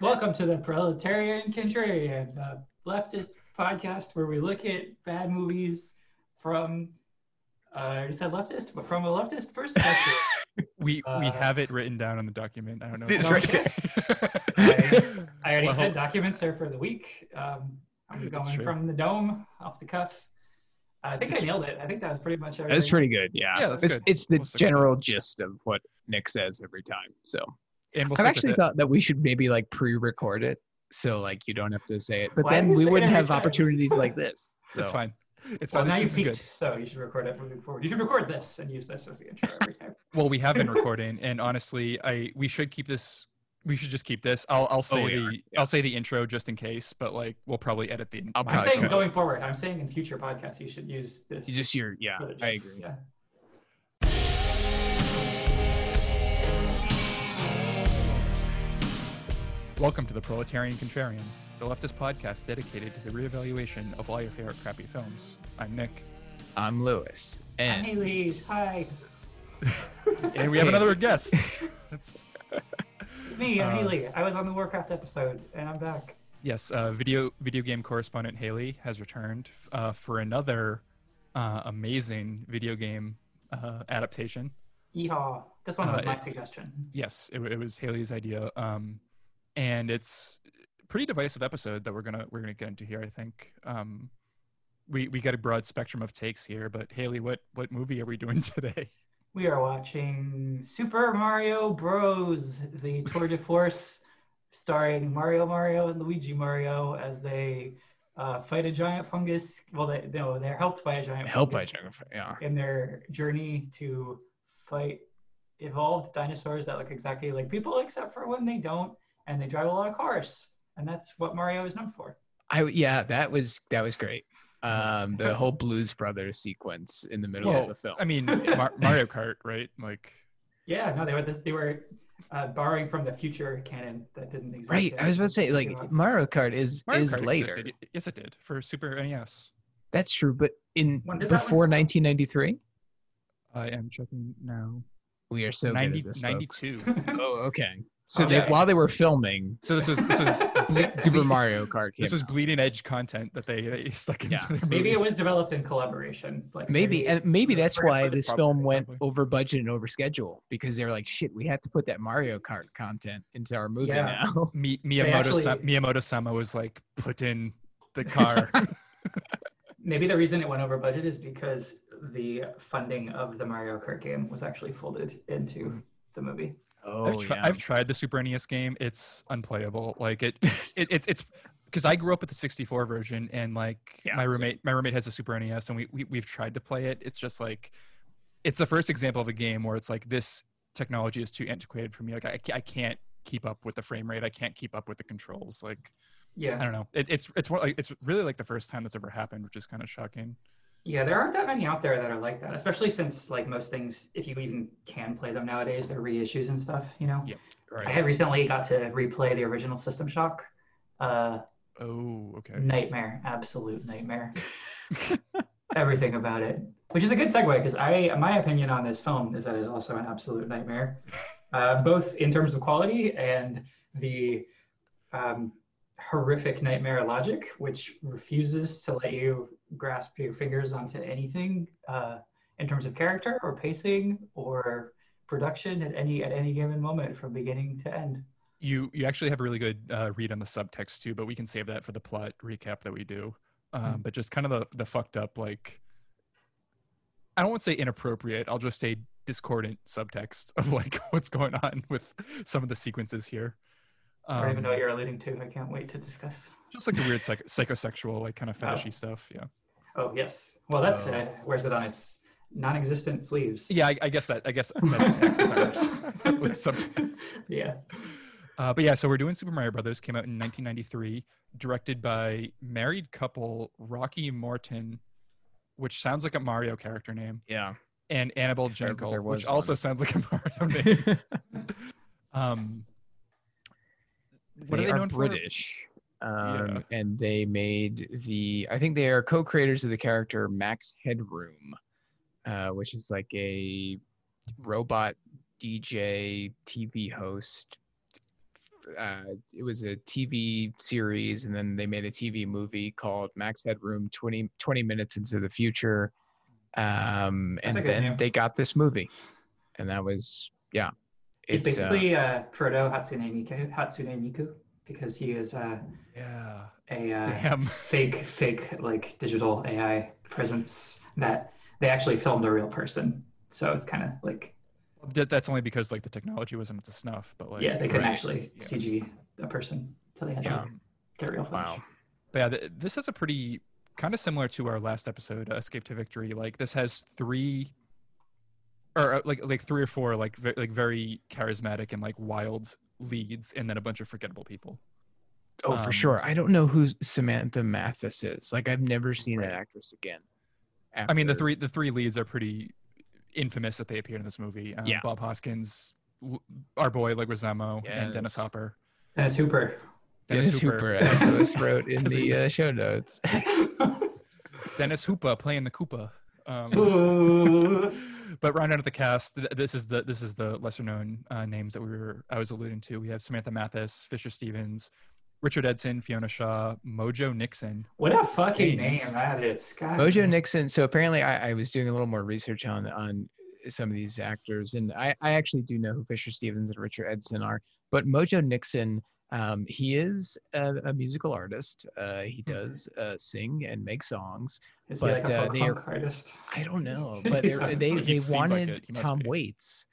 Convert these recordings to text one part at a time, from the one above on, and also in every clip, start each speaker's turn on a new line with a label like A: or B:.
A: Welcome to the Proletarian Contrarian, the leftist podcast where we look at bad movies from, uh, I already said leftist, but from a leftist perspective.
B: We we
A: Uh,
B: have it written down on the document. I don't know.
C: It's
B: if-
C: right there.
A: I- I already
B: Well-
A: said documents are for the week. Um, I'm
B: That's
A: going
B: true.
A: from the dome off the cuff. I think I nailed it. I think that was pretty much everything.
C: That's pretty good. Yeah.
B: Yeah, that's
C: it's,
B: good.
C: it's the
B: We'll stick with
C: general gist of what Nick says every time. So
B: and we'll stick
C: I've
B: with
C: actually
B: it.
C: thought that we should maybe like pre-record it. So like you don't have to say it, but
A: Why do
C: then
A: you
C: we
A: say it
C: wouldn't
A: every
C: have
A: time?
C: opportunities like this.
B: it's
C: So,
B: fine. It's
A: Well,
B: fine.
A: now you
B: This is good.
A: peaked, so you should record it moving forward. You should record this and use this as the intro every time.
B: Well, we have been recording, and honestly, I we should keep this. We should just keep this. I'll I'll say
C: Oh, we
B: the
C: are,
B: I'll say the intro just in case, but like we'll probably edit the.
C: I'll
B: my
A: I'm
C: Alright,
A: saying
C: cool.
A: going forward. I'm saying in future podcasts you should use this.
C: You just your yeah,
A: footage.
C: I agree.
A: Yeah.
B: Welcome to the Proletarian Contrarian, the leftist podcast dedicated to the reevaluation of all your favorite crappy films. I'm Nick,
C: I'm Lewis.
A: Hi,
C: And
A: Haley. Hi.
B: and we have
C: Hey.
B: another guest. That's,
A: It's me, I'm
B: Uh,
A: Haley. I was on the Warcraft episode, and I'm back.
B: yes, uh, video video game correspondent Haley has returned uh, for another uh, amazing video game uh, adaptation.
A: Yeehaw. This one
B: Uh,
A: was my
B: it-
A: suggestion.
B: Yes, it, wa- it was Haley's idea, um, and it's a pretty divisive episode that we're gonna we're gonna get into here. I think um, we we got a broad spectrum of takes here, but Haley, what what movie are we doing today?
A: We are watching Super Mario Bros. The Tour de Force, starring Mario Mario and Luigi Mario as they uh, fight a giant fungus. Well, they, no, they're helped by a giant
C: help by
A: fungus
C: Jungle Yeah.
A: in their journey to fight evolved dinosaurs that look exactly like people, except for when they don't, and they drive a lot of cars. And that's what Mario is known for.
C: I yeah, that was that was great. Um the whole Blues Brothers sequence in the middle
B: Well,
C: of the film.
B: I mean, Mar- Mario Kart, right? Like,
A: Yeah, no, they were this, they were uh, borrowing from the future canon that didn't exist.
C: right. I was about to say like
A: Yeah.
C: Mario Kart is
B: Mario
C: is
B: Kart
C: later.
B: existed. Yes, it did for Super E NES.
C: That's true, but in
A: When did that one
C: before 1993,
B: I am checking now.
C: we are so
B: 90,
C: good at this. folks.
B: 92.
C: Oh, okay. So
A: Okay.
C: They, while they were filming,
B: So this was this was ble-
C: Super
B: ble-
C: Mario Kart came
B: This was
C: out.
B: bleeding edge content that they, they stuck into
C: Yeah.
B: their movie.
A: Maybe it was developed in collaboration. Like
C: maybe and maybe
A: the
C: that's
A: first
C: why
A: one
C: this
B: probably-
C: film went
B: probably.
C: over budget and over schedule because they were like, shit, we have to put that Mario Kart content into our movie
A: Yeah.
C: now.
B: Mi- Miyamoto sa-
A: actually-
B: Miyamoto sama was like put in the car.
A: Maybe the reason it went over budget is because the funding of the Mario Kart game was actually folded
C: Mm-hmm.
A: into the movie.
C: oh,
B: I've, tri- I've tried the Super NES game. It's unplayable. Like it, it, it it's because I grew up with the 64 version, and like
C: Yeah,
B: my
C: same.
B: roommate, my roommate has a Super NES, and we, we we've tried to play it. It's just like, it's the first example of a game where it's like this technology is too antiquated for me. Like I, ca- I can't keep up with the frame rate. I can't keep up with the controls. Like I
A: Yeah,
B: don't know. It, it's it's one, like it's really like the first time that's ever happened, which is kind of shocking.
A: yeah. There aren't that many out there that are like that, especially since like most things, if you even can play them nowadays, they're reissues and stuff. You know,
B: Yeah,
A: I had recently got to replay the original System Shock. Uh,
B: Oh,
A: Mm-hmm.
B: okay.
A: nightmare, absolute nightmare. Everything about it, which is a good segue because I, my opinion on this film is that it's also an absolute nightmare, uh, both in terms of quality and the um, horrific nightmare logic, which refuses to let you grasp your fingers onto anything uh, in terms of character or pacing or production at any at any given moment from beginning to end.
B: You you actually have a really good uh, read on the subtext too, but we can save that for the plot recap that we do. Um, but just kind of the the fucked up like, I don't want to say inappropriate. I'll just say discordant subtext of like what's going on with some of the sequences here.
A: I don't even know what
B: Um,
A: you're alluding to. I can't wait to discuss.
B: just like the weird psych- psychosexual like kind of
A: Oh.
B: fetishy stuff. Yeah.
A: Oh yes. Well, that's
C: Oh.
A: uh, where's it on its non-existent sleeves?
B: Yeah. I, I guess that I guess that's text. It's not really subtext.
A: Yeah.
B: Uh, but yeah, so we're doing Super Mario Brothers. Came out in 1993, directed by married couple Rocky Morton, which sounds like a Mario character name,
C: yeah.
B: and Annabelle
C: If ever
B: Jenkel,
C: there
B: which
C: was
B: also
C: one.
B: sounds like a Mario name. Um, what
C: they,
B: are they
C: are
B: known
C: British. Um, And they made the, I think they are co creators of the character Max Headroom, uh, which is like a robot DJ, TV host, uh, it was a TV series, and then they made a TV movie called Max Headroom 20, 20 Minutes into the Future. Um, and
A: a good
C: then
A: name.
C: they got this movie, and that was yeah.
A: He's
C: It's, uh,
A: basically uh, proto Hatsune Miku, Hatsune Miku because he is uh,
B: Yeah.
A: a uh,
B: Damn.
A: fake, fake like digital AI presence that they actually filmed a real person. So it's kind of like
B: That, that's only because like the technology wasn't up to snuff, but like
A: yeah, they couldn't
C: Right.
A: actually
B: Yeah.
A: CG a person, so they had
C: Yeah.
A: to get real. footage.
C: wow.
B: But yeah, th- this has a pretty kind of similar to our last episode, uh, Escape to Victory. Like this has three, or uh, like like three or four like ve- like very charismatic and like wild leads, and then a bunch of forgettable people.
C: Oh, for
B: Um,
C: sure. I don't know who Samantha Mathis is. Like I've never seen that
B: Right.
C: actress again.
B: I mean, the
C: after-
B: three the three leads are pretty infamous that they appeared in this movie. Um,
C: Yeah.
B: Bob Hoskins, L- our boy Leguizamo, and Dennis
C: Yes.
B: Hopper.
A: Dennis Hooper.
C: Dennis Hooper, as I was wrote in
B: 'Cause he
C: the
B: was-
C: uh, show notes.
B: Dennis Hooper playing the Koopa. Um,
A: Ooh.
B: but round out of the cast, th- this is the this is the lesser known uh, names that we were I was alluding to. We have Samantha Mathis, Fisher Stevens, Richard Edson, Fiona Shaw, Mojo Nixon.
A: What a fucking name
B: Names.
A: that is. God.
C: Mojo Nixon. So apparently, I, I was doing a little more research on on some of these actors, and I, I actually do know who Fisher Stevens and Richard Edson are. But Mojo Nixon, um, he is a, a musical artist. Uh, he
B: Mm-hmm.
C: does uh, sing and make songs.
A: Is he like
C: but,
A: a
C: uh,
A: folk
C: they are-
A: punk artist?
C: I don't know,
A: He
C: but they're-
A: sounds-
C: they
B: he
C: they
B: seemed like
C: wanted
B: it. He must
C: Tom
B: be.
C: Waits,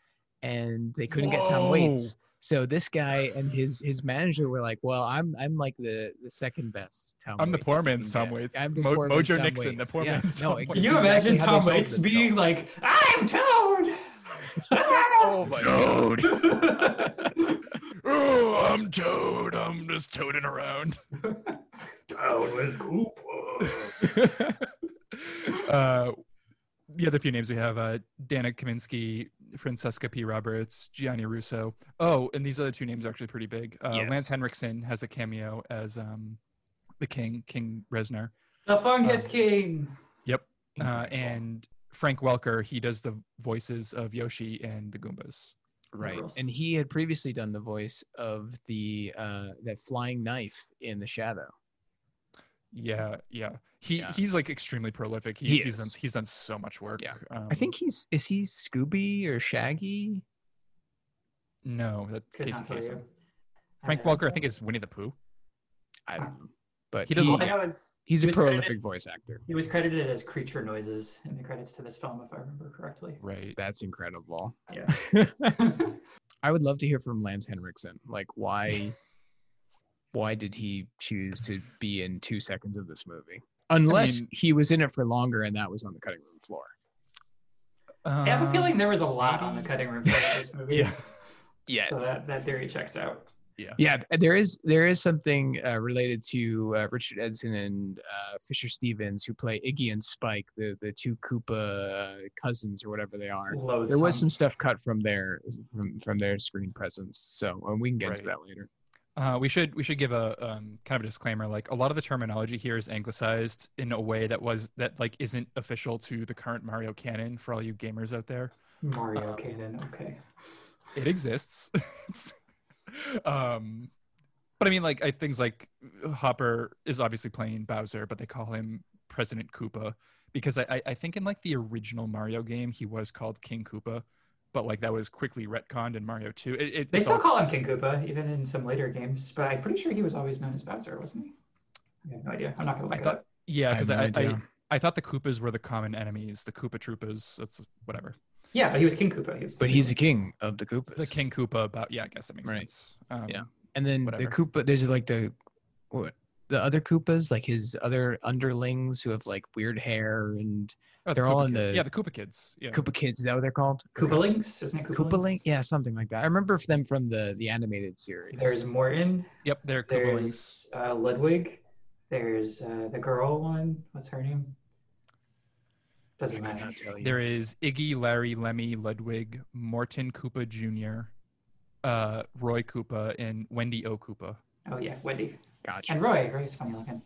C: and they couldn't get
B: Whoa.
C: Tom Waits. So this guy and his his manager were like, "Well, I'm I'm like the the second best Tom.
B: I'm the
C: Waits
B: poor
C: you
B: man's
C: can
B: Tom
C: get.
B: Waits.
C: I'm the
B: Mo-
C: poor
B: Mojo
C: man's Tom
B: Nixon, the
C: Waits."
B: poor
C: Yeah.
B: man's
C: No,
B: Tom
C: it-
B: Waits.
A: Can
C: it's
A: you
C: exactly
A: imagine
C: how
A: Tom
C: they sold
A: Waits being
C: themselves.
A: like, I'm Toad! oh
B: Toad! Oh, I'm Toad. I'm just toading around.
A: Toad was Koopa.
B: uh, the other few names we have uh, Dana Kaminsky, Francesca P. Roberts, Gianni Russo. Oh, and these other two names are actually pretty big. Uh,
C: Yes.
B: Lance Henriksen has a cameo as um, the King, King Resner.
A: The Fungus
B: Um,
A: King.
B: Yep. Uh,
C: Incredible.
B: and Frank Welker, he does the voices of Yoshi and the Goombas.
C: Right.
A: Gross.
C: And he had previously done the voice of the uh that flying knife in the shadow.
B: Yeah, yeah. He
C: Yeah.
B: he's like extremely prolific. He,
C: He
B: he's done
C: is.
B: he's done so much work.
C: Yeah.
B: Um,
C: I think he's is he Scooby or Shaggy?
B: no, that's
A: Could
B: Casey
A: not tell
B: Kasem.
A: you. Uh,
B: Frank
A: don't
B: Welker, I think
A: know.
B: is Winnie the Pooh.
C: I
A: Ah.
C: don't know. But
B: He
C: he
B: does
C: does
A: All
B: all-
A: I know is
C: he's
A: he
C: a
A: was credited-
C: prolific voice actor.
A: he was credited as creature noises in the credits to this film, if I remember correctly.
B: Right.
C: That's incredible.
A: Yeah.
C: I would love to hear from Lance Henriksen. Like why why did he choose to be in two seconds of this movie? Unless
B: mean-
C: he was in it for longer and that was on the cutting room floor.
A: I
B: Um,
C: Um,
A: have a feeling there was a lot on the
B: maybe-
A: cutting room floor of this movie.
B: Yeah.
C: Yes.
A: So that, that theory checks out.
C: yeah th- there is there is something uh, related to uh, richard edson and uh, fisher stevens who play iggy and spike the the two koopa uh, cousins or whatever they are
A: Loathsome.
C: there was some stuff cut from their from, from their screen presence so uh, we can get into
B: Right.
C: that later
B: Uh, we should we should give a um, kind of a disclaimer. Like a lot of the terminology here is anglicized in a way that was that like isn't official to the current Mario canon. For all you gamers out there,
A: Mario
C: Uh,
B: um,
A: Cannon. Okay.
B: it exists. It's- um, but I mean, like I, things like Hopper is obviously playing Bowser, but they call him President Koopa because I, I, I think in like the original Mario game he was called King Koopa, but like that was quickly retconned in Mario Two. It, it,
A: They
B: it's
A: still
B: all
A: call him King Koopa, even in some later games, but I'm pretty sure he was always known as Bowser, wasn't he? I have no idea. I'm not going to
B: I
A: look it
B: thought-
A: up.
B: yeah, because
C: have
B: I,
C: no
B: I,
C: idea.
B: I thought the Koopas were the common enemies, the Koopa Troopas. That's whatever.
A: Yeah, but he was King Koopa. He was
C: but he's
A: a
C: the king of the koopas
B: The King Koopa. About yeah, I guess that makes
C: Right.
B: sense. Um,
C: Yeah. and then
B: whatever.
C: the koopa there's like the what the other koopas like his other underlings who have like weird hair and
B: oh, the
C: They're all
B: Koopa
C: in
B: Kid-
C: the-
B: yeah the Koopa kids. Yeah.
C: koopa kids is that what they're called
A: Koopalings, isn't it?
C: Koopa Link?
A: Koopalings?
C: Yeah, something like that. I remember them from the the animated series.
A: There's Morton.
B: Yep. They're Koopa Links.
A: There's uh, Ludwig. There's uh, the girl one. What's her name?
C: I
A: Doesn't
C: could
A: matter.
C: not tell you.
B: There is Iggy, Larry, Lemmy, Ludwig, Morton Koopa Jr., uh, Roy Koopa, and Wendy O Koopa.
A: Oh yeah, Wendy
C: Gotcha.
A: and Roy. Roy's funny looking.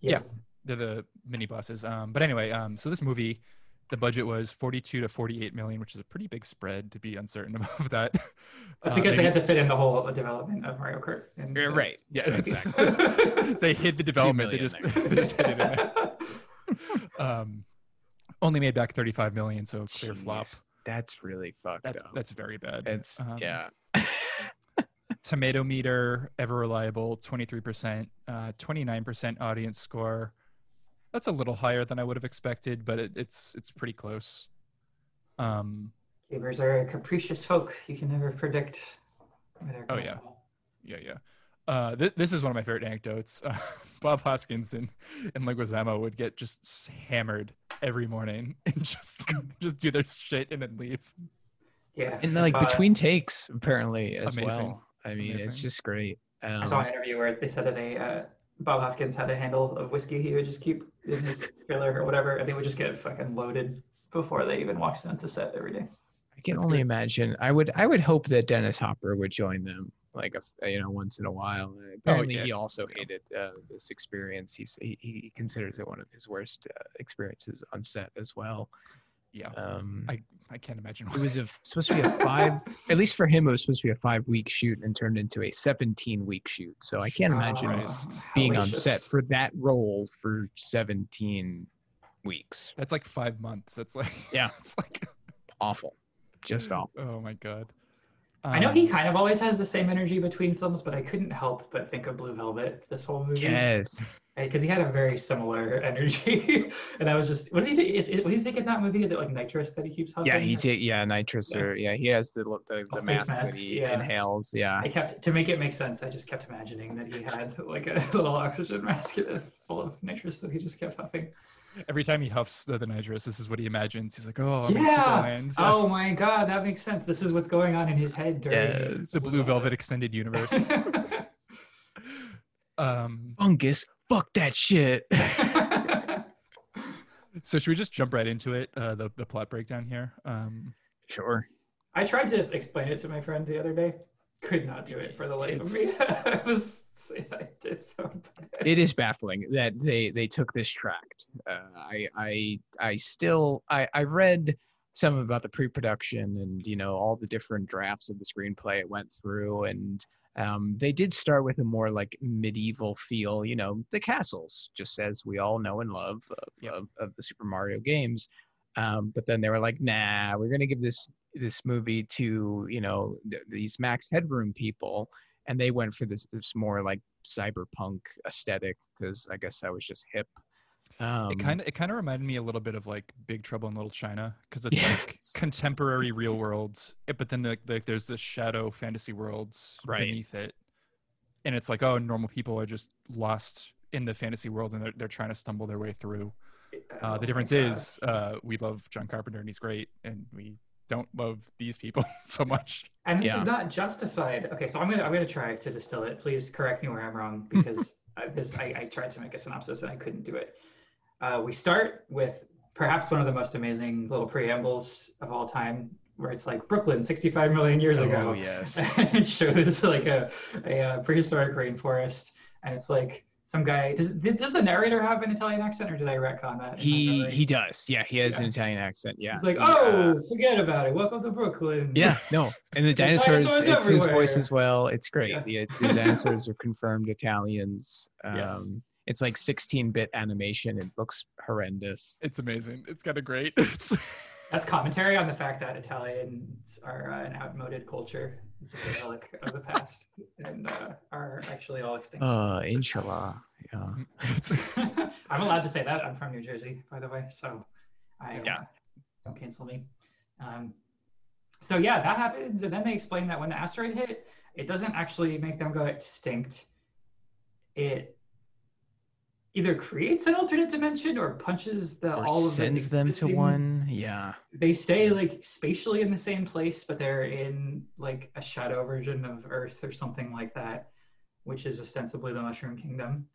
B: They're the mini bosses. Um, but anyway, um, so this movie The budget was 42 to 48 million, which is a pretty big spread to be uncertain about that.
A: That's because
B: Uh,
A: they
B: maybe-
A: had to fit in the whole development of Mario Kart. And
C: You're right.
B: Yeah, exactly.
A: exactly.
B: they hid the development. They
C: million
B: just, they just hid it in there. Um, only made back 35 million, so clear flop.
C: Jeez, That's really fucked
B: That's
C: up.
B: that's very bad.
C: it's
B: um,
C: yeah.
B: Tomato meter, ever reliable, 23%, uh, 29% audience score. That's a little higher than I would have expected, but it, it's it's pretty close. Um,
A: Gamers are capricious folk. You can never predict. when they're
B: Oh,
A: gonna
B: yeah.
A: fall.
B: yeah, yeah. Uh, th- this is one of my favorite anecdotes. Uh, Bob Hoskins and, and Leguizamo would get just hammered every morning and just just do their shit and then leave.
A: Yeah.
C: And
A: I
C: like
A: saw it.
C: between takes, apparently as
B: Amazing.
C: well. I mean, it's
B: Amazing.
C: just great. Um,
A: I saw an interview where they said that they uh, Bob Hoskins had a handle of whiskey he would just keep in his trailer or whatever, and they would just get fucking loaded before they even watched onto set every day.
C: I can
B: That's
C: only
B: good.
C: imagine. I would I would hope that Dennis Hopper would join them like a f- you know once in a while. Uh, Apparently,
B: Oh, yeah.
C: he also
B: Yeah.
C: hated uh, this experience. He's, he he considers it one of his worst uh, experiences on set as well.
B: Yeah,
C: Um,
B: I can't imagine.
C: it was a, supposed to be a five, at least for him, it was supposed to be a five week shoot and turned into a 17 week shoot. So I can't
B: Jesus
C: imagine
B: Christ.
C: being on
A: uh, hellacious.
C: set for that role for 17 weeks.
B: That's like five months. That's like
C: Yeah.
B: It's like
C: Awful. Just awful.
B: oh my god.
A: I know he
B: Um,
A: kind of always has the same energy between films, but I couldn't help but think of Blue Velvet this whole movie.
C: Yes.
A: because he had a very similar energy, and I was just, what does he do? Is, is, what he's taking that movie? Is it like nitrous that he keeps huffing?
C: Yeah, he did. Yeah, nitrous
A: Yeah.
C: or yeah, he has the lo- the,
A: Oh,
C: the
A: face
C: mask,
A: mask,
C: that he
A: yeah.
C: inhales. Yeah,
A: I kept to make it make sense. I just kept imagining that he had like a little oxygen mask full of nitrous that he just kept huffing.
B: every time he huffs the, the nitrous, this is what he imagines. He's like, oh, I'm
A: Yeah.
B: yeah. Oh.
A: Oh my god, that makes sense. This is what's going on in his head during
C: Yes.
B: The Blue Velvet Extended Universe. um,
C: fungus. Fuck that shit.
B: so should we just jump right into it? Uh, the the plot breakdown here. Um,
C: sure.
A: I tried to explain it to my friend the other day. Could not do it for the life
B: It's-
A: of me. it was it's so bad.
C: It is baffling that they they took this tract. Uh, I I I still I I read some about the pre-production and you know all the different drafts of the screenplay it went through and um, they did start with a more like medieval feel you know the castles just as we all know and love of,
B: Yep.
C: of, of the super mario games um, but then they were like nah we're gonna give this this movie to you know th- these max headroom people and they went for this this more like cyberpunk aesthetic because i guess that was just hip um,
B: it kind of it kind of reminded me a little bit of like Big Trouble in Little China because it's like
C: Yes.
B: contemporary real worlds, eh, but then like like there's this shadow fantasy worlds
C: Right.
B: beneath it, and it's like oh, normal people are just lost in the fantasy world and they're they're trying to stumble their way through. Uh,
A: Oh my
B: the difference
A: God.
B: is uh, we love John Carpenter and he's great, and we don't love these people so much.
A: And this
C: Yeah.
A: is not justified. Okay, so I'm gonna I'm gonna try to distill it. Please correct me where I'm wrong because I, this I, I tried to make a synopsis and I couldn't do it. Uh, we start with perhaps one of the most amazing little preambles of all time, where it's like Brooklyn, 65 million years ago.
C: oh yes
A: it shows like a, a, uh prehistoric rainforest, and it's like some guy. Does does the narrator have an Italian accent, or did I retcon that? in my
C: He
A: memory?
C: he does. Yeah, he has
A: Yeah.
C: an Italian accent. Yeah.
A: It's like,
C: he,
A: oh,
C: uh,
A: forget about it. Welcome to Brooklyn.
C: yeah, no. And the dinosaurs,
A: dinosaurs
C: it's his voice
A: everywhere.
C: as well. It's great.
A: Yeah.
C: The, the dinosaurs are confirmed Italians. Um,
A: Yes.
C: It's like 16-bit animation. It looks horrendous.
B: It's amazing. It's got a great. It's,
A: That's commentary on the fact that Italians are uh, an outmoded culture, it's a relic of the past, and uh, are actually all extinct.
C: Uh, inshallah. Yeah.
B: it's-
A: I'm allowed to say that. I'm from New Jersey, by the way, so I uh,
C: Yeah.
A: don't cancel me. Um, so yeah, that happens, and then they explain that when the asteroid hit, it doesn't actually make them go extinct. It either creates an alternate dimension or punches the
C: Or
A: all of the
C: sends them to
A: existing-
C: one. Yeah.
A: they stay like spatially in the same place, but they're in like a shadow version of Earth or something like that, which is ostensibly the Mushroom Kingdom.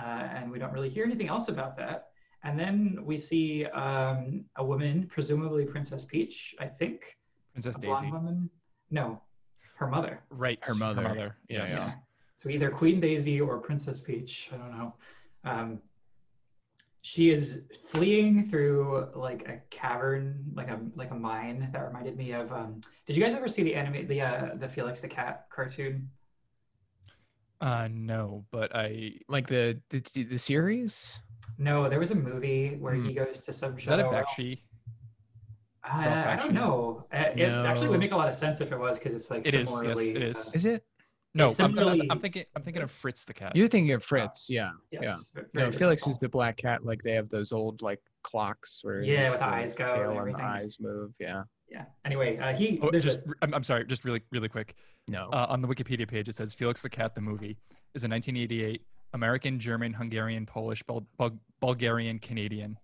A: Uh, and we don't really hear anything else about that. And then we see um, a woman, presumably Princess Peach, I think,
B: Princess
A: a
B: Daisy.
A: blonde woman. No, her mother.
B: Right.
C: Her mother. Yeah,
B: Yes.
C: yeah.
A: So either Queen Daisy or Princess Peach, I don't know. Um, she is fleeing through like a cavern, like a like a mine. That reminded me of. Um, did you guys ever see the anime, the uh, the Felix the Cat cartoon?
B: Uh, no, but I
C: Like the the, the series?
A: No, there was a movie where he
C: Hmm.
A: goes to some
B: is
A: show.
B: that a Bakshi?
A: Uh, I
B: Bakshi?
A: don't know. Uh, It actually would
C: No.
A: make a lot of sense if it was because it's like
B: It is, yes,
A: similarly.
B: it is.
A: uh,
C: Is it?
B: No, I'm, I'm,
A: similarly-
B: I'm thinking I'm thinking of Fritz the cat.
C: You're thinking of Fritz,
A: Uh,
C: yeah.
A: yes, ve- very
C: No,
A: different
C: Felix
A: call.
C: is the black cat. Like they have those old like clocks where
A: Yeah,
C: it's
A: with the eyes go and
C: tail and
A: everything.
C: the eyes move. Yeah,
A: Yeah. Anyway, uh, he
B: Oh,
A: there's
B: just,
A: a Oh.
B: I'm, I'm sorry, just really, really quick.
C: no.
B: Uh, on the Wikipedia page, it says Felix the Cat, the movie, is a 1988 American, German, Hungarian, Polish, Bul- Bul- Bulgarian, Canadian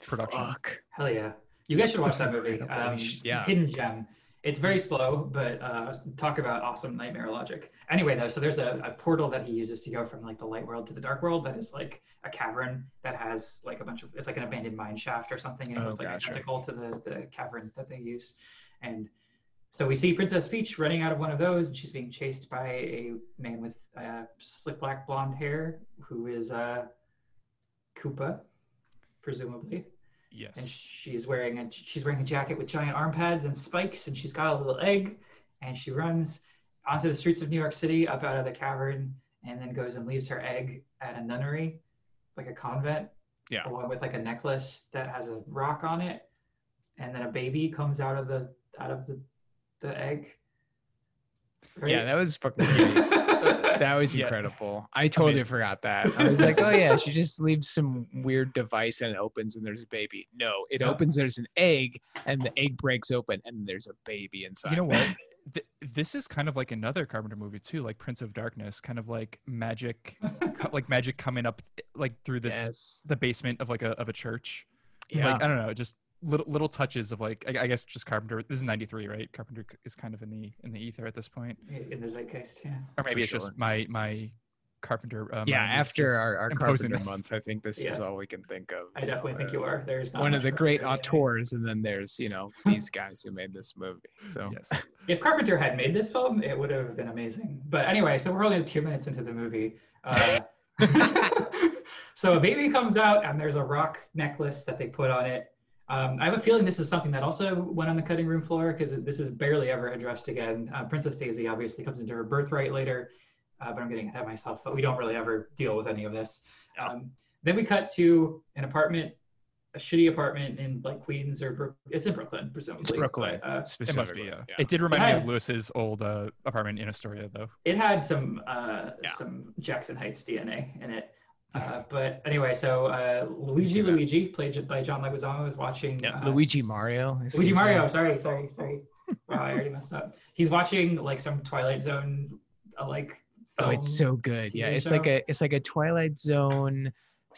B: production.
C: Fuck.
A: Hell yeah. You guys should watch that movie.
C: Okay,
A: Um,
C: we should- yeah.
A: Hidden Gem. It's very slow, but uh, talk about awesome nightmare logic. Anyway, though, so there's a, a portal that he uses to go from like the light world to the dark world that is like a cavern that has like a bunch of, it's like an abandoned mine shaft or something. And
C: Oh,
A: it's like
C: gotcha.
A: identical to the, the cavern that they use. And so we see Princess Peach running out of one of those, and she's being chased by a man with uh, slick black blonde hair who is uh, Koopa, presumably and
B: Yes.
A: she's wearing a she's wearing a jacket with giant arm pads and spikes and she's got a little egg and she runs onto the streets of new york city up out of the cavern and then goes and leaves her egg at a nunnery like a convent
C: Yeah.
A: along with like a necklace that has a rock on it and then a baby comes out of the out of the the egg Right?
C: Yeah, that was fucking.
B: Yes.
C: amazing. that was
B: Yeah.
C: incredible. I totally
B: Amazing.
C: forgot that. I was like, oh yeah, she just leaves some weird device and it opens and there's a baby. No, it
A: Yeah.
C: opens. There's an egg and the egg breaks open and there's a baby inside.
B: You know what? Th- this is kind of like another Carpenter movie too, like Prince of Darkness, kind of like magic, co- like magic coming up like through this
C: Yes.
B: the basement of like a of a church.
C: Yeah.
B: Like um, I don't know, just little little touches of like I, I guess just Carpenter. This is '93, right? Carpenter c- is kind of in the in the ether at this point,
A: in the zeitgeist yeah
B: or maybe
C: For
B: it's
C: sure.
B: just my my Carpenter. Uh,
C: yeah.
B: mind is
C: After
B: just
C: our, our
B: imposing
C: Carpenter
B: this.
C: month, I think this is
A: Yeah.
C: all we can think of.
A: i definitely think Uh, you are there's not
C: One
A: much
C: of the
A: for
C: great
A: Carpenter today.
C: auteurs, and then there's you know these guys who made this movie. So
B: Yes.
A: If Carpenter had made this film, it would have been amazing. But anyway, so we're only two minutes into the movie. Uh, so a baby comes out, and there's a rock necklace that they put on it. Um, I have a feeling this is something that also went on the cutting room floor because this is barely ever addressed again. Uh, Princess Daisy obviously comes into her birthright later, uh, but I'm getting ahead of myself. But we don't really ever deal with any of this. Um, then we cut to an apartment, a shitty apartment in like Queens or Brook- it's in Brooklyn, presumably.
C: it's Brooklyn
A: but, uh,
B: It must be.
C: specifically.
B: Yeah.
C: yeah.
B: It did remind me of
A: Yeah.
B: Lewis's old uh, apartment in Astoria, though.
A: it had some uh,
C: Yeah.
A: some Jackson Heights DNA in it. Uh, but anyway, so uh, Luigi
C: see that.
A: Luigi, played by John Leguizamo, was watching
C: Yeah,
A: uh,
C: Luigi Mario. excuse
A: Luigi
C: me. Oh.
A: Mario. Sorry, sorry, sorry. Wow, I already messed up. He's watching like some Twilight Zone, uh, like.
C: Oh, it's
A: film.
C: so good. Yeah,
A: TV
C: it's like
A: show.
C: a it's like a Twilight Zone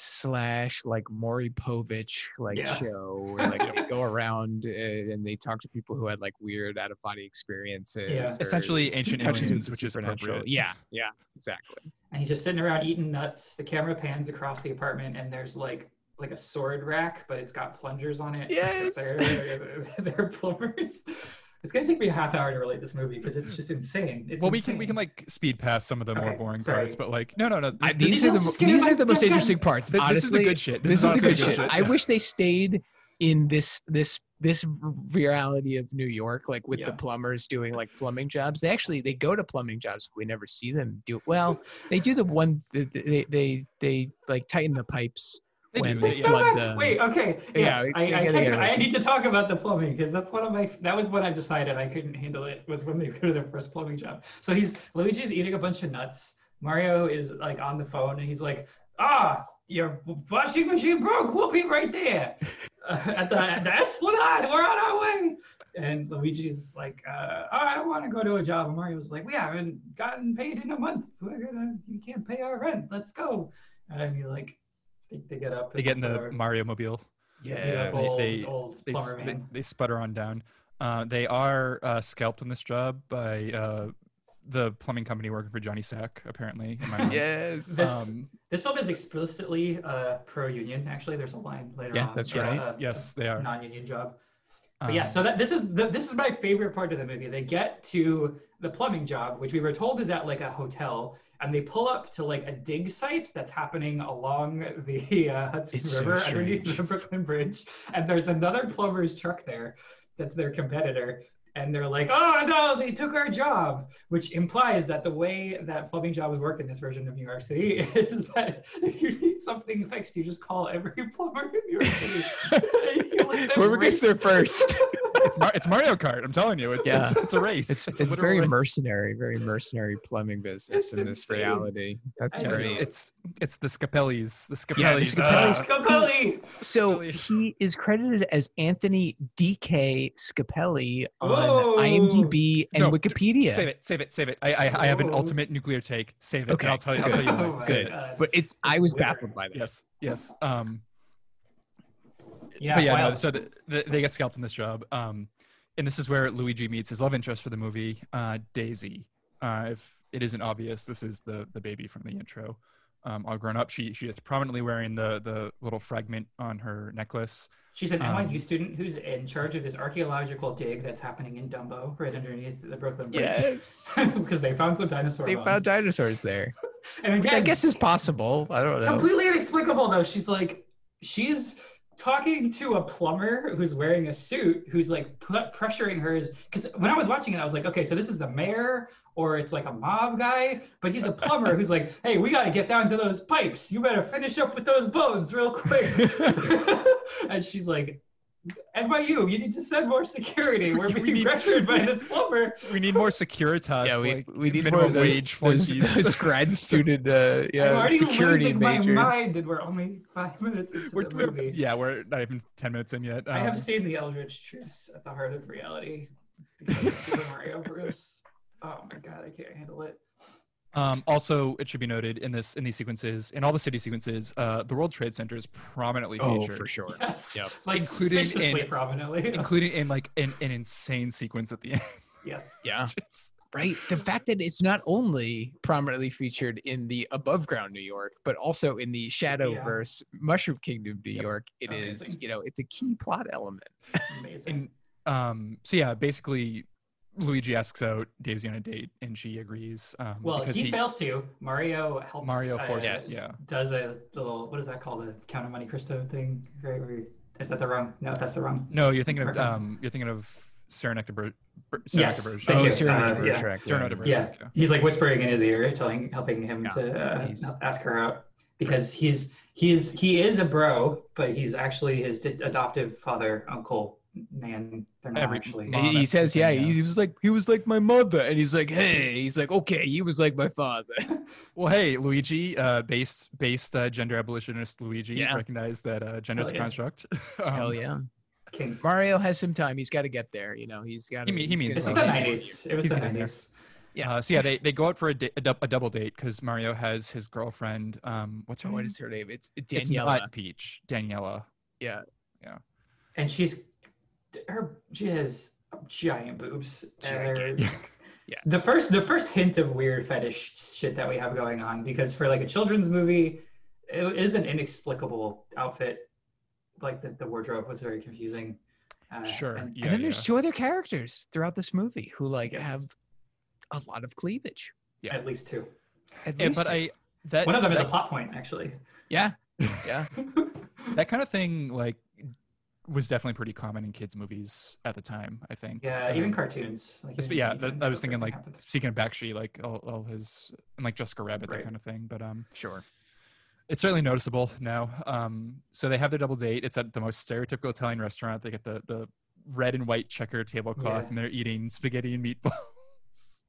C: slash like Maury Povich like
A: Yeah.
C: show where like they go around uh, and they talk to people who had like weird out of body experiences.
A: Yeah.
C: or
B: Essentially, ancient
C: touches with
B: aliens,
C: the
B: which is
C: supernatural.
B: appropriate.
C: Yeah, yeah, exactly.
A: and he's just sitting around eating nuts. The camera pans across the apartment, and there's like like a sword rack, but it's got plungers on it.
C: Yes.
A: they're, they're plumbers. It's gonna take me a half hour to relate this movie because it's just insane. It's
B: well, we can we can
A: insane.
B: like speed past some of the more
A: Okay,
B: boring
A: sorry.
B: parts, but like no, no, no.
C: I-
B: This, this,
C: these
A: is
C: are the
A: how
C: mo-
A: scared
C: these
A: I
C: are the most
A: got.
C: interesting parts.
B: th- this is the
C: honestly.
B: good shit.
C: this, is, the
B: honestly
C: good shit. I
B: yeah.
C: wish they stayed in this this this reality of New York, like with the
A: Yeah.
C: plumbers doing like plumbing jobs. They actually they go to plumbing jobs. We never see them do well. They do the one they they they, they like tighten the pipes.
B: They do,
C: when they
A: Wait,
B: yeah.
A: so
C: flood
A: much-
C: the-
A: wait, okay.
C: Yeah,
A: Yes,
C: it's-
A: I,
C: you
A: I, kind
C: gotta get
A: of- I
C: everything.
A: need to talk about the plumbing because that's one of my. That was when I decided I couldn't handle it. Was when they go to their first plumbing job. So he's Luigi's eating a bunch of nuts. Mario is like on the phone and he's like, "Ah, your washing machine broke. We'll be right there uh, at the, at the Esplanade. We're on our way." And Luigi's like, uh, "Oh, "I don't want to go to a job." And Mario's like, "We haven't gotten paid in a month. We're gonna. You can't pay our rent. Let's go." And he like, they, they get up.
B: They get in the
A: whatever.
B: Mario mobile.
A: Yeah,
B: They-
A: old,
B: they-
A: old
B: They, s-
A: plumber
B: they,
A: man.
B: they sputter on down. Uh, they are uh, scalped in this job by uh, the plumbing company working for Johnny Sack, apparently. In my mind.
C: Yes.
A: This-
B: Um,
A: This film is explicitly uh, pro-union. Actually, there's a line later
C: Yeah,
A: on.
C: that's
A: about
C: right.
B: yes,
A: a-
B: yes, they
A: a
B: are. Um,
A: Non-union job. But
C: Um,
A: yeah, so that this is the, this is my favorite part of the movie. They get to the plumbing job, which we were told is at like a hotel, and they pull up to like a dig site that's happening along the uh, Hudson
C: It's so
A: River underneath the
C: strange.
A: Brooklyn Bridge, and there's another plumber's truck there that's their competitor, and they're like, "Oh no, they took our job," which implies that the way that plumbing jobs work in this version of New York City is that if you need something fixed, you just call every plumber in New York City. You let them
C: Whoever gets there
A: race-
C: first.
B: it's, Mar- it's Mario Kart. I'm telling you, it's
C: Yeah.
B: it's, it's a race.
C: It's
B: a
C: it's
B: literal
C: very
B: race.
C: mercenary, very mercenary plumbing business
A: It's
C: in this
A: insane.
C: reality. That's
A: I know.
B: Yeah, it's,
C: great.
B: it's it's the Scapellis. The
C: Yeah, the
B: Scapellis.
C: Scapellis.
B: uh,
A: Scapelli.
C: So
B: Really?
C: he is credited as Anthony DK Scapelli on
A: Whoa.
C: IMDb and
B: No, d-
C: Wikipedia.
B: Save it. Save it. Save it. I I, I have an
A: Whoa.
B: ultimate nuclear take. Save it.
C: Okay,
B: And I'll tell you. I'll
C: good.
B: tell you.
A: Oh
B: why.
A: my
B: Save it.
A: God.
C: But it's I was
A: Weird.
C: baffled by that.
B: Yes. Yes. Um.
A: yeah,
B: but yeah, no,
A: wild.
B: so the, the, they get scalped in this job. Um, and this is where Luigi meets his love interest for the movie, uh, Daisy. Uh, if it isn't obvious, this is the the baby from the intro. Um, all grown up, she she is prominently wearing the the little fragment on her necklace.
A: she's an
B: um,
A: NYU student who's in charge of this archaeological dig that's happening in Dumbo, right underneath the Brooklyn Bridge.
C: Yes.
A: Because they found some dinosaur
C: they
A: bones.
C: found dinosaurs there,
A: and again,
C: which I guess is possible. I don't know.
A: completely inexplicable though. She's like, she's talking to a plumber who's wearing a suit, who's like put, pressuring her. Is because when I was watching it, I was like, okay, so this is the mayor, or it's like a mob guy, but he's a plumber who's like, hey, we got to get down to those pipes. You better finish up with those bones real quick. and she's like. NYU, you need to send more security. We're
B: We
A: being
B: need-
A: pressured by this plumber.
B: We need more Securitas.
C: yeah, we,
B: like,
C: we need
B: minimum
C: more of those,
B: wage
C: those,
B: flunkies.
C: those grad student uh,
A: I'm
C: yeah,
A: already
C: security
A: losing
C: majors.
A: my mind, and we're only five minutes into
B: We're,
A: the
B: we're-
A: movie.
B: yeah, we're not even ten minutes in yet.
A: I
B: Um,
A: have seen the Eldritch Truths at the heart of reality because of Super Mario Bros. Oh my god, I can't handle it.
B: um, also, it should be noted in this in these sequences, in all the city sequences, uh, the World Trade Center is prominently
C: Oh,
B: featured.
C: for sure.
A: Yes.
C: Yep.
A: Like
B: Including
A: suspiciously
B: in-
A: prominently.
B: including in like an, an insane sequence at the
C: Uh-huh.
B: end.
A: yes.
C: Yeah.
B: It's-
C: Right. The fact that it's not only prominently featured in the above ground New York, but also in the Shadowverse Mushroom Kingdom New
B: Yep.
C: York, it is
A: Amazing.
C: you know, it's a key plot element.
A: Amazing.
B: and um, so yeah, basically, Luigi asks out Daisy on a date, and she agrees. Um,
A: well,
B: because
A: he, fails to. Mario helps.
B: Mario
A: uh,
B: forces.
C: Yes.
B: Yeah,
A: Does a little what is that called? A Count of Monte Cristo thing? Right? Where you- Is that the wrong? No, that's the wrong.
B: no, you're thinking of
A: Reference.
B: um, you're thinking of Serenecta Bur- Bur-
A: Yes,
B: Serenecta Bergerac.
A: Thank
C: oh,
A: you.
C: Cyrano
A: Uh,
C: de
A: yeah.
C: Bergerac,
B: Cyrano de Bergerac.
A: Yeah.
B: yeah.
A: he's like whispering in his ear, telling, helping him
C: Yeah.
A: to uh,
C: He's-
A: ask her out because he's he's he is a bro, but he's actually his d- adoptive father, uncle, nan. They're not
B: Every-
A: actually.
B: Mom
C: he, he
B: after
C: says,
B: the
C: yeah,
B: thing,
C: he was like he was like my mother. And he's like, hey, he's like, okay, he was like my father.
B: Well, hey, Luigi, uh, based based uh, gender abolitionist Luigi,
C: Yeah.
B: recognized that uh, gender is a
A: Hell yeah.
B: construct.
C: Hell
B: Um,
C: yeah.
A: King.
C: Mario has some time. He's gotta get there, you know. He's got
B: He me- he means
A: It's
B: well.
A: the nineties. It was
B: He's
A: the
B: getting there.
A: nineties.
C: Yeah.
B: Uh, so yeah, they, they go out for a, da- a, dou- a double date because Mario has his girlfriend. Um, what's her
C: What
B: name?
C: is her name? It's
A: Mm,
B: It's
C: Daniela.
B: not Peach. Daniela. Eh,
A: And she's her she has giant boobs. and they're-
C: Giant. Yes.
A: The first the first hint of weird fetish shit that we have going on because for like a children's movie, it is an inexplicable outfit. Like the, the wardrobe was very confusing. Uh,
B: Sure.
A: and-
B: Yeah,
C: and then
B: yeah.
C: there's two other characters throughout this movie who like
A: Yes.
C: have a lot of cleavage.
B: Yeah.
A: At least two.
C: At
B: Yeah,
C: least
B: but
C: two.
B: I that
A: One of them is a
B: Uh, that,
A: plot point, actually.
C: yeah, yeah.
B: that kind of thing like was definitely pretty common in kids movies at the time. I think.
A: yeah, even
B: Um,
A: cartoons. Like,
B: It's,
A: even
B: yeah,
A: cartoons,
B: that, I was
A: that
B: thinking
A: thing
B: like
A: happens.
B: speaking of Bakshi, like all, all his and like Jessica Rabbit,
A: Right.
B: that kind of thing. But um,
C: Sure.
B: it's certainly noticeable now. Um, so they have their double date. It's at the most stereotypical Italian restaurant. They get the the red and white checker tablecloth,
A: Yeah.
B: and they're eating spaghetti and meatballs.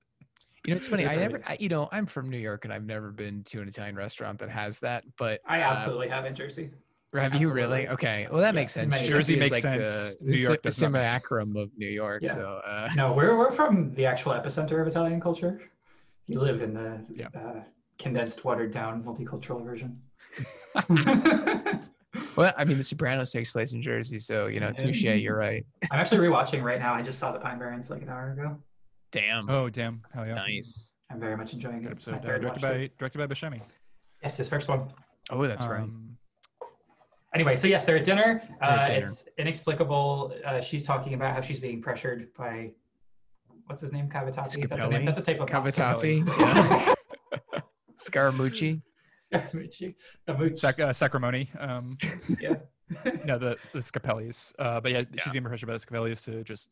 C: You know, it's funny.
A: It's
C: I
A: all
C: never,
A: good.
C: I, you know, I'm from New York and I've never been to an Italian restaurant that has that. But
A: I
C: uh,
A: absolutely have in Jersey.
C: have you
A: absolutely.
C: really? Okay. Well, that makes
A: Yes,
C: sense.
A: many-
B: Jersey
C: is
B: makes
C: like
B: sense.
C: The,
B: New York
C: the
B: does not make sense.
C: simulacrum of New York.
A: Yeah.
C: So uh,
A: No, we're we're from the actual epicenter of Italian culture. You live in the
B: Yeah.
A: uh, condensed, watered down, multicultural version.
C: well, I mean, The Sopranos takes place in Jersey, so you know,
A: Yeah.
C: touche. You're right.
A: I'm actually rewatching right now. I just saw the Pine Barrens like an hour ago.
C: Damn.
B: Oh damn! Hell yeah!
C: nice.
A: I'm very much enjoying
B: Good
A: it. It's my
B: episode. Uh,
A: third
B: directed
A: watch through.
B: by directed by Buscemi.
C: Um,
A: Yes, his first one.
C: Oh, that's right.
B: Um,
A: anyway, so yes, they're at dinner.
C: They're at
A: Uh,
C: dinner.
A: It's inexplicable. Uh, she's talking about how she's being pressured by what's his name, Cavatappi. That's a
C: Scapelli?
A: name. That's a type of pasta.
C: Cavatappi,
B: yeah.
C: Scaramucci.
A: Scaramucci. The mooch.
B: Sac- uh, Sacramone. Um,
A: Yeah.
B: no, the the Scapellis. Uh, but yeah, she's being pressured by the Scapellis to just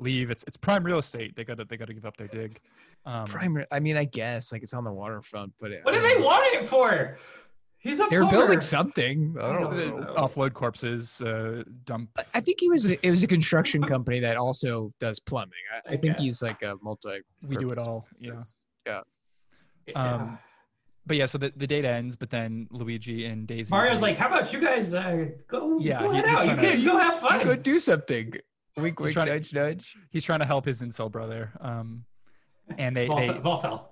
B: leave. It's it's prime real estate. They gotta they gotta give up their dig. Um,
C: Primer. I mean, I guess like it's on the waterfront, but it,
A: What do
C: I
A: they
C: don't know.
A: want it for? He's a
C: They're
A: plumber.
C: building something. I
B: uh,
C: don't know.
B: offload corpses. Uh, dump.
C: I- I think he was. It was a construction company that also does plumbing. I, I
A: Yeah.
C: think he's like a multi.
B: We do it all. Yeah.
A: Yeah.
B: Um, But yeah, so the, the date ends, but then Luigi and Daisy.
A: Mario's
B: they-
A: like, how about you guys uh, go,
B: Yeah,
A: go
B: he-
A: it
B: he's
A: out? You
B: trying to-
A: can, you go have fun.
C: You go do something. Wink, wink,
B: trying to-
C: nudge, nudge.
B: he's trying to help his incel brother. Um, and they, they
A: Volcel. Volcel.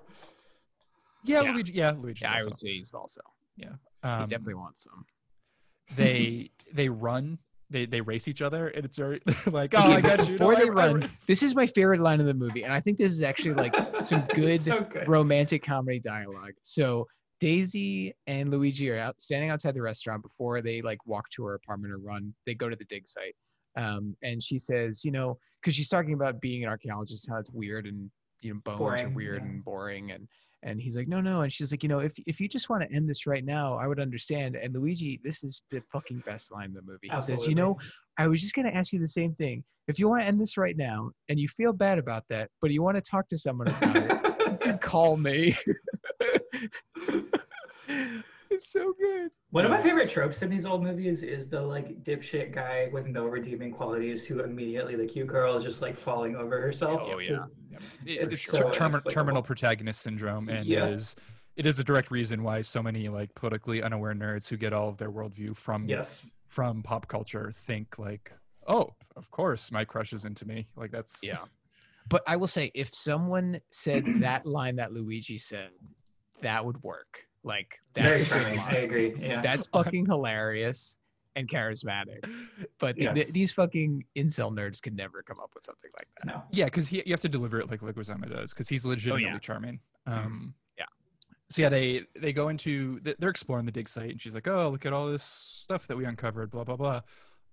B: yeah,
C: Yeah.
B: Luigi, yeah, Luigi.
C: Yeah, I would say he's also. He
B: um,
C: definitely wants some.
B: they they run they they race each other and it's very they're like oh
C: Okay,
B: i
C: but
B: got you
C: before
B: No, I-
C: they
B: I-
C: run, this is my favorite line of the movie, and I think this is actually like some good
A: so good.
C: romantic comedy dialogue. So Daisy and Luigi are out standing outside the restaurant before they like walk to her apartment or run. They go to the dig site, um, and she says, you know, because she's talking about being an archaeologist, how it's weird and you know bones are
A: Boring,
C: weird
A: yeah.
C: and boring, and and he's like, no, no, and she's like, you know, if if you just want to end this right now, I would understand. And Luigi, this is the fucking best line of the movie. He says, you
A: Absolutely.
C: know, I was just going to ask you the same thing. If you want to end this right now and you feel bad about that, but you want to talk to someone about it, you can call me. it's so good.
A: One of my favorite tropes in these old movies is the like dipshit guy with no redeeming qualities who immediately the cute girl is just like falling over herself.
C: Oh,
A: It's
C: yeah.
B: it- it's
A: so
B: ter- termi-
A: inexplicable.
B: terminal protagonist syndrome and
A: Yeah.
B: it is it is a direct reason why so many like politically unaware nerds who get all of their worldview from
A: Yes.
B: from pop culture think like oh of course my crush is into me like that's
C: But I will say, if someone said that line that Luigi said, that would work. Like,
A: Very
C: that's a good
A: charming. I
C: line.
A: agree. Yeah.
C: That's fucking hilarious and charismatic. But th- th-
B: Yes.
C: these fucking incel nerds could never come up with something like that.
A: no.
B: Yeah, because you have to deliver it like Leguizamo does, because he's legitimately charming. Um,
C: Mm-hmm. Yeah.
B: So yeah, they they go into th- they're exploring the dig site, and she's like, "Oh, look at all this stuff that we uncovered." Blah blah blah.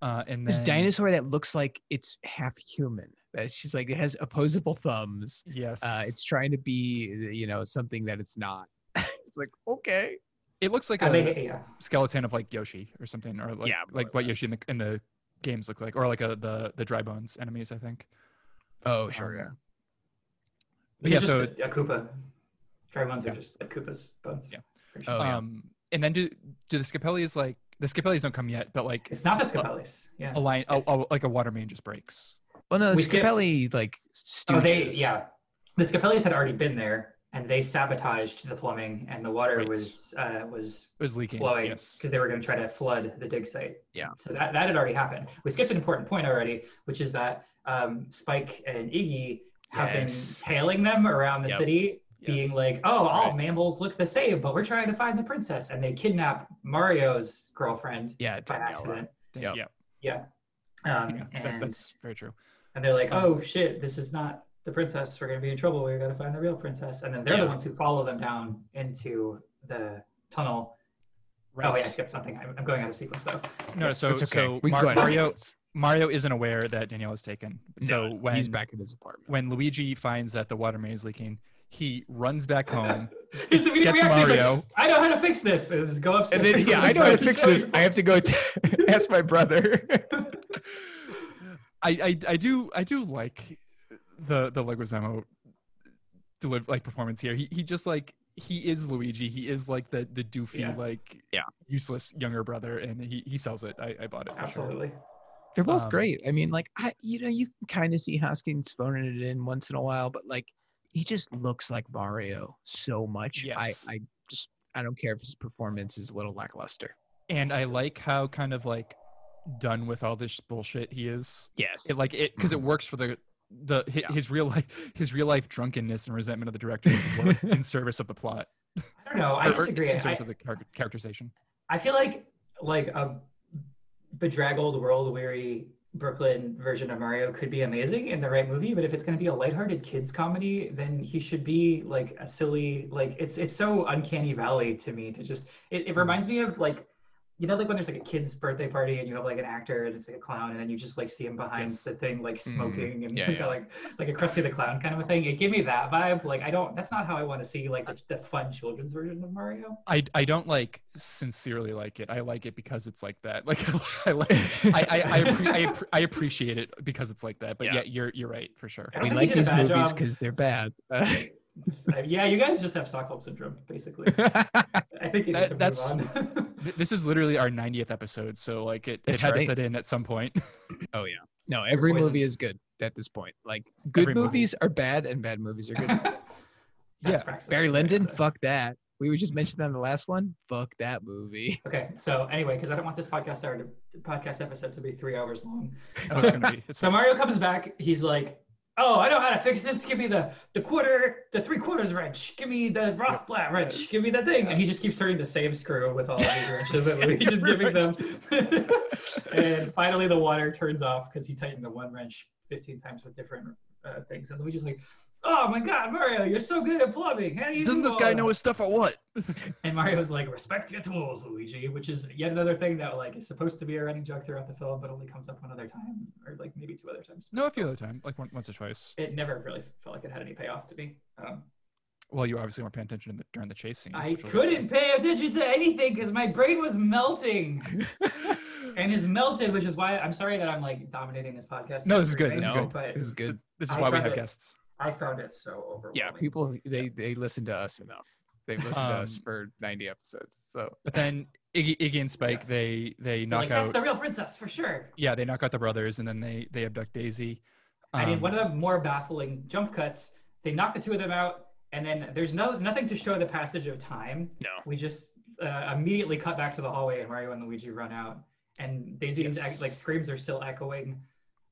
B: Uh, and
C: This
B: then
C: dinosaur that looks like it's half human. That's- She's like, it has opposable thumbs.
B: Yes,
C: Uh, it's trying to be, you know, something that it's not. it's like, okay.
B: it looks like
A: I
B: a
A: think, yeah.
B: skeleton of like Yoshi or something, or like
C: Yeah, more
B: like
C: or
B: what
C: less.
B: Yoshi in the, in the games look like, or like a, the the dry bones enemies, I think.
C: Oh,
B: Um,
C: sure. yeah.
B: But yeah,
A: It's
B: so
A: just a, a Koopa. Dry ones
B: Yeah.
A: are just like Koopa's bones.
B: Yeah.
C: Oh, yeah.
B: um, and then do do the Scapellis like the Scapellis don't come yet, but like
A: It's not the Scapellis. Yeah.
B: a line, oh,
A: Yes.
B: oh, like a water main just breaks.
C: Well, no,
A: We
C: the
A: skipped-
C: Scapelli like stooges.
A: Oh, they yeah. The Scapellis had already been there, and they sabotaged the plumbing, and the water
B: Right.
A: was uh, was
B: It was leaking.
A: flowing
B: yes.
A: because they were going to try to flood the dig site.
C: Yeah.
A: So that, that had already happened. We skipped an important point already, which is that um, Spike and Iggy have
C: Yes.
A: been tailing them around the
C: Yep.
A: city, being
B: Yes.
A: like, "Oh, all
C: Right.
A: mammals look the same, but we're trying to find the princess," and they kidnap Mario's girlfriend
C: Yeah,
A: by
C: Daniela.
A: accident.
B: Dang,
C: Yep.
B: yeah.
A: Yeah. Um,
B: Yeah, that,
A: and,
B: that's very true.
A: and they're like,
B: um,
A: "Oh shit, this is not." The princess, we're gonna be in trouble. We gotta find the real princess, and then they're the
C: Yeah.
A: ones who follow them down into the tunnel
B: Right.
A: Oh wait, I skipped something. I'm, I'm going out of sequence though.
B: no, so
C: it's okay.
B: so
C: We can
B: Mar-
C: go ahead.
B: Mario Mario isn't aware that Danielle is taken. so
C: No,
B: when
C: he's back in his apartment.
B: when Luigi finds that the water main is leaking, he runs back home,
A: His immediate
B: gets
A: reaction is like,
B: Mario.
A: I know how to fix this. Is go
C: and
A: upstairs.
C: then
A: fix
C: yeah,
A: it
C: I know how to
A: inside the
C: fix this.
A: shower.
C: I have to go t- ask my brother.
B: I, I I do I do like the the Leguizamo deliver like performance here. He he just like he is Luigi. He is like the the doofy
A: Yeah.
B: like
C: Yeah.
B: useless younger brother, and he he sells it. I, I bought it. For Sure.
A: Absolutely.
C: They're both
B: Um,
C: great. I mean, like I, you know, you can kind of see Hoskins phoning it in once in a while, but like he just looks like Mario so much.
B: Yes.
C: I, I just I don't care if his performance is a little lackluster.
B: And I like how kind of like done with all this bullshit he is.
C: Yes.
B: it like it because it
A: Mm-hmm.
B: works for the the hi-
C: Yeah.
B: his real life his real life drunkenness and resentment of the director is work in service of the plot
A: I don't know. I
B: or- or
A: disagree.
B: in
A: I,
B: service of the char- characterization
A: I feel like like a bedraggled, world weary Brooklyn version of Mario could be amazing in the right movie, but if it's going to be a lighthearted kids comedy, then he should be like a silly like it's it's so uncanny valley to me to just it, it reminds me of like you know like when there's like a kid's birthday party and you have like an actor and it's like a clown and then you just like see him behind
B: Yes. Mm-hmm.
A: the thing like smoking and
B: Yeah,
A: he's got
B: yeah.
A: like like a Krusty the Clown kind of a thing. It gave me that vibe. Like I don't. That's not how I want to see like the, the fun children's version of Mario.
B: I I don't like sincerely like it. I like it because it's like that. Like I like I I, I, appre- I, appre- I appreciate it because it's like that. But
D: Yeah.
B: yeah, you're you're right for sure.
A: I don't
C: we
A: think
C: like
A: he did
C: these
A: a bad
C: movies
A: job.
C: because they're bad. Uh,
A: Uh, yeah, you guys just have Stockholm syndrome basically. I think you
B: That-
A: need to
B: that's-
A: move on.
B: Th- This is literally our 90th episode, so like it, it
C: That's
B: had to
C: right.
B: set in at some point.
C: oh yeah, no, every
A: poisons.
C: movie is good at this point. Like good
B: Every movie.
C: movies are bad and bad movies are good.
A: That's
B: yeah,
A: Praxis.
C: Barry
A: Okay,
C: Lyndon,
A: so-
C: fuck that. We were just mentioned on the last one. Fuck that movie.
A: Okay, so anyway, because I don't want this podcast hour to, podcast episode to be three hours long.
B: Oh, it's gonna be. It's
A: So Mario comes back. He's like, "Oh, I know how to fix this. Give me the the quarter, the three quarters wrench. Give me the Rothblatt wrench. Give me the thing." And he just keeps turning the same screw with all of these wrenches, and he's just giving them. and finally, the water turns off because he tightened the one wrench 15 times with different uh, things. And Luigi's like, "Oh my God, Mario, you're so good at plumbing. How do you
B: doesn't
A: do
B: this
A: all
B: guy
A: that?"
B: know his stuff or what?
A: And Mario's like, respect your tools, Luigi, which is yet another thing that like is supposed to be a running joke throughout the film, but only comes up one other time, or like maybe two other times.
B: No, a few other time, like one, once or twice.
A: It never really felt like it had any payoff to me. Um,
B: Well, you obviously weren't paying attention in the, during the chase scene.
A: I
B: which we'll
A: couldn't
B: get
A: pay attention to anything because my brain was melting
B: to.
A: and is melted, which is why I'm sorry that I'm like dominating this podcast.
B: No, this is
A: Right?
B: good, this is good.
A: But
C: This is good.
B: This is
A: I
B: why we
A: tried
B: have
A: to-
B: guests.
A: I found it so overwhelming.
C: Yeah, people they they listen to us enough. They've listened to us
B: Um,
C: for 90 episodes. So
B: But then Iggy, Iggy and Spike,
A: Yes.
B: they they
A: They're
B: knock
A: like,
B: out.
A: that's the real princess for sure.
B: yeah, they knock out the brothers, and then they they abduct Daisy.
A: I mean,
B: Um,
A: one of the more baffling jump cuts. They knock the two of them out, and then there's no nothing to show the passage of time.
C: No.
A: We just uh, immediately cut back to the hallway, and Mario and Luigi run out, and Daisy's
B: Yes.
A: ac- like screams are still echoing.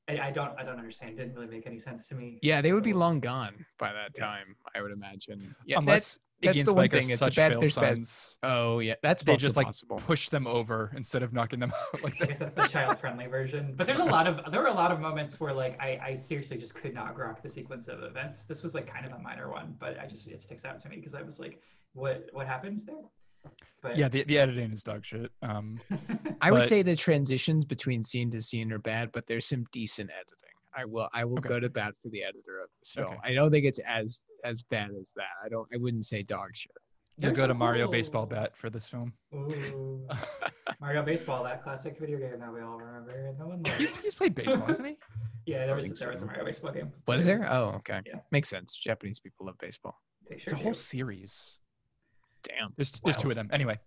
A: I, I don't, I don't understand. It didn't really make any sense to me.
C: yeah, they would be
A: So-
C: long gone by that
A: Yes.
C: time, I would imagine. Yeah,
B: unless
C: that's
B: Iggy and
C: the one
B: Spike are
C: thing, it's a
B: such
C: bad-
B: fail
C: there's bad-
B: sons,
C: that's oh yeah, that's
B: they
C: also
B: just like
C: possible.
B: push them over instead of knocking them out. Like
A: I
B: that.
A: guess that's the child-friendly version. But there's a lot of there were a lot of moments where like I, I seriously just could not grok the sequence of events. This was like kind of a minor one, but I just it sticks out to me because I was like, what what happened there? But
B: yeah, the, the editing is dog shit. Um,
C: I would
B: but-
C: say the transitions between scene to scene are bad, but there's some decent editing. I will I will
B: Okay.
C: go to bat for the editor of this film.
B: Okay.
C: I don't think it's as as bad as that. I don't I wouldn't say dog shit.
B: you'll
A: There's
B: go to
A: a
B: Mario
A: whole-
B: baseball bat for this film.
A: Ooh, Mario Baseball, that classic video game that we all remember. and No one
B: he's,
A: likes.
B: he's played baseball, hasn't he?
A: Yeah, there was
C: think
A: there was a
C: so.
A: Mario Baseball game.
C: Was there? Oh, okay.
A: Yeah.
C: Makes sense. Japanese people love baseball.
A: They
B: It's a
A: sure
B: whole
A: do.
B: series.
C: Damn.
B: There's there's two
C: Wow.
B: of them. Anyway,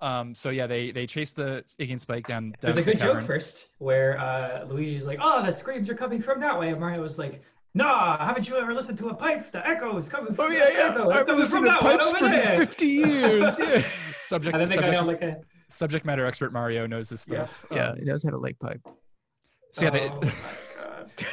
B: um, so yeah, they they chase the Iggy and Spike down. down
A: There's a
B: to the
A: good joke
B: cavern.
A: first where uh, Luigi's like, "Oh, the screams are coming from that way," and Mario was like. Nah, haven't you ever listened to a pipe? The echo is coming from
C: Oh
A: the
C: yeah, yeah.
A: echo is
C: I've been
A: coming from
C: listening to
A: that one
C: pipes
A: over
C: for
A: there."
C: 50 years. Yeah.
B: Subject
A: And then they got
B: subject,
A: down like a
B: subject matter expert Mario knows this
A: Yeah.
B: stuff.
C: yeah,
B: Um,
C: he knows how to leg pipe.
B: so yeah, they,
A: Oh my god.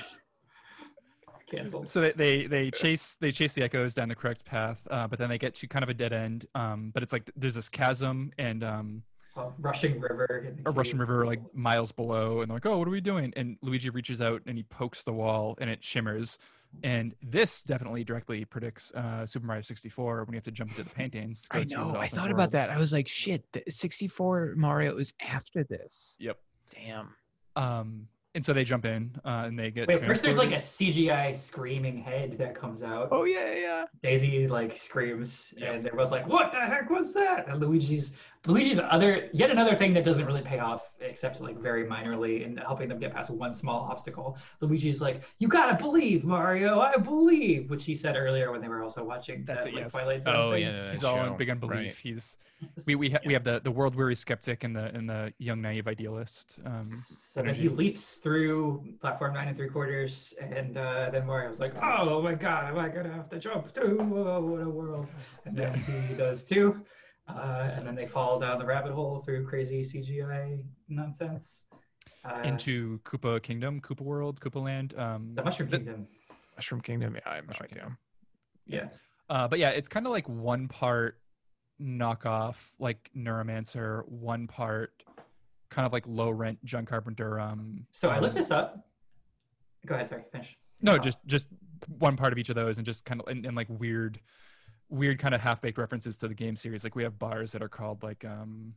A: Canceled.
B: so they, they they chase they chase the echoes down the correct path, uh, but then they get to kind of a dead end. Um, but it's like there's this chasm and um,
A: A rushing river. in the
B: a rushing
A: cave.
B: river like miles below, and they're like, oh, what are we doing? And Luigi reaches out and he pokes the wall, and it shimmers. And this definitely directly predicts uh, Super Mario 64 when you have to jump into the paintings. to go
C: I
B: to the
C: know. I
B: alternate
C: thought about that. I
B: worlds.
C: was like, shit, the 64 Mario is after this.
B: Yep.
C: Damn.
B: Um, and so they jump in uh, and they get.
A: Wait, first there's like a
B: transported.
A: CGI screaming head that comes out.
C: Oh yeah, yeah.
A: Daisy like screams,
B: Yeah.
A: and they're both like, "What the heck was that?" And Luigi's Luigi's other yet another thing that doesn't really pay off, except like very minorly in helping them get past one small obstacle. Luigi's like, "You gotta believe, Mario. I believe," which he said earlier when they were also watching
B: That's
A: that,
B: it,
A: like,
B: yes.
A: Twilight Zone.
C: Oh
A: thing.
C: yeah.
B: He's all in big unbelief.
C: Right.
B: He's we we ha- we have the the world weary skeptic and the and the young naive idealist. Um,
A: So then he
B: energy.
A: leaps through platform nine and three quarters, and uh, then Mario's like, "Oh my god, am I gonna have to jump too? Whoa, what a world!" And then he does too, uh, and then they fall down the rabbit hole through crazy CGI nonsense uh,
B: into Koopa Kingdom, Koopa World, Koopa Land. Um,
A: the Mushroom
B: the-
A: Kingdom.
C: Mushroom Kingdom. Yeah, I have no
B: Mushroom
C: idea.
B: Kingdom.
A: Yeah,
B: uh, but yeah, it's kind of like one part knockoff, like Neuromancer, one part kind of like low rent John Carpenter. Um,
A: so I looked
B: um,
A: this up. Go ahead, sorry, finish.
B: No,
A: up.
B: just just one part of each of those, and just kind of and, and like weird, weird kind of half baked references to the game series. Like we have bars that are called like um,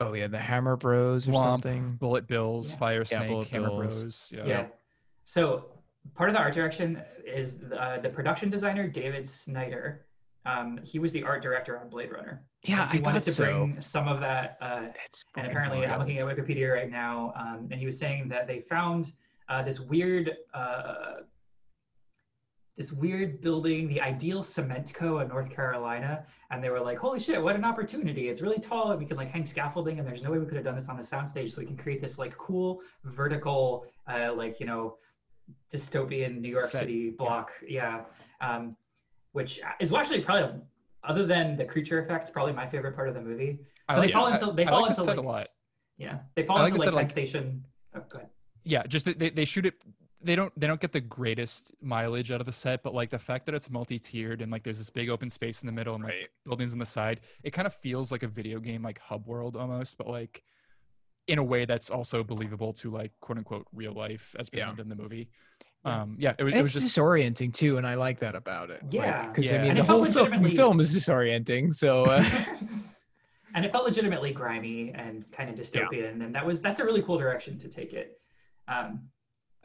C: Oh yeah, the Hammer Bros or
B: Womp,
C: something.
B: Bullet Bills,
A: Yeah.
B: Fire Snake,
C: Bullet
B: Hammer
C: Bills.
B: Bros. Yeah.
A: Yeah. So part of the art direction is uh, the production designer David Snyder. Um, he was the art director on Blade Runner.
C: Yeah,
A: he
C: I
A: wanted
C: thought
A: to
C: so.
A: bring some of that uh,
C: That's
A: and apparently I'm looking at Wikipedia right now, um, and he was saying that they found uh, this weird, uh, this weird building, the Ideal Cement Co. in North Carolina, and they were like, "Holy shit, what an opportunity! It's really tall, and we can like hang scaffolding, and there's no way we could have done this on the soundstage, so we can create this like cool vertical, uh, like you know, dystopian New York
B: Set,
A: City block, yeah." Um, which is actually probably, other than the creature effects, probably my favorite part of the movie.
B: I
A: So they
B: like-
A: fall
B: I-
A: into- they
B: I
A: fall
B: like this
A: into,
B: set
A: like-
B: a lot.
A: Yeah, they fall
B: I like
A: into
B: I
A: like
B: said,
A: Penn
B: like-
A: Station. Oh, go ahead.
B: Yeah, just that they, they shoot it. They don't they don't get the greatest mileage out of the set, but like the fact that it's multi tiered and like there's this big open space in the middle and like buildings on the side, it kind of feels like a video game like hub world almost, but like in a way that's also believable to like quote unquote real life as
C: Yeah.
B: presented in the movie.
A: Yeah.
B: Um, yeah, it, was-
C: And
B: it
C: it's
B: was just
C: disorienting too, and I like that about it.
A: Yeah.
C: because
B: Yeah.
C: I mean
B: And
C: the
A: it felt
C: whole film, the
A: legitimately-
C: film is disorienting. So uh,
A: and it felt legitimately grimy and kind of dystopian, and that was that's a really cool direction to take it. Um,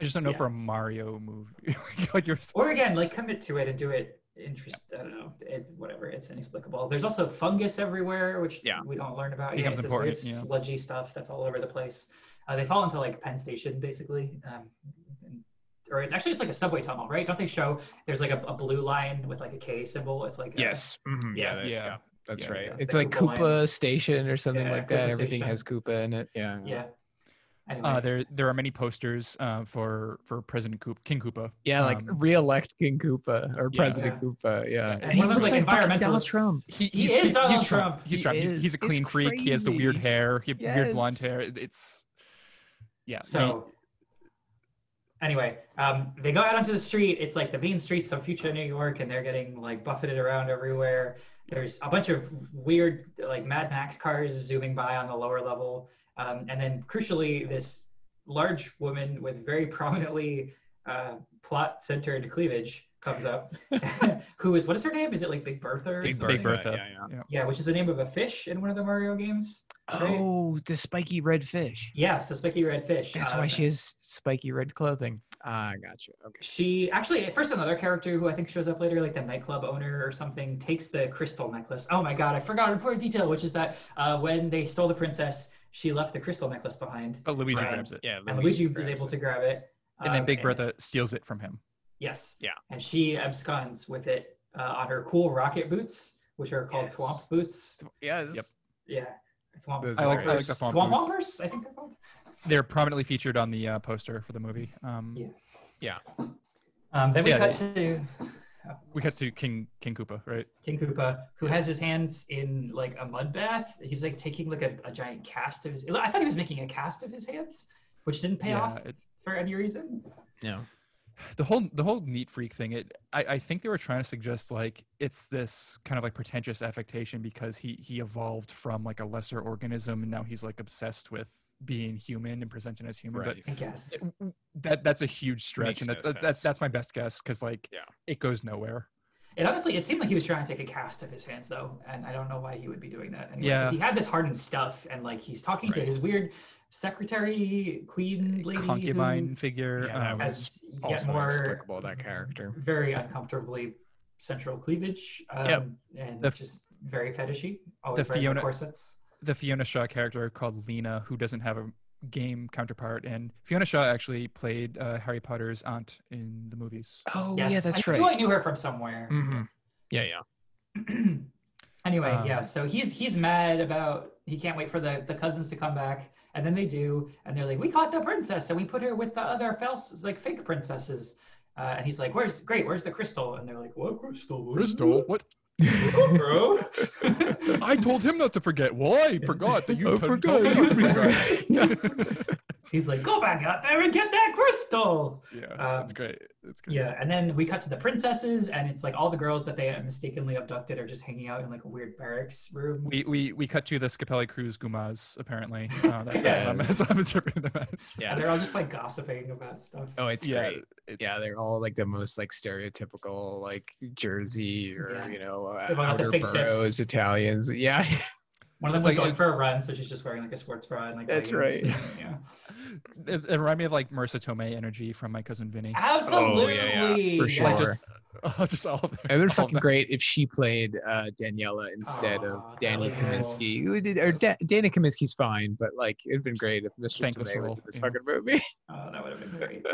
B: I just don't know
A: yeah.
B: for a Mario movie like yours.
A: or again, like commit to it and do it. Interest. I don't know. It's whatever. It's inexplicable. There's also fungus everywhere, which
C: Yeah.
A: we don't learn about.
B: Becomes
A: it's this weird
B: important, yeah.
A: sludgy stuff that's all over the place. Uh, they fall into like Penn Station basically. Um, and- or it's actually it's like a subway tunnel, right? Don't they show there's like a, a blue line with like a K symbol? It's like a-
C: yes, Mhm,
A: Yeah.
C: that-
B: Yeah.
C: that's
B: Yeah,
C: right.
A: yeah.
C: It's
A: The
C: like
A: Koopa
C: Koopa,
A: line.
C: Station or something
A: Yeah,
C: like
A: Koopa
C: that. Everything
A: Station.
C: has Koopa in it. Yeah,
A: Yeah. Anyway.
B: Uh, there there are many posters uh, for for President Koop, King Koopa.
C: yeah, like
B: Um,
C: re-elect King Koopa or
B: Yeah.
C: President
A: Yeah.
C: Koopa. Yeah,
B: And
C: And
B: one
C: he
B: of those,
C: looks
A: like,
C: fucking Donald
A: environmentalists.
C: Trump.
B: He,
A: He
B: he's,
A: is
B: he's, he's
A: Donald
B: Trump.
A: Trump.
B: He's
C: He
B: Trump. He's,
C: is.
B: he's a
C: It's
B: clean freak. He has the weird
C: crazy.
B: hair. He, Weird blonde
C: Yes.
B: hair. It- It's yeah. no,
A: So anyway, um, they go out onto the street. It's like the mean streets of future New York, and they're getting like buffeted around everywhere. There's a bunch of weird like Mad Max cars zooming by on the lower level, um, and then crucially, this large woman with very prominently uh, plot-centered cleavage comes up. who is what is her name? Is it like Big Bertha? Or something?
B: Big Bertha.
C: Yeah, yeah.
A: Yeah, which is the name of a fish in one of the Mario games. Right?
C: Oh, the spiky red fish.
A: Yes, the spiky red fish.
C: That's
A: Um,
C: why she has spiky red clothing. Ah, I got you. Okay.
A: She actually, at first, another character who I think shows up later, like the nightclub owner or something, takes the crystal necklace. Oh my god, I forgot an important detail, which is that uh, when they stole the princess, she left the crystal necklace behind,
B: but Luigi
A: Right.
B: grabs it.
C: Yeah,
A: and Luigi was able to grab it.
B: And then
A: um,
B: Big Bertha steals it from him.
A: yes.
C: Yeah.
A: And she absconds with it uh, on her cool rocket boots, which are called
C: Yes.
A: thwomp boots.
C: Yes.
B: Yep.
A: Yeah. Thwomp,
C: Those
B: I like- I like
A: Wompers.
B: the thwomp
A: Thwomp
B: boots.
A: Wompers, I think they're called.
B: They're prominently featured on the uh, poster for the movie. Um,
A: Yeah. Um,
B: Um,
A: then we
B: yeah,
A: cut to
B: we cut to King King Koopa, right?
A: King Koopa, who has his hands in like a mud bath. He's like taking like a, a giant cast of his. I thought he was making a cast of his hands, which didn't pay
B: yeah.
A: off
B: it-
A: for any reason.
C: Yeah.
B: the whole the whole neat freak thing. It I, I think they were trying to suggest like it's this kind of like pretentious affectation because he he evolved from like a lesser organism and now he's like obsessed with being human and presenting as human. But
A: I guess.
B: it- w- that that's a huge stretch,
C: Makes
B: and that,
C: no
B: that- that's
C: sense.
B: that's my best guess because like
C: Yeah.
B: it goes nowhere.
A: It honestly, it seemed like he was trying to take a cast of his hands though, and I don't know why he would be doing that. Anyway, 'cause
B: Yeah.
A: He had this hardened stuff, and like he's talking to
C: Right.
A: his weird secretary queen lady who
B: Concubine figure.
C: Yeah, that
B: um,
C: was-
A: has yet more
C: inexplicable that character.
A: very uncomfortably central cleavage um,
B: Yep.
A: and
B: The f-
A: just very fetishy always
B: the
A: wearing
B: Fiona-
A: corsets
B: the Fiona Shaw character called Lena, who doesn't have a game counterpart, and Fiona Shaw actually played uh, Harry Potter's aunt in the movies.
C: Oh
A: Yes,
C: yeah,
A: I
C: that's
A: knew I
C: right.
A: knew her from somewhere.
C: hmm Yeah, yeah. Mm.
A: anyway, yeah.
B: Um,
A: So he's he's mad about he can't wait for the the cousins to come back, and then they do, and they're like, "We caught the princess, and we put her with the other false like fake princesses." Uh, and he's like, "Where's great? Where's the crystal?" And they're like, "What crystal? What is that,
B: What?
A: bro?"
B: I told him not to forget. Well, I forgot that
C: I forgot.
A: he's like, "Go back up there and get that crystal."
B: yeah,
A: that's
B: that's great. That's great.
A: Yeah, and then we cut to the princesses, and it's like all the girls that they mistakenly abducted are just hanging out in like a weird barracks room.
B: We, we we cut to the Scapelli Cruz Gumas apparently. Uh, that's, that's what I'm- that's what I'm interpreting them as.
C: Yeah.
A: And they're all just like gossiping about stuff.
C: Oh, it's
B: yeah,
C: great.
B: it's-
C: Yeah, they're all like the most like stereotypical like Jersey or
A: Yeah.
C: you know uh,
A: They've all got the
C: outer
A: fake tips.
C: boroughs Italians. Yeah,
A: One of
B: It's
A: them was
B: like-
A: going for a run, so she's just wearing like a sports bra and like.
D: That's
A: leggings.
B: right.
A: Yeah.
B: It, it reminded me of like Marissa Tomei energy from my cousin Vinny.
A: Ah. Absolutely.
D: Oh, yeah,
C: For
A: Yes.
C: sure.
B: Like just, just all
C: It would
B: all
C: have fucking
B: that.
C: great if she played uh, Daniela instead
A: Aw,
C: of Danny
A: yes.
C: Kaminsky. Who did, or Da- Dana Kaminsky's fine, but like it'd been great if Mr.
B: Thankless
C: Tomei was
B: role,
C: in this
B: yeah.
C: fucking movie.
A: Oh, that would have been great.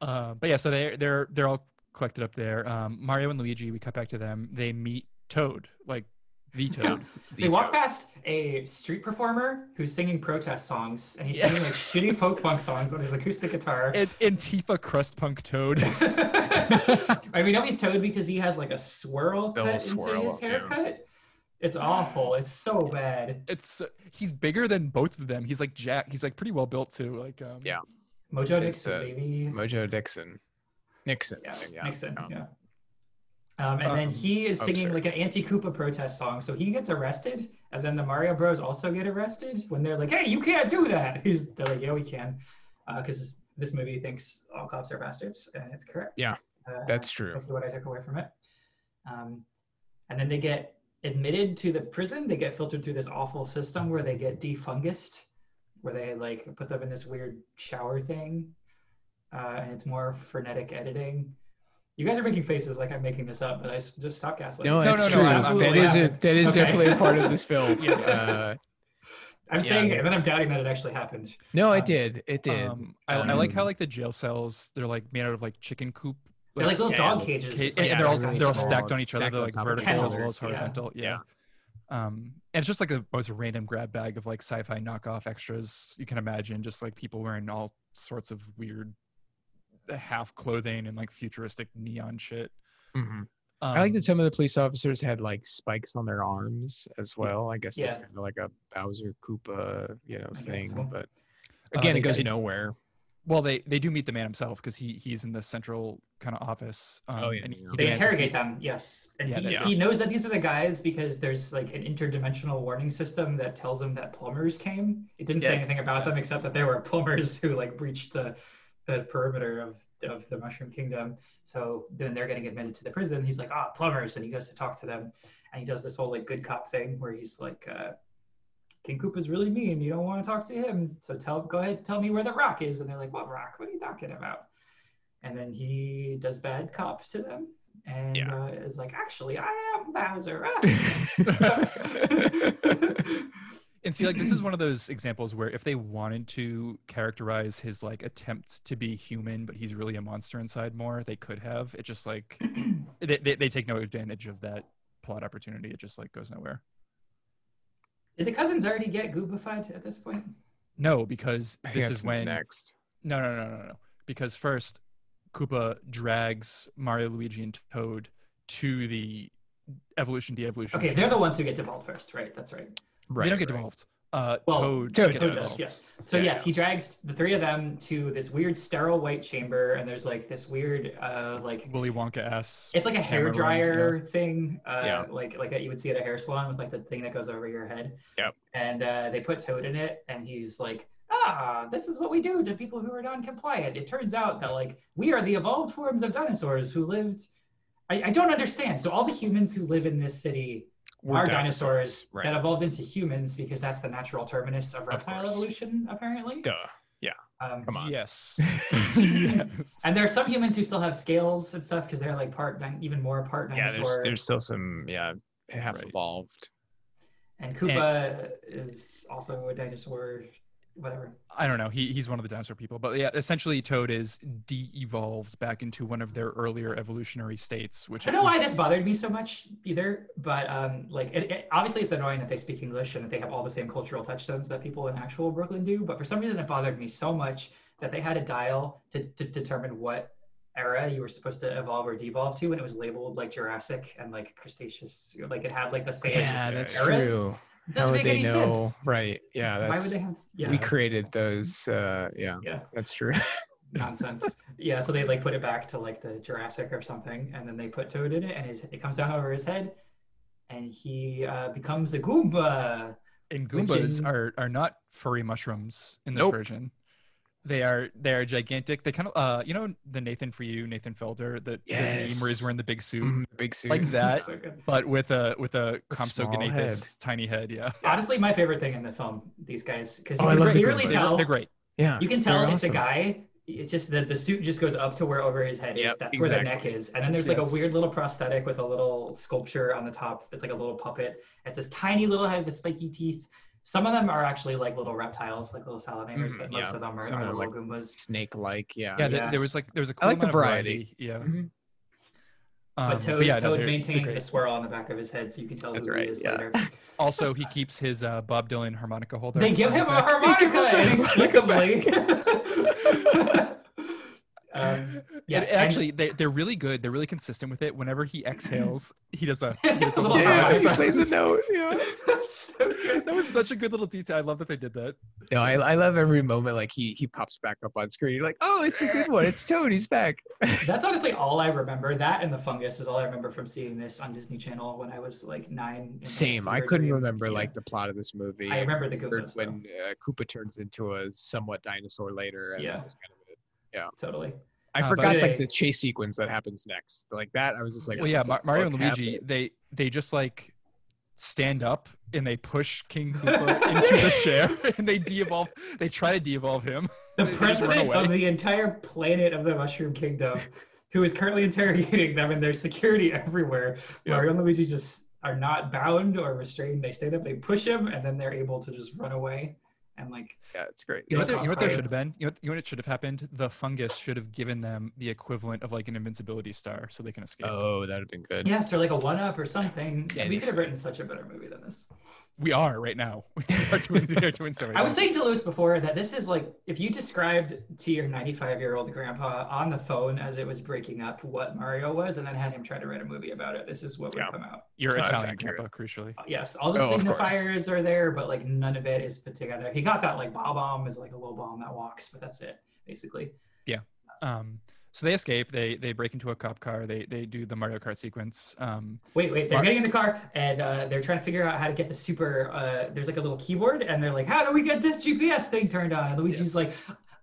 B: Uh, but yeah, so they they're they're all collected up there. Um, Mario and Luigi, we cut back to them. They meet Toad, like the Toad.
A: They walk past a street performer who's singing protest songs, and he's
B: Yeah.
A: singing like shitty folk punk songs on his acoustic guitar.
B: and Antifa crust punk Toad.
A: I mean, know he's Toad because he has like a swirl
D: Little
A: cut into
D: swirl,
A: his
D: yeah.
A: haircut. It's awful. It's so bad.
B: It's he's bigger than both of them. He's like Jack. He's like pretty well built too. Like um,
C: Yeah.
A: Mojo
C: It's,
A: Nixon,
C: uh,
A: baby.
C: Mojo Dixon. Nixon.
A: Yeah,
C: yeah.
A: Nixon.
C: um,
A: yeah. Um, and then
B: um,
A: he is
C: oh,
A: singing
C: sorry.
A: like an anti-Koopa protest song, so he gets arrested, and then the Mario Bros also get arrested when they're like, "Hey, you can't do that." He's they're like, "Yeah, we can," because this this movie thinks all cops are bastards, and it's correct.
C: Yeah,
A: Uh,
C: That's true.
A: mostly what I took away from it. Um, and then they get admitted to the prison. They get filtered through this awful system where they get defungused, where they like put them in this weird shower thing, uh, and it's more frenetic editing. You guys are making faces like I'm making this up, but I s- just stop gaslighting.
C: No,
B: No,
C: it's
B: no, no,
C: true.
B: absolutely
C: that is a,
A: happened.
C: that is
A: Okay.
C: definitely a part of this film.
A: Yeah.
C: uh,
A: I'm
C: yeah.
A: saying, and then I'm doubting that it actually happened.
C: no,
A: Um,
C: it did. It did.
B: Um, I, I like how
C: Um,
B: like the jail cells they're like made out of like chicken coop.
A: They're like little
C: yeah,
A: dog
C: yeah.
A: cages.
B: ca-
A: just,
B: and
A: like,
B: they're all
A: really
B: they're all
A: small.
B: stacked on each other.
C: Stacked
B: They're
C: on
B: like
C: top of
B: vertical
A: each
B: as
A: other.
B: well as
A: Yeah.
B: horizontal. Yeah. Um, and it's just like the most random grab bag of like sci-fi knockoff extras you can imagine. Just like people wearing all sorts of weird half clothing and like futuristic neon shit.
C: mhm.
B: Um,
C: I like that some of the police officers had like spikes on their arms as well. I guess that's
A: Yeah.
C: kind of like a Bowser Koopa, you know,
A: guess
C: thing.
A: so.
C: But
B: Uh,
C: again,
B: they
C: it
B: got-
C: goes
B: it-
C: nowhere.
B: Well, they they do meet the man himself because he he's in the central kind of office. Um,
C: Oh, yeah,
B: and
C: yeah.
A: They
B: he demands to see-
A: interrogate them, yes. And
B: Yeah,
A: he,
B: yeah.
A: he knows that these are the guys because there's like an interdimensional warning system that tells him that plumbers came. It didn't say
D: Yes,
A: anything about them
B: yes.
A: except that there were plumbers who like breached the the perimeter of, of the Mushroom Kingdom. So then they're getting admitted to the prison. He's like, ah, plumbers, and he goes to talk to them, and he does this whole like good cop thing where he's like, uh, King Koopa's really mean. You don't want to talk to him. So tell, go ahead, tell me where the rock is. And they're like, what rock? What are you talking about? And then he does bad cop to them and
C: Yeah.
A: uh, is like, actually, I am Bowser.
B: And see, like this is one of those examples where if they wanted to characterize his like attempt to be human, but he's really a monster inside more, they could have. It just like they, they, they take no advantage of that plot opportunity. It just like goes nowhere.
A: Did the cousins already get goobified at this point?
B: No, because
C: I think
B: this
C: that's
B: is when
C: next.
B: no no no no no because first Koopa drags Mario, Luigi, and Toad to the evolution de-evolution.
A: Okay, they're the ones who get devolved first, right? That's right.
B: Right, they don't get devolved. Uh,
A: Well,
B: Toad,
C: Toad
B: gets
C: does,
B: devolved.
A: yes. So
C: Yeah,
A: yes,
C: yeah.
A: he drags the three of them to this weird sterile white chamber, and there's like this weird, uh, like
B: Willy Wonka ass.
A: it's like a hair
B: camera roll,
A: dryer thing, uh,
C: Yeah.
A: like like that you would see at a hair salon with like the thing that goes over your head.
C: Yep.
A: And uh, they put Toad in it, and he's like, "Ah, this is what we do to people who are non-compliant." It turns out that like we are the evolved forms of dinosaurs who lived. I, I don't understand. So all the humans who live in this city
C: We're
A: are
C: done.
A: dinosaurs,
C: right.
A: that evolved into humans because that's the natural terminus of reptile
C: course.
A: evolution, apparently.
C: Duh.
A: Um,
C: Come on.
B: Yes. yes.
A: and there are some humans who still have scales and stuff because they're like part, din- even more part
C: Yeah,
A: dinosaur.
C: there's there's still some yeah half
B: Right.
C: evolved.
A: And Koopa is also a dinosaur, whatever.
B: I don't know. He he's one of the dinosaur people, but yeah, essentially Toad is de-evolved back into one of their earlier evolutionary states, which
A: I don't know why
B: which-
A: this bothered me so much either, but um, like, it, it- obviously it's annoying that they speak English and that they have all the same cultural touchstones that people in actual Brooklyn do. But for some reason, it bothered me so much that they had a dial to, to determine what era you were supposed to evolve or devolve to, and it was labeled like Jurassic and like Cretaceous. Like it had like the same.
C: Yeah, that's
A: eras.
C: true.
A: It
C: How
A: doesn't
C: would
A: make
C: they
A: any
C: know?
A: sense.
C: Right. Yeah. That's,
A: Why would they have? Yeah,
C: We created those. Uh, yeah,
A: yeah.
C: that's true.
A: nonsense. yeah, so they like put it back to like the Jurassic or something, and then they put Toad in it, and his, it comes down over his head, and he uh, becomes a Goomba.
B: and
A: which
B: Goombas
A: in-
B: are are not furry mushrooms in this
C: Nope.
B: version. They are they are gigantic. They kind of uh you know the Nathan for you Nathan Felder the, the meme where he's
C: Yes.
B: wearing the big suit
C: Mm, big suit.
B: like that,
A: So good.
B: but with a with a Compsognathus
C: head.
B: tiny head. Yeah,
A: Honestly, my favorite thing in the film, these guys, because
C: Oh,
A: you
C: I
A: can
C: love the
A: clearly
C: Goomba.
B: They're-
A: tell
B: they're great.
C: yeah.
A: you can tell
C: They're
A: it's a
C: awesome.
A: guy. It's just that the suit just goes up to where over his head is.
C: Yep,
A: That's where the neck
C: exactly.
A: is, and then there's like a
B: Yes.
A: weird little prosthetic with a little sculpture on the top. It's like a little puppet. It's this tiny little head with spiky teeth. Some of them are actually like little reptiles, like little salamanders,
C: Mhm,
A: but most
C: yeah.
A: of them are,
C: Some
A: are
C: are
A: little
C: like-
A: Goombas.
C: Snake like. Yeah.
B: Yeah,
A: Yeah.
B: There, there was like there was a cool
C: like the
B: amount of
C: variety.
B: Yeah,
A: uh,
C: Mhm.
B: Um,
A: But Toad,
B: yeah, no,
A: Toad
B: they're- they're
A: maintained
B: great.
A: the swirl on the back of his head, so you can tell
C: That's
A: who
C: right,
A: he is
C: yeah.
A: later.
B: Also, he keeps his uh, Bob Dylan harmonica holder.
A: They give
B: on his
A: him a
B: neck.
A: harmonica inexplicably. um,
B: Um,
A: yes, and-
B: and actually, they, they're really good. They're really consistent with it. Whenever he exhales, he does a. He does a
A: A
B: little
A: little
B: harmonica
C: Yeah, he
A: harmonica.
B: sound.
C: plays a note. Yeah.
B: that was such a good little detail. I love that they did that.
C: No, I, I love every moment. Like he he pops back up on screen. You're like, oh, it's a good one. It's Toad. He's back.
A: That's honestly all I remember. That and the fungus is all I remember from seeing this on Disney Channel when I was like nine. and
C: Same. I
A: fever
C: couldn't
A: dream.
C: remember
A: Yeah.
C: like the plot of this movie.
A: I remember the
C: remembered
A: Goombas. When...
C: when uh, Koopa turns into a somewhat dinosaur later. And that
A: Yeah.
C: was kind of it.
A: Totally.
C: I
B: Uh,
C: forgot
A: but-
C: like the chase sequence that happens next. Like that, I was just like,
B: Well,
C: what
B: yeah,
C: the
B: Ma- Mario and
C: fuck
B: Luigi,
C: happened?
B: they they just like stand up and they push King Koopa into the chair and they de-evolve. They try to de-evolve him.
A: The
B: They just run
A: president
B: away.
A: of the entire planet of the Mushroom Kingdom, who is currently interrogating them and their security everywhere,
B: Yeah.
A: Mario and Luigi just are not bound or restrained. They stand up, they push him, and then they're able to just run away. And like,
C: Yeah, it's great.
B: You know, what there- you know what there
A: Sorry.
B: should have been? You know, what- you know what it should have happened? The fungus should have given them the equivalent of like an invincibility star so they can escape.
C: Oh, that would have been good.
A: yes, or like a one up or something.
C: Yeah,
A: we
C: they
A: could have written such a better movie than this.
B: We are right now. We are doing, we are doing so right
A: I was
B: now.
A: saying to Lewis before that this is like if you described to your 95 year old grandpa on the phone as it was breaking up what Mario was, and then had him try to write a movie about it, this is what would
C: Yeah.
A: come out.
B: You're
C: No, that's
B: Italian,
C: accurate.
B: Grandpa, crucially.
A: Yes, all the
C: Oh, of course.
A: signifiers are there, but like none of it is put together. He got that like bob bomb is like a little bomb that walks, but that's it basically.
B: Um, so they escape. They they break into a cop car. They they do the Mario Kart sequence. Um,
A: Wait, wait, they're
B: Mar-
A: getting in the car and uh, they're trying to figure out how to get the super. Uh, there's like a little keyboard, and they're like, "How do we get this GPS thing turned on?" And Luigi's
B: Yes.
A: like,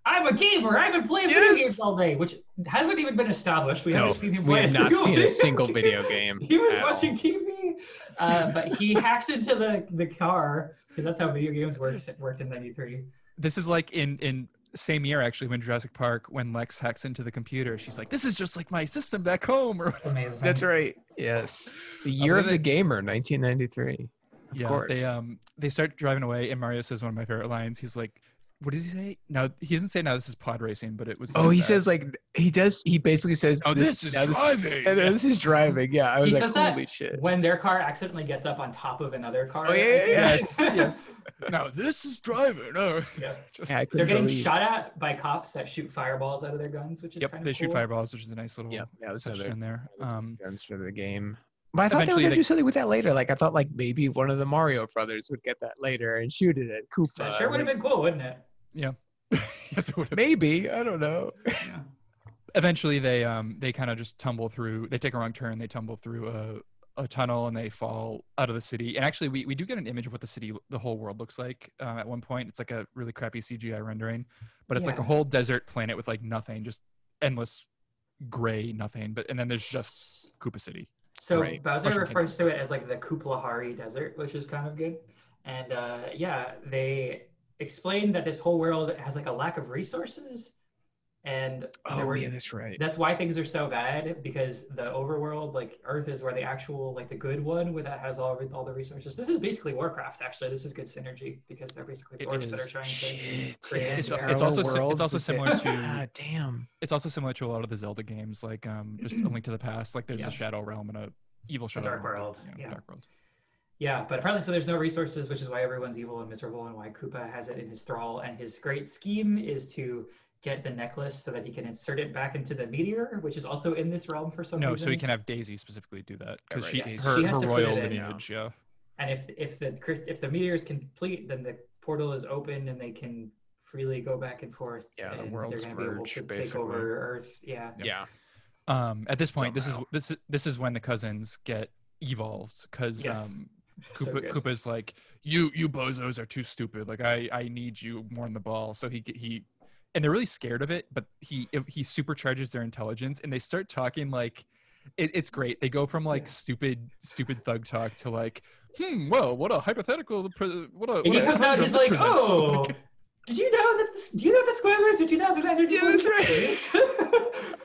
A: "I'm a gamer. I've been playing video
C: Yes.
A: games all day," which hasn't even been established. We
C: No,
A: haven't seen him
C: we
A: play
C: have not seen
A: video
C: a single
A: game.
C: video game.
A: He was
C: at all.
A: watching TV, uh, but he hacks into the the car because that's how video games works. It worked in '93.
B: this is like in in same year actually when Jurassic Park when Lex hacks into the computer. She's like, "This is just like my system back home." Or
A: Amazing.
C: That's right. Yes. The year
B: then
C: of the
B: they-
C: gamer, 1993. Of
B: yeah,
C: course.
B: they um they start driving away, and Mario says one of my favorite lines. He's like, "What does he say?" Now he doesn't say now this is pod racing, but it was.
C: oh, he
B: that.
C: says like he does. He basically says,
B: "Now this is
C: now
B: driving."
C: and this is driving. Yeah, I was
A: He
C: like,
A: says that
C: holy shit.
A: When their car accidentally gets up on top of another car.
C: Oh, yeah, yeah, yeah.
B: yes, yes. Now this is driving. Oh,
A: Yeah.
B: just,
C: Yeah, I
A: They're
C: couldn't
A: getting
C: believe.
A: shot at by cops that shoot fireballs out of their guns, which is
B: yep.
A: kind of
B: They shoot
A: cool.
B: fireballs, which is a nice little
C: Yep, that was another
B: touchdown there.
C: another
B: Um,
C: guns for the game. But I thought they were
B: Eventually
C: gonna
B: they-
C: do something with that later. Like I thought, like maybe one of the Mario brothers would get that later and shoot it at Koopa.
A: That sure would have
C: Like,
A: been cool, wouldn't it?
B: yes, it would have-
C: Maybe I don't know.
A: Yeah.
B: eventually they um they kind of just tumble through they take a wrong turn they tumble through a, a tunnel and they fall out of the city and actually we, we do get an image of what the city the whole world looks like uh, at one point it's like a really crappy cgi rendering but it's like a
A: Yeah.
B: whole desert planet with like nothing just endless gray nothing but and then there's just koopa city
A: So
C: Right.
A: Bowser
B: Mushroom
A: refers to it as like the Kuplahari Desert, which is kind of good. And uh, yeah, they explain that this whole world has like a lack of resources, and there
C: Oh
A: were-
C: yeah, that's right.
A: that's why things are so bad because the overworld, like Earth, is where the actual like the good one, where that has all all the resources. This is basically Warcraft, actually. This is good synergy because they're basically
B: It
A: dwarves that
B: is.
A: are trying to.
C: Shit.
A: create it's-
C: yeah,
A: it's
C: parallel
B: also si- it's
C: worlds
B: also
C: with
B: similar
C: it.
B: to-
C: Ah, damn.
B: it's also similar to a lot of the zelda games like um just a link to the past like there's
A: Yeah.
B: a shadow realm and a evil shadow
A: dark
B: realm,
A: world, yeah.
B: dark world
A: Yeah, but apparently, so there's no resources, which is why everyone's evil and miserable, and why Koopa has it in his thrall. And his great scheme is to get the necklace so that he can insert it back into the meteor, which is also in this realm for some
B: no
A: reason.
B: so we can have daisy specifically do that because
C: right,
B: she
A: Daisy.
B: her,
A: She has
B: her
A: to put
B: royal
A: it in, yeah.
B: lineage yeah
A: And if if the cryst- if the meteor is complete, then the portal is open, and they can freely go back and forth.
C: Yeah, the
A: and
C: worlds
A: they're gonna be able
C: merge,
A: to take
C: basically.
A: over Earth. Yeah.
B: Yeah.
C: Yeah.
B: Um, at this point,
C: Somehow.
B: this is this is this is when the cousins get evolved because
A: Yes.
B: um,
A: So
B: Koopa,
A: good.
B: Koopa's like, you you bozos are too stupid. Like I I need you more on the ball. So he he and they're really scared of it but he if he supercharges their intelligence and they start talking like it, it's great they go from like stupid stupid thug talk to like hmm whoa what a hypothetical pre- what a what
A: And he
B: a
A: comes out
B: conundrum
A: just
B: this
A: like,
B: presents."
A: oh, did you know that? This, do you know disclaimers for 2019?
C: Yeah, that's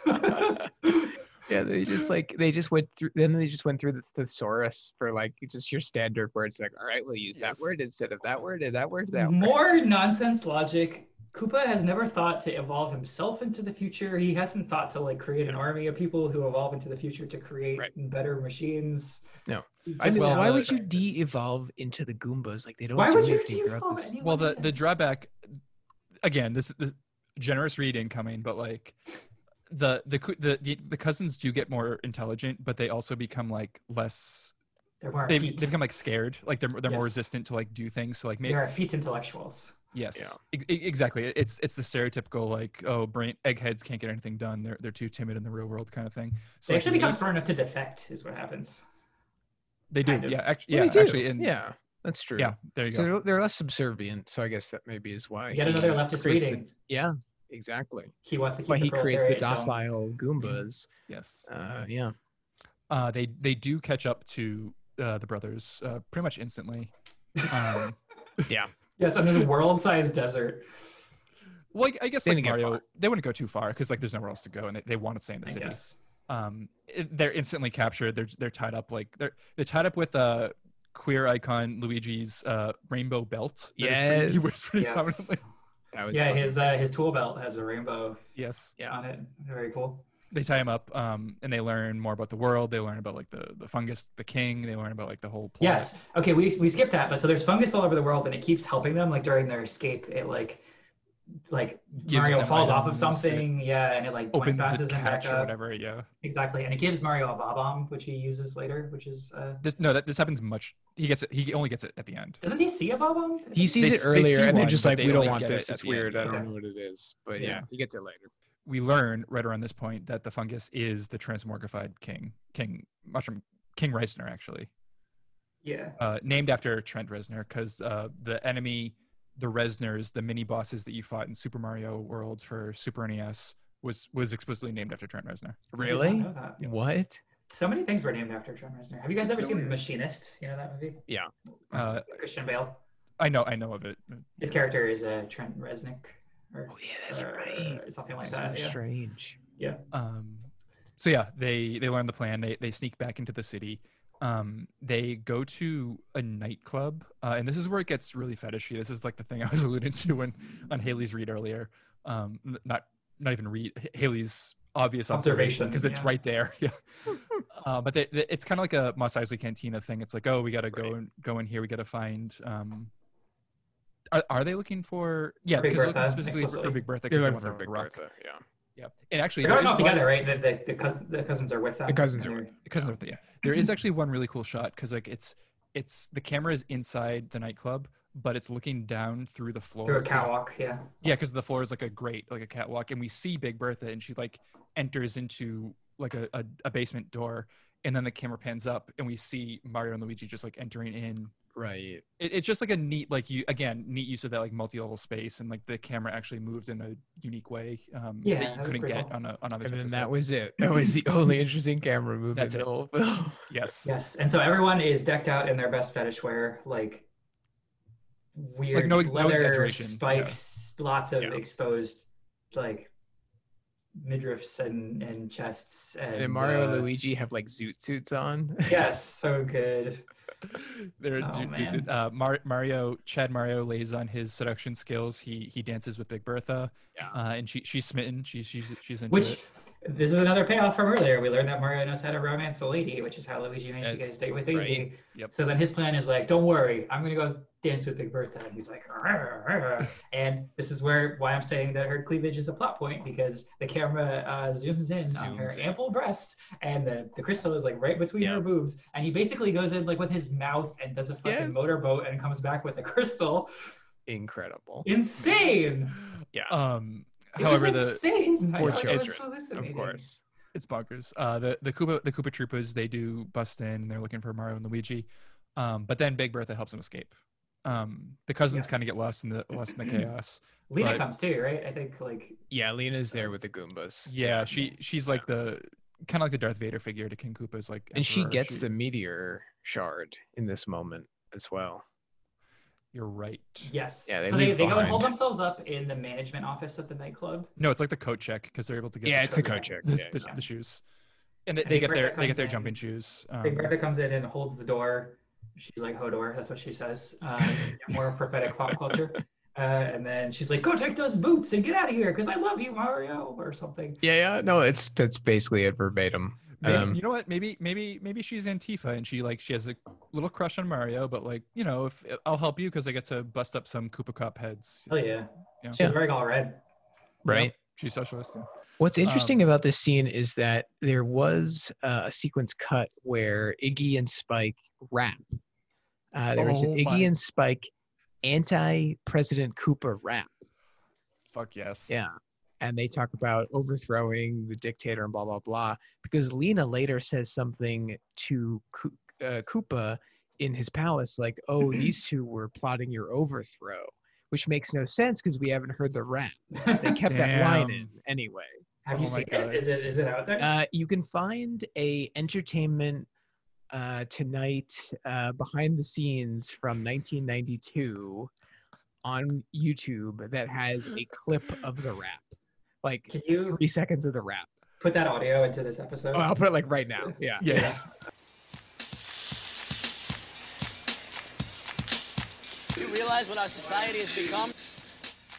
C: Yeah, they just like they just went through. Then they just went through the thesaurus for like just your standard words. Like, all right, we'll use
B: Yes.
C: that word instead of that word and that word. That word.
A: More nonsense logic. Koopa has never thought to evolve himself into the future. He hasn't thought to like create an army of people who evolve into the future to create
C: Right.
A: better machines.
C: No.
A: He
C: I
A: just
C: mean,
B: Well,
C: why
B: uh,
C: would you de-evolve into the Goombas? Like they don't
A: Why
C: do
A: would you
C: anything
A: do
C: throughout this.
B: well the the drawback again this this generous read incoming but like the the cou- the the, the cousins do get more intelligent but they also become like less
A: they're more
B: they,
A: feet.
B: they become like scared like they're, they're more
A: Yes.
B: resistant to like do things so like
A: They
B: maybe
A: are feet intellectuals.
B: yes
C: Yeah.
B: Ex- ex- exactly It- it's it's the stereotypical like oh brain eggheads can't get anything done they're they're too timid in the real world kind of thing so
A: They
B: like,
A: actually become
B: maybe-
A: smart enough to defect, is what happens.
B: they do
A: kind of.
B: yeah actually
C: Well,
B: yeah
C: they do.
B: actually in, yeah
C: yeah, that's true.
B: yeah there you
C: so
B: go
C: they're, they're less subservient. So I guess that maybe is why.
A: Yet
C: he
A: another leftist
C: creates the-
A: reading.
C: yeah, exactly.
A: He wants to keep
C: Why
A: the
C: he creates the
A: proletariat Mm-hmm. dumb.
C: docile Goombas.
B: yes
C: Uh, yeah.
B: uh, they they do catch up to uh, the brothers uh, pretty much instantly. Um,
A: Yes, on this world-sized desert.
B: well, I, I guess
C: They
B: like
C: didn't get
B: Mario,
C: far.
B: they wouldn't go too far because like there's nowhere else to go, and they, they want to stay in the
A: I
B: city.
A: guess.
B: Um, it- they're instantly captured. They're they're tied up like they're they're tied up with uh queer icon Luigi's uh rainbow belt. that is pretty- he
C: Yes.
B: wears pretty
A: Yes.
B: prominently.
C: That was
A: Yeah,
C: fun.
A: his uh, his tool belt has a rainbow
B: Yes,
C: Yeah.
A: on it. Very cool.
B: they tie him up. Um, and they learn more about the world. They learn about like the the fungus, the king. They learn about like the whole plot.
A: Yes. Okay, we we skipped that, but so there's fungus all over the world, and it keeps helping them. Like during their escape, it like like
B: Gives
A: Mario
B: them
A: falls off of
B: items, it
A: something. Yeah, and it like
B: Opens a
A: bounces him back
B: catch or
A: up.
B: whatever. Yeah.
A: Exactly, and it gives Mario a bob bomb, which he uses later. Which is uh,
B: This no that this happens much. He gets it. He only gets it at the end.
A: doesn't he see a bob bomb?
C: He sees
B: They-
C: it
B: they
C: earlier,
B: see
C: and they're
B: one,
C: just
B: but
C: like,
B: they
C: "We don't
B: only
C: want
B: get
C: this.
B: it at
C: It's
B: the end."
C: weird. I
A: Okay.
C: don't know what it is." But yeah,
B: Yeah.
C: he gets it later.
B: we learn right around this point that the fungus is the transmorgified king, King Mushroom, King Reisner, actually,
A: Yeah.
B: uh, named after Trent Reznor, because uh, the enemy, the Reznors, the mini bosses that you fought in Super Mario World for Super NES was was explicitly named after Trent Reznor.
A: I did not
C: Really?
A: know that.
C: What?
A: So many things were named after Trent Reznor. Have you guys ever
C: So
A: seen The
C: weird.
A: Machinist? You know that movie?
B: Uh,
A: Christian Bale.
B: I know, I know of it.
A: His character is uh, Trent Reznick or
C: Oh yeah, that's
A: uh,
C: right.
A: something like
C: so
A: that. Yeah.
C: strange.
B: Um, so yeah, they they learn the plan. They they sneak back into the city. Um, they go to a nightclub, uh, and this is where it gets really fetishy. This is like the thing I was alluding to when on Haley's read earlier. Um, n- not not even read H- Haley's obvious observation
A: Observation,
B: because it's
A: yeah.
B: right there. Yeah. uh, but they, they- it's kind of like a Mos Eisley Cantina thing. It's like, oh, we got to go
C: Right.
B: and go in here. We got to find. Um, are, are they looking for? Yeah,
A: Big
B: because they're looking
A: Bertha,
B: specifically for- for
A: explicitly.
B: Big Bertha. 'cause
C: They're
B: they
C: looking
B: want
C: for
B: the
C: Big
B: rock.
C: Bertha, Yeah.
B: Yeah, and actually,
A: They're
B: there
A: going
B: is
A: off
B: one-
A: together, right? The, the, the, cous- the cousins are with them.
C: cousins
A: and
C: are
A: they're-
B: because of the yeah there is actually one really cool shot because like it's it's the camera is inside the nightclub but it's looking down through the floor
A: Through a
B: 'cause-
A: catwalk, yeah.
B: yeah because the floor is like a grate like a catwalk and we see big bertha and she like enters into like a, a, a basement door and then the camera pans up and we see mario and luigi just like entering in
C: Right.
B: it, it's just like a neat like you again neat use of that like multi-level space and like the camera actually moved in a unique way um
A: Yeah,
B: that
A: that
B: you
A: was
B: couldn't
A: pretty
B: get
A: cool.
B: on a, on other
C: And
B: types
C: then
B: of
C: that
B: sets.
C: was it. That was the only interesting camera movement
B: That's
C: in
B: it.
C: the whole film.
B: yes
A: Yes. And so everyone is decked out in their best fetish wear, like weird
B: no ex- no
A: leather
B: exaggeration, yeah.
A: spikes, lots of
C: Yeah.
A: exposed like midriffs and, and chests and,
C: And then Mario and
A: uh,
C: Luigi have like zoot suits on.
A: Yes, so good.
B: They're
A: Oh,
B: ju- ju- ju-
A: man.
B: uh, Mar- Mario, Chad Mario lays on his seduction skills. He he dances with Big Bertha,
C: Yeah.
B: uh, and she she's smitten. She's she's she's into
A: Which
B: it.
A: this is another payoff from earlier. We learned that Mario knows how to romance a lady, which is how Luigi managed to
B: And-
A: get his date with
C: right.
A: Daisy.
B: Yep.
A: So then his plan is like, "Don't worry, I'm gonna go dance with Big Bertha." And he's like, "Arr, arr." and this is where why I'm saying that her cleavage is a plot point because the camera uh, zooms in on her
C: Zooms in.
A: ample breast, and the, the crystal is like right between
C: Yeah.
A: her boobs, and he basically goes in like with his mouth and does a fucking
C: Yes.
A: motorboat and comes back with the crystal.
C: Incredible.
A: Insane.
C: Yeah.
B: Um,
A: It
B: however,
A: was
B: the
A: insane. I
B: Poor
A: thought that was
C: children,
A: hallucinating.
C: Of course.
B: it's bonkers. Uh, the the Koopa the Koopa Troopas they do bust in. and They're looking for Mario and Luigi, um, but then Big Bertha helps them escape. Um, the cousins
A: Yes.
B: kind of get lost in the lost in the chaos.
A: Lena
B: But-
A: comes too, right? I think like
C: Yeah, Lena's there with the Goombas.
B: Yeah, she she's like the kind of like the Darth Vader figure to King Koopa's like,
C: and she
B: emperor.
C: gets the meteor shard in this moment as well.
B: You're right.
A: yes.
C: Yeah, they
A: so they,
C: leave
A: they go and hold
C: behind.
A: themselves up in the management office of the nightclub.
B: No, it's like the coat check because they're able to get.
C: Yeah,
B: the
C: it's the
B: check-
C: coat check.
B: The,
C: Yeah,
B: the,
A: yeah.
B: the shoes, and they,
A: I
B: they
A: think
B: get their
A: Bertha
B: they get their
A: comes in.
B: jumping shoes.
A: I
B: Um,
A: think Bertha comes in and holds the door. She's like Hodor. That's what she says. Um, more prophetic pop culture. Uh, and then she's like, "Go take those boots and get out of here, because I love you, Mario," or something.
C: Yeah, yeah. No, it's that's basically it verbatim.
B: Maybe,
C: Um,
B: you know what? Maybe maybe maybe she's Antifa and she like she has a little crush on Mario, but like you know, if I'll help you because I get to bust up some Koopa Cop heads.
A: Oh yeah.
B: Yeah.
A: She's wearing all red.
C: Right. Um,
B: She's socialist. yeah.
C: What's interesting about this scene is that there was uh, a sequence cut where Iggy and Spike rap. Uh, there was an
B: Oh
C: Iggy
B: my-
C: and Spike anti President Cooper rap.
B: Fuck yes.
C: Yeah. And they talk about overthrowing the dictator and blah, blah, blah. Because Lena later says something to Ko- uh, Koopa in his palace, like, oh, these two were plotting your overthrow, which makes no sense because we haven't heard the rap. They
A: Have
C: kept that line in
B: Damn.
C: anyway.
A: you
B: Oh my
A: seen
B: God.
A: it? Is it is it out there?
C: Uh, you can find a entertainment uh, tonight uh, behind the scenes from 1992 on YouTube that has a clip of the rap, like
A: Can you
C: three seconds of the rap.
A: put that audio into this episode?
C: Oh, I'll put it like right now. Yeah.
B: Yeah.
D: You realize what our society has become?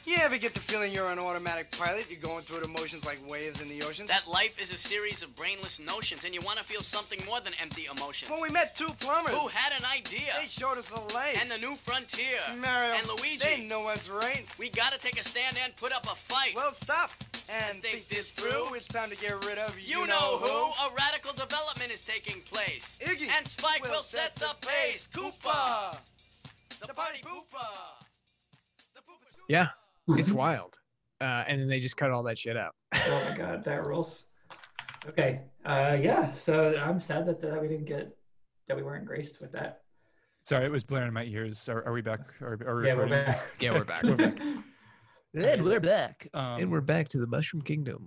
E: You ever get the feeling you're an automatic pilot? You're going through the motions like waves in the ocean?
D: That life is a series of brainless notions, and you want to feel something more than empty emotions.
E: when we met two plumbers,
D: Who had an idea?
E: they showed us the light.
D: And the new frontier.
E: Mario
D: and Luigi.
E: They know what's right.
D: We gotta take a stand and put up a fight.
E: Well, stop and
D: think this through.
E: It's time to get rid of
D: you, know, who? A radical development is taking place.
E: Iggy
D: and Spike will, set, the pace. Koopa, the, party pooper. The pooper shooper.
C: Yeah. It's wild. Uh, and then they just cut all that shit out.
A: oh my god, that rules. Okay. Uh, yeah. So I'm sad that, that we didn't get that we weren't graced with that.
B: Sorry, it was blaring in my ears. Are, are we back? Are, are we
A: Yeah, we're
B: recording?
A: back.
C: Yeah, we're back.
B: We're back.
A: Yeah, we're
B: back. Um,
C: and we're back to the Mushroom Kingdom.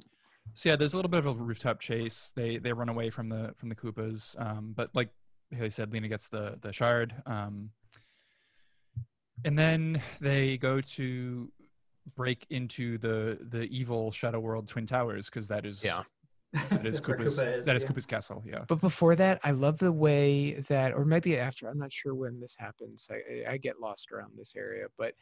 B: So yeah, there's a little bit of a rooftop chase. They they run away from the from the Koopas, um, but like Haley said, Lena gets the the shard, um, and then they go to break into the the evil Shadow World Twin Towers because that is
C: Yeah.
B: that is
A: That's where
B: Koopa's
A: Koopa
B: that is
A: yeah.
B: Koopa's castle. Yeah,
C: But before that, I love the way that, or maybe after, I'm not sure when this happens. I, I- I get lost around this area, but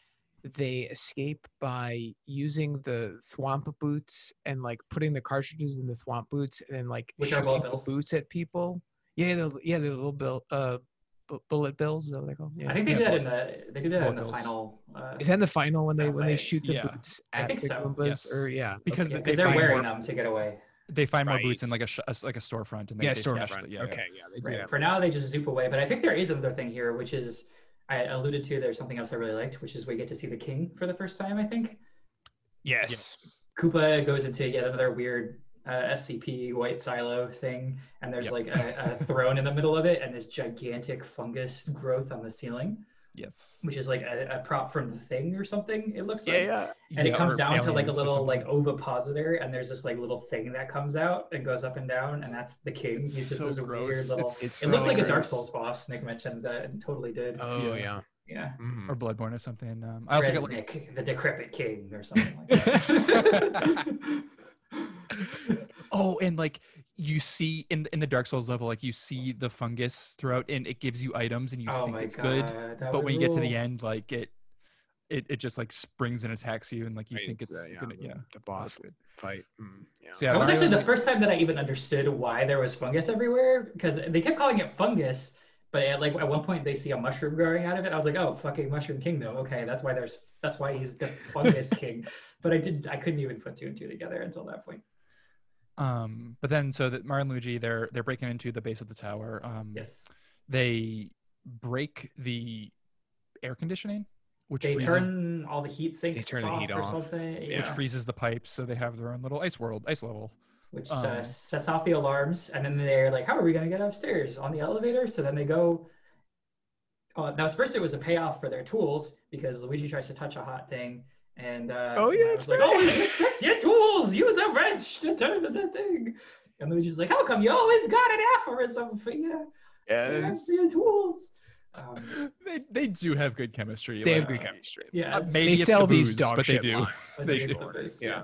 C: they escape by using the thwomp boots and like putting the cartridges in the thwomp boots and then like
A: Which are
C: shooting
A: bullet
C: the
A: bills.
C: boots at people. Yeah, the, yeah, the little bill, uh, bu- bullet bills. Is that what they call? 'em? Yeah.
A: I think they
B: Yeah,
A: did that
B: bullet-
A: in the they did that in the
B: bullet bills.
A: final. Uh,
C: is that in the final when they when they
A: Right.
C: shoot the
B: Yeah.
C: boots
A: I
C: at
A: think
C: the
A: so,
C: Goombas?
B: yes.
C: Or yeah,
B: because
A: yeah,
B: they,
A: 'cause they're
B: find
A: wearing
B: more,
A: them to get away.
B: they find more boots
C: Right.
B: in like a sh- a- like a storefront and they,
C: yeah,
B: they smash
C: storefront.
B: the- yeah, yeah.
C: okay, yeah, they do
A: Right.
C: that.
A: For now, they just zoop away. But I think there is another thing here, which is I alluded to. There's something else I really liked, which is we get to see the king for the first time. I think
C: Yes.
B: Yes.
A: Koopa goes into yet another weird uh, SCP white silo thing, and there's
B: Yep.
A: like a, a throne in the middle of it, and this gigantic fungus growth on the ceiling,
B: Yes.
A: which is like a, a prop from the thing or something. It looks
C: Yeah,
A: like.
C: yeah.
A: and
B: Yeah,
A: it comes
B: or
A: down to like a
B: aliens or
A: little like
B: something.
A: ovipositor and there's this like little thing that comes out and goes up and down and that's the king
B: It's
A: he's just
B: so
A: this weird
B: gross.
A: little
B: It's- it's
A: it looks
B: really
A: like a dark
B: gross.
A: souls boss nick mentioned that and totally did
B: Yeah.
C: Oh
B: Mm-hmm.
C: yeah.
A: yeah
C: Mhm.
B: or Bloodborne or something. Um, I also get like
A: Resnick, the decrepit king or something like that
B: oh, and like you see in in the Dark Souls level, like you see the fungus throughout, and it gives you items, and you
A: oh
B: think
A: my
B: it's
A: god
B: good,
A: that
B: but
A: would
B: when you get to the
A: rule.
B: end, like it, it it just like springs and attacks you, and like you think it's gonna yeah.
C: uh, the
B: that's
C: boss
B: good.
C: fight. Mm, yeah.
B: So yeah,
A: that was
B: Mario-
A: actually the first time that I even understood why there was fungus everywhere because they kept calling it fungus, but at, like at one point they see a mushroom growing out of it. I was like, oh, fucking mushroom kingdom. Okay, that's why there's that's why he's the fungus king. But I did I couldn't even put two and two together until that point.
B: um, but then so that Mario and Luigi they're they're breaking into the base of the tower. Um,
A: Yes,
B: they break the air conditioning, which
A: they
B: freezes
A: turn all the heat sinks
C: They turn the
A: off
C: heat
A: or
C: off.
A: something. Yeah,
B: which freezes the pipes, so they have their own little ice world, ice level.
A: which
B: um,
A: uh, sets off the alarms, and then they're like, how are we gonna get upstairs on the elevator? So then they go. Well, that was uh, first. It was a payoff for their tools because Luigi tries to touch a hot thing, and uh,
C: Oh, yeah,
A: I
C: that's
A: was like,
C: right.
A: "Oh, respect your tools! Use a wrench to turn it that thing." And Luigi's like, "How come you always got an aphorism for your, for your tools?" Um,
B: They they do have good chemistry.
C: They have
B: like,
C: good
B: uh,
C: chemistry.
A: yeah,
B: uh,
A: it's-
B: maybe
C: they
B: it's
C: sell
B: the
C: these
B: booze,
C: dog
B: but they
C: shit
B: do.
C: lines.
A: but
B: they
A: it's
B: do.
A: the boost,
C: Yeah.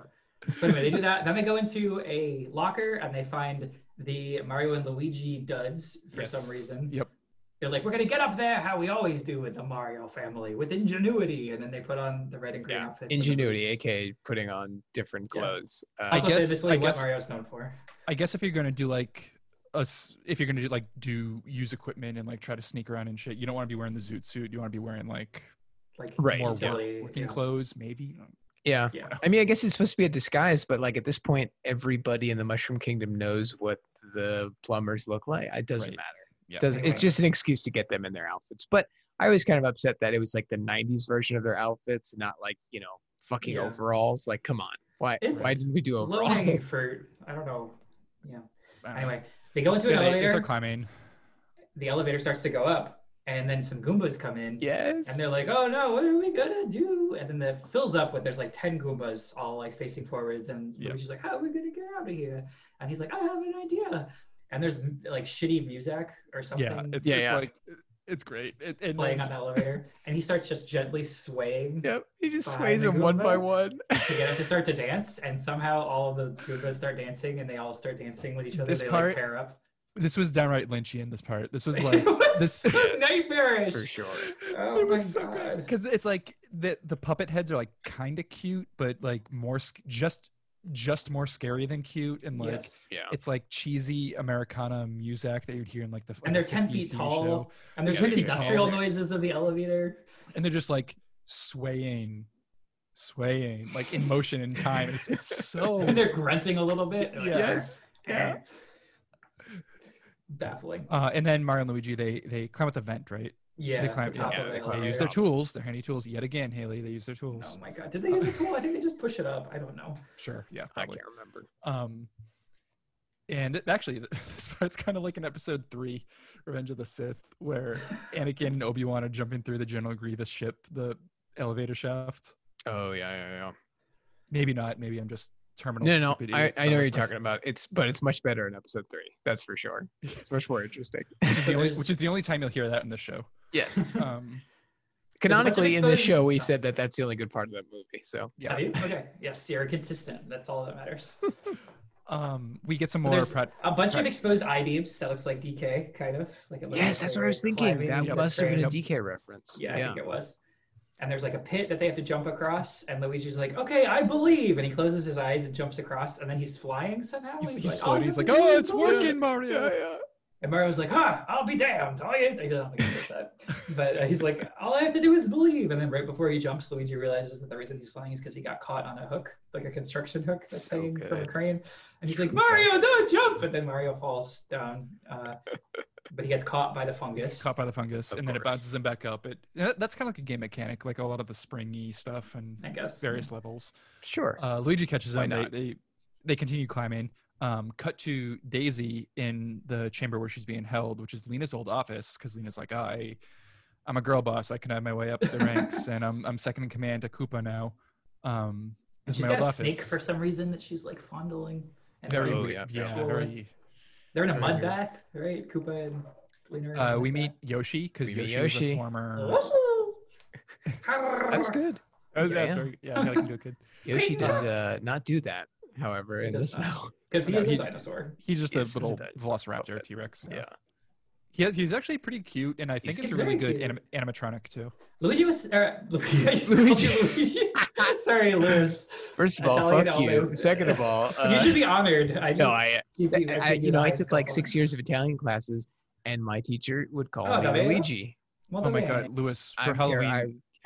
A: But anyway, they do that. Then they go into a locker and they find the Mario and Luigi duds for
B: Yes.
A: some reason.
B: Yep.
A: They're like, we're gonna get up there how we always do with the Mario family, with ingenuity. And then they put on the red and green
C: Yeah,
A: outfits. and the
C: Ingenuity,
A: boots.
C: aka putting on different
A: Yeah.
C: clothes.
B: I
A: Also,
C: Uh,
A: I
B: guess-
A: guess, this is
B: I
A: what
B: guess-
A: Mario's known for.
B: I guess if you're gonna do like us, if you're gonna do like do use equipment and like try to sneak around and shit, you don't want to be wearing the zoot suit. You want to be wearing like
A: Like
C: Right.
B: more work,
A: utility,
B: working
A: yeah.
B: clothes, maybe.
C: yeah.
A: Yeah.
C: I mean, I guess it's supposed to be a disguise, but like at this point, everybody in the Mushroom Kingdom knows what the plumbers look like. It doesn't
B: Right.
C: matter.
B: Yeah.
C: Does
A: Anyway.
C: it's just an excuse to get them in their outfits? But I was kind of upset that it was like the '90s version of their outfits, not like you know fucking
A: Yeah.
C: overalls. Like, come on, why
A: It's
C: why did we do
A: Low hanging
C: overalls?
A: fruit. I don't know. Yeah.
B: I don't know.
A: Anyway, they go into
B: So
A: an
B: they, they
A: elevator.
B: start climbing.
A: The elevator starts to go up, and then some Goombas come in.
C: yes.
A: And they're like, oh no, what are we gonna do? And then that fills up with there's like 10 Goombas all like facing forwards. And
B: Yep.
A: Luigi's like, how are we gonna get out of here? And he's like, I have an idea. And there's m- like shitty music or something
B: Yeah, it's,
C: Yeah,
B: it's
C: yeah.
B: like it's great. It, and
A: playing
B: then-
A: on the elevator. And he starts just gently swaying
C: Yep, he just
A: Fine,
C: sways
A: they
C: them
A: go
C: one by
A: back.
C: one.
A: to get him to start to dance. And somehow all the Goombas start dancing and they all start dancing with each other.
B: This
A: they like
B: part-
A: pair up.
B: this was downright Lynchian. This part. This was like
A: It was
B: this.
C: Yes.
A: Nightmarish.
C: For sure.
A: Oh
B: it
A: my
B: was so good
A: God.
B: because it's like the the puppet heads are like kind of cute, but like more sc- just just more scary than cute, and like
A: Yes.
C: Yeah.
B: it's like cheesy Americana music that you'd hear in like the
A: And
B: like,
A: they're 10
B: 50s
A: feet
B: TV
A: tall.
B: show.
A: And there's
B: Yeah,
A: weird
B: they're tall.
A: industrial noises of the elevator.
B: and they're just like swaying, swaying like in motion and time. It's it's so
A: And they're grunting a little bit. Like,
C: Oh. Yes. Yeah.
A: Baffling.
B: Uh, and then Mario and Luigi, they they climb up the vent, right?
A: Yeah.
B: they climb.
A: the top
B: yeah,
A: of
B: they,
A: it,
B: climb-
A: like,
B: they use their tools, their handy tools. Yet again, Haley, they use their tools.
A: Oh my god! Did they use a tool? I think they just push it up. I don't know.
B: Sure, yeah,
C: I
B: probably.
C: can't remember.
B: Um, and th- actually, th- this part's kind of like in episode three, Revenge of the Sith, where Anakin and Obi Wan are jumping through the General Grievous ship, the elevator shaft.
C: Oh yeah, yeah, yeah.
B: Maybe not. Maybe I'm just terminal.
C: No, no,
B: stupid
C: I,
B: idiot
C: I know what
B: Star
C: you're
B: Wars
C: talking about. It's but it's much better in episode three. That's for sure.
B: fan.
C: It's much more interesting.
B: which, is the only, which is the only time you'll hear that in the show.
C: Yes.
B: Um,
C: Canonically, in this
A: episodes-
C: show, we've said that that's the only good part of that movie. So
B: yeah.
A: Have you? Okay. Yes, you're consistent. That's all that matters.
B: Um, we get some more.
A: There's
B: Prat-
A: a bunch of
B: Right.
A: exposed IDs that looks like DK, kind of like. It looks
C: yes,
A: like
C: that's
A: they
C: what I
A: were
C: was thinking.
A: climbing
C: That
A: the
C: must have been a
A: train.
C: DK reference.
A: Yeah, I think it was. And there's like a pit that they have to jump across, and Luigi's like, "Okay, I believe," and he closes his eyes and jumps across, and then he's flying somehow.
B: he's, he's
A: "I'll
B: floating. He's like,
A: never
B: "Oh,
A: leave
B: it's
A: the
B: working,
C: yeah,
B: Mario!"
C: yeah.
A: And Mario's like, huh, I'll be damned. All you he doesn't think he says that. But uh, he's like, all I have to do is believe. And then right before he jumps, Luigi realizes that the reason he's flying is because he got caught on a hook, like a construction hook that's
C: So
A: hanging from a
C: good.
A: crane. And he's like,
C: True fact.
A: Mario, don't jump. And then Mario falls down. Uh, but he gets caught by the fungus.
B: He's caught by the fungus,
C: Of
B: and then it
C: course.
B: bounces him back up. It yeah, that's kind of like a game mechanic, like a lot of the springy stuff and
A: I guess.
B: various levels.
C: Sure.
B: Uh, Luigi catches
C: Why
B: him. They,
C: not?
B: they they continue climbing. Um, cut to Daisy in the chamber where she's being held, which is Lena's old office, because Lena's like, I, I'm a girl boss. I can have my way up the ranks, and I'm I'm second in command to Koopa now. Um,
A: And
B: this is
A: she's
B: my
A: got
B: old
A: a
B: office.
A: snake for some reason that she's like fondling. And
B: very
A: they're-
C: Oh,
B: weird.
C: yeah,
B: yeah,
C: yeah.
A: Cool.
B: very.
A: they're in a
B: very
A: mud
B: weird.
A: bath, right? Koopa and Lena. are in a
B: Uh,
A: mud
B: we
A: bath.
B: meet uh, Yoshi because
C: We meet
B: Yoshi, was
C: Yoshi.
B: a former.
A: Woohoo!
C: That's good.
B: Oh, that's
C: Yeah.
B: right. Yeah, Haley can do a good.
C: Yoshi
A: Bring
C: does uh, not do that, however,
A: He
C: in
A: does
C: this
A: not.
C: now.
A: Because he
B: No,
A: is
B: he-
A: a dinosaur.
B: He's just
C: Yes,
B: a little
C: it's a dinosaur
B: Velociraptor
C: puppet.
B: T Rex.
C: Yeah.
B: He has, he's actually pretty cute, and I think
A: He's
B: it's a really
A: very
B: good anim-
A: cute.
B: animatronic too.
A: Luigi was. Or, Luigi. I just called you Luigi. Sorry, Lewis.
C: First of
A: I
C: all,
A: tell you
C: fuck
A: no,
C: you.
A: but-
C: Second of all,
A: you
C: uh,
A: should be honored. I just
C: no, I,
A: keep
C: I, I-
A: keep
C: you know, I
A: honest,
C: took like
A: come
C: six
A: on.
C: years of Italian classes, and my teacher would call
A: Oh,
C: me
A: davvero?
C: Luigi.
A: Well,
B: Oh my
A: no way.
B: God, Lewis for
C: I'm ter-
B: Halloween,
C: I,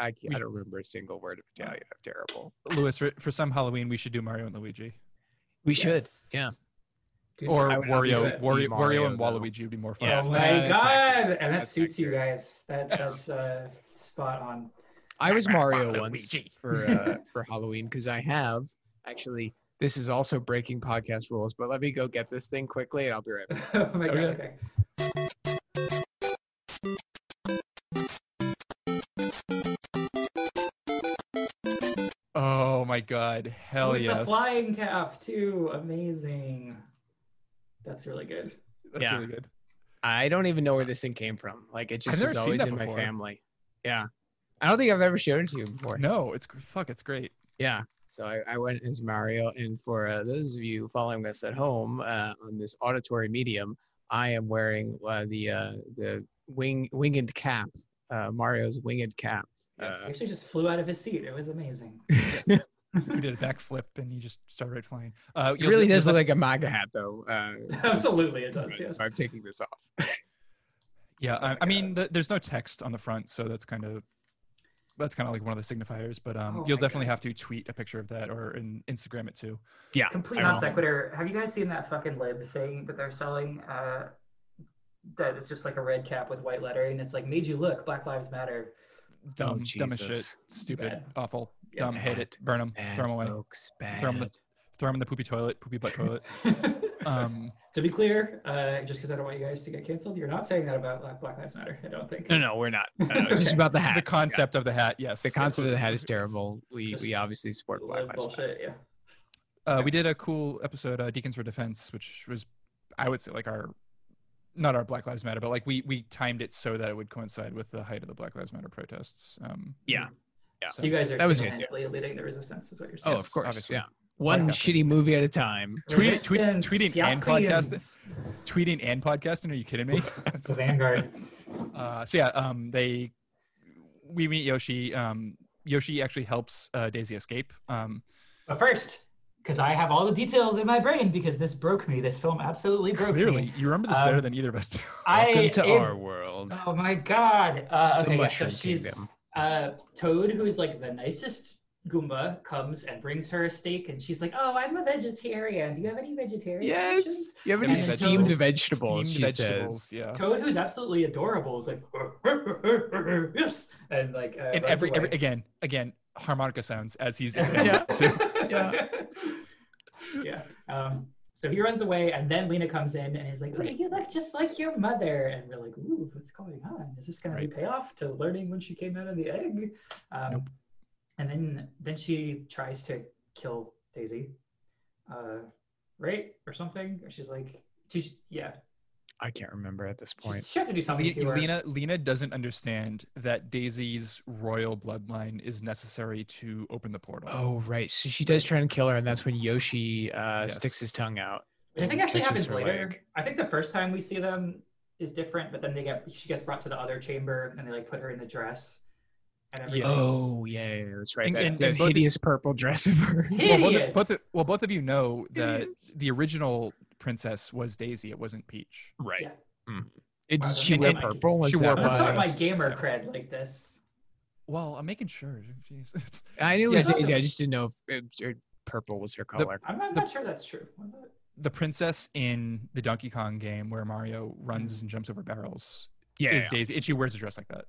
C: I, can't-
B: we-
C: I don't remember a single word of Italian. I'm terrible.
B: Lewis for, for some Halloween, we should do Mario and Luigi,
C: We should.
A: Yes.
C: Yeah.
A: Dude,
B: or
C: I would obviously
B: Wario,
C: be
B: Wario, Wario and
C: Mario, though.
B: Waluigi would be more fun.
C: Yeah,
A: oh my
C: that's
A: god!
C: accurate.
A: And that
C: That's
A: suits you
C: accurate.
A: guys. That that's uh, spot on.
C: I was Mario
B: Waluigi.
C: once for uh, for Halloween because I have actually. This is also breaking podcast rules, but let me go get this thing quickly, and Oh, I'll be right back.
A: oh my god. Okay.
B: Okay. Oh my god, hell
A: With
B: yes.
A: The flying cap too. Amazing. That's really good.
B: That's
C: Yeah.
B: really good.
C: I don't even know where this thing came from. Like it just
B: never
C: was
B: seen
C: always
B: that
C: in my
B: before.
C: family. Yeah. I don't think I've ever shown it to you before.
B: No, it's gr- fuck, it's great.
C: Yeah. So I, I went as Mario. And for uh, those of you following us at home uh, on this auditory medium, I am wearing uh, the uh, the wing winged cap, uh, Mario's winged cap.
A: He
B: Yes.
A: actually just flew out of his seat. It was amazing.
C: Uh,
B: He did a backflip and he just started right flying. Uh,
C: it
B: you'll-
C: really
B: you'll
C: does look
B: have-
C: like a MAGA hat, though. Uh,
A: Absolutely, it does.
C: right,
A: Yes.
C: So I'm taking this off.
B: Yeah, I, I mean, th- there's no text on the front, so that's kind of that's kind of like one of the signifiers. But um,
A: Oh
B: you'll
A: my
B: definitely
A: God.
B: have to tweet a picture of that or in, Instagram it too.
C: Yeah.
A: Complete
C: I
A: non
C: will.
A: sequitur. Have you guys seen that fucking lib thing that they're selling? Uh, that it's just like a red cap with white lettering. It's like made you look. Black Lives Matter.
B: Dumb, dumb as shit,
C: Oh, Jesus.
B: stupid,
A: Bad.
B: awful,
A: Yeah.
B: dumb. Hate it, burn them,
C: Bad,
B: throw them away,
C: folks. Bad.
B: Throw 'em the- throw them in the poopy toilet, poopy butt toilet. Um,
A: to be clear, uh, just because I don't want you guys to get canceled, you're not saying that about Black- Black Lives Matter. I don't think.
C: no, no, we're not. No, no, it's Just
A: Okay.
C: about the hat.
B: the concept of the hat, yes.
C: The concept of the hat is terrible. We
A: Just
C: we obviously support Black
A: Lib
C: Lives Matter.
A: bullshit. Yeah.
B: Uh, we did a cool episode, uh, Deacons for Defense, which was, I would say, like our, not our Black Lives Matter, but like we we timed it so that it would coincide with the height of the Black Lives Matter protests. Um,
C: Yeah. Yeah.
A: So you guys are
C: That was the idea.
A: single-handedly leading the resistance, is what you're
C: Oh,
A: saying.
B: Yes,
C: of course.
B: obviously.
C: Yeah. One
B: Podcast.
C: shitty movie at a time.
B: Tweet- tweet-
A: Resistance,
B: tweeting and
A: Yasqueans.
B: podcasting. tweeting and podcasting. Are you kidding me?
A: The Vanguard.
B: uh, so yeah, um, they we meet Yoshi. Um, Yoshi actually helps uh, Daisy escape. Um,
A: But first, because I have all the details in my brain, because this broke me. This film absolutely
C: Oh,
A: broke me.
B: clearly, you remember this better
A: Um,
B: than either of us. do.
A: I
C: Welcome to
A: it-
C: our world.
B: Uh,
A: Oh my god. Uh,
C: the
A: okay, yeah, so
C: Mushroom
A: she's
C: Kingdom.
A: uh, Toad, who is like the nicest Goomba, comes and brings her a steak, and she's like, "Oh, I'm a vegetarian. Do you have any vegetarian?"
C: Yes.
A: options?"
C: You have
A: And
C: any
A: then
C: steamed
A: those
C: vegetables?
B: Steamed
C: she
B: vegetables,
C: says.
B: Yeah.
A: Toad, who's absolutely adorable, is like, "Yes," and like, uh,
B: and
A: runs
B: every, every
A: away.
B: again again harmonica sounds as he's
C: Yeah.
B: explaining too.
A: yeah. yeah. Um, so he runs away, and then Lena comes in and is like, "Look, you look just like your mother." And we're like, "Ooh, what's going on? Is this going
B: Right.
A: to be payoff to learning when she came out of the egg?" Um,
B: Nope.
A: And then then she tries to kill Daisy, uh, right, or something. Or she's like, she's, "Yeah,
C: I can't remember at this
A: she,
C: point.
A: she tries to do something to
B: Le-
A: her."
B: Lena Lena doesn't understand that Daisy's royal bloodline is necessary to open the portal.
C: Oh right. So she does try and kill her, and that's when Yoshi uh,
B: Yes.
C: sticks his tongue out.
A: Which I think actually
C: Touches
A: happens
C: her
A: later.
C: leg.
A: I think the first time we see them is different, but then they get she gets brought to the other chamber and they like put her in the dress. And everything.
B: Yes.
C: Oh yeah, yeah, yeah, that's right.
B: And-
C: that
B: and-
C: that
B: and both-
C: hideous purple dress of her.
B: Well,
A: Hideous.
B: both, of- both of, well, both of you know that
C: Idiots.
B: the original princess was Daisy. It wasn't Peach.
C: Right.
A: Yeah.
B: Mm-hmm.
C: Mhm. It,
A: Wow,
C: did she
A: that's
C: wear
A: not my-
C: purple? Was
B: She wore
C: that
A: Let's
B: purple.
C: why?
A: not my
B: Yes.
A: gamer cred like this.
B: Well, I'm making sure. Jeez. It's-
C: I knew it
B: Yeah,
C: was
A: she-
C: Daisy. I just didn't know if, if her purple was her color.
A: I'm not,
B: The-
A: not sure that's true. Was it?
B: The princess in the Donkey Kong game where Mario
A: Hmm.
B: runs and jumps over barrels
C: yeah.
B: is
C: yeah.
B: Daisy, and she wears a dress like that.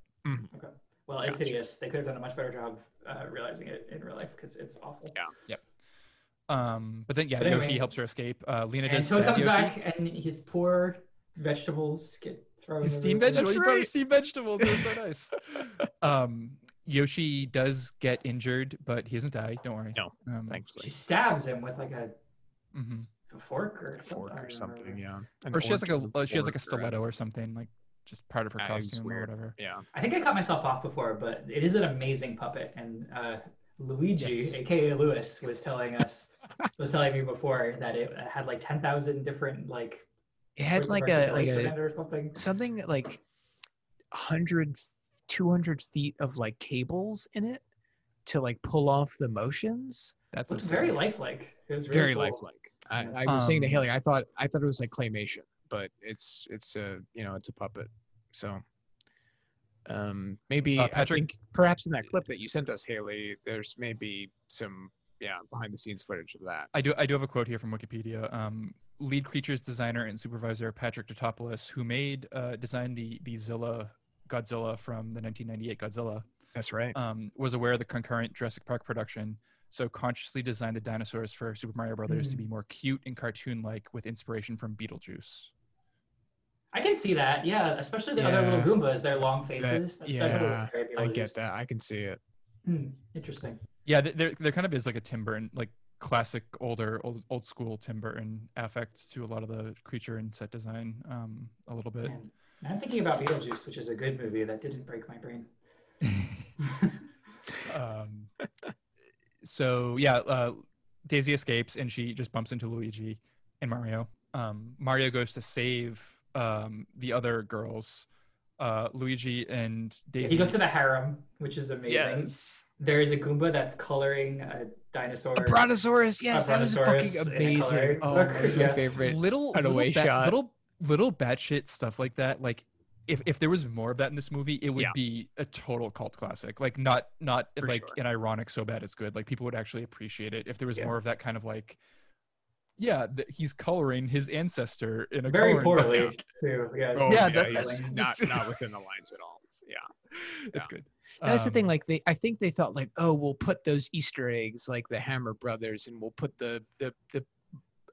A: Well, it's
C: Gotcha.
A: hideous. They could have done a much better job uh, realizing it in real life because it's awful.
C: Yeah.
B: Um, but then yeah,
A: But
B: Yoshi
A: anyway.
B: helps her escape. Uh, Lena
A: And
B: does
A: so it
B: stab
A: comes
B: Yoshi.
A: back, and his poor vegetables get thrown.
B: His steamed
A: everywhere.
B: vegetables.
C: That's
B: You brought
C: right.
B: us steamed vegetables. It was so nice. um, Yoshi does get injured, but he doesn't die. Don't worry.
C: No,
B: Um,
A: She
C: Thankfully,
A: stabs him with like a
B: mhm.
A: fork or
C: a fork
A: I
C: or
A: don't
C: something.
A: remember.
C: Yeah.
B: Or she has like a
C: An
B: uh, she has like a
C: orange or
B: stiletto or something like just part of her
C: Yeah, it was
B: costume or
C: weird.
B: whatever.
C: Yeah.
A: I think I cut myself off before, but it is an amazing puppet. And uh, Luigi,
B: Yes.
A: aka Lewis, was telling us was telling me before that it had like ten thousand different like
C: It had
A: ways of
C: like a like
A: articulation
C: a
A: in it or something.
C: something like 100 200 feet of like cables in it to like pull off the motions
B: That's
A: It's
B: what's
A: very lifelike. It was really
C: very
A: cool.
C: lifelike i, I was saying
B: Um,
C: to haley i thought i thought it was like claymation but it's it's a you know it's a puppet so um maybe
B: Uh,
C: i
B: Patrick-
C: think perhaps in that clip that you sent us haley there's maybe some yeah behind the scenes footage of that
B: I do I do have a quote here from Wikipedia. Um, lead creatures designer and supervisor Patrick Totopoulos, who made uh, designed the the Zilla Godzilla from the 1998 Godzilla,
C: that's right
B: um, was aware of the concurrent Jurassic Park production, so consciously designed the dinosaurs for Super Mario Brothers to
A: Mhm.
B: be more cute and cartoon like, with inspiration from Beetlejuice.
A: I can see that, yeah. Especially the other little
C: Yeah.
A: Goombas, their long faces.
C: yeah,
A: very
C: i
A: beautiful.
C: get that i can see it
A: Hmm, interesting.
B: Yeah, th- there there kind of is like a Tim Burton, like classic older old old school Tim Burton affect to a lot of the creature and set design, um, a little bit.
A: Man, I'm thinking about Beetlejuice, which is a good movie that didn't break my brain.
B: um, so yeah, uh, Daisy escapes and she just bumps into Luigi and Mario. Um, Mario goes to save um, the other girls, uh, Luigi and Daisy.
A: he goes to the harem, which is amazing. There is a Goomba that's coloring a dinosaur.
C: A brontosaurus. Yes, that was
A: brontosaurus
C: fucking
A: in a colored
C: amazing. Oh,
A: book.
C: that was my
A: Yeah.
C: favorite.
B: little
C: Cut
B: little,
C: away
B: bat-
C: shot.
B: little little batshit stuff like that. Like if if there was more of that in this movie, it would
C: Yeah.
B: be a total cult classic. Like not not
C: For
B: like
C: sure.
B: an ironic so bad it's good. Like people would actually appreciate it if there was
A: Yeah.
B: more of that kind of like. Yeah, th- he's coloring his ancestor in a
A: Very
B: coloring book.
A: poorly, too. Yeah, it's
B: Oh, yeah, that-
A: that's-
B: that's-
F: not not within the lines at all. Yeah.
B: It's
F: Yeah.
B: good.
C: That's the thing.
B: Um,
C: Like they, I think they thought like, oh, we'll put those Easter eggs, like the Hammer Brothers, and we'll put the the the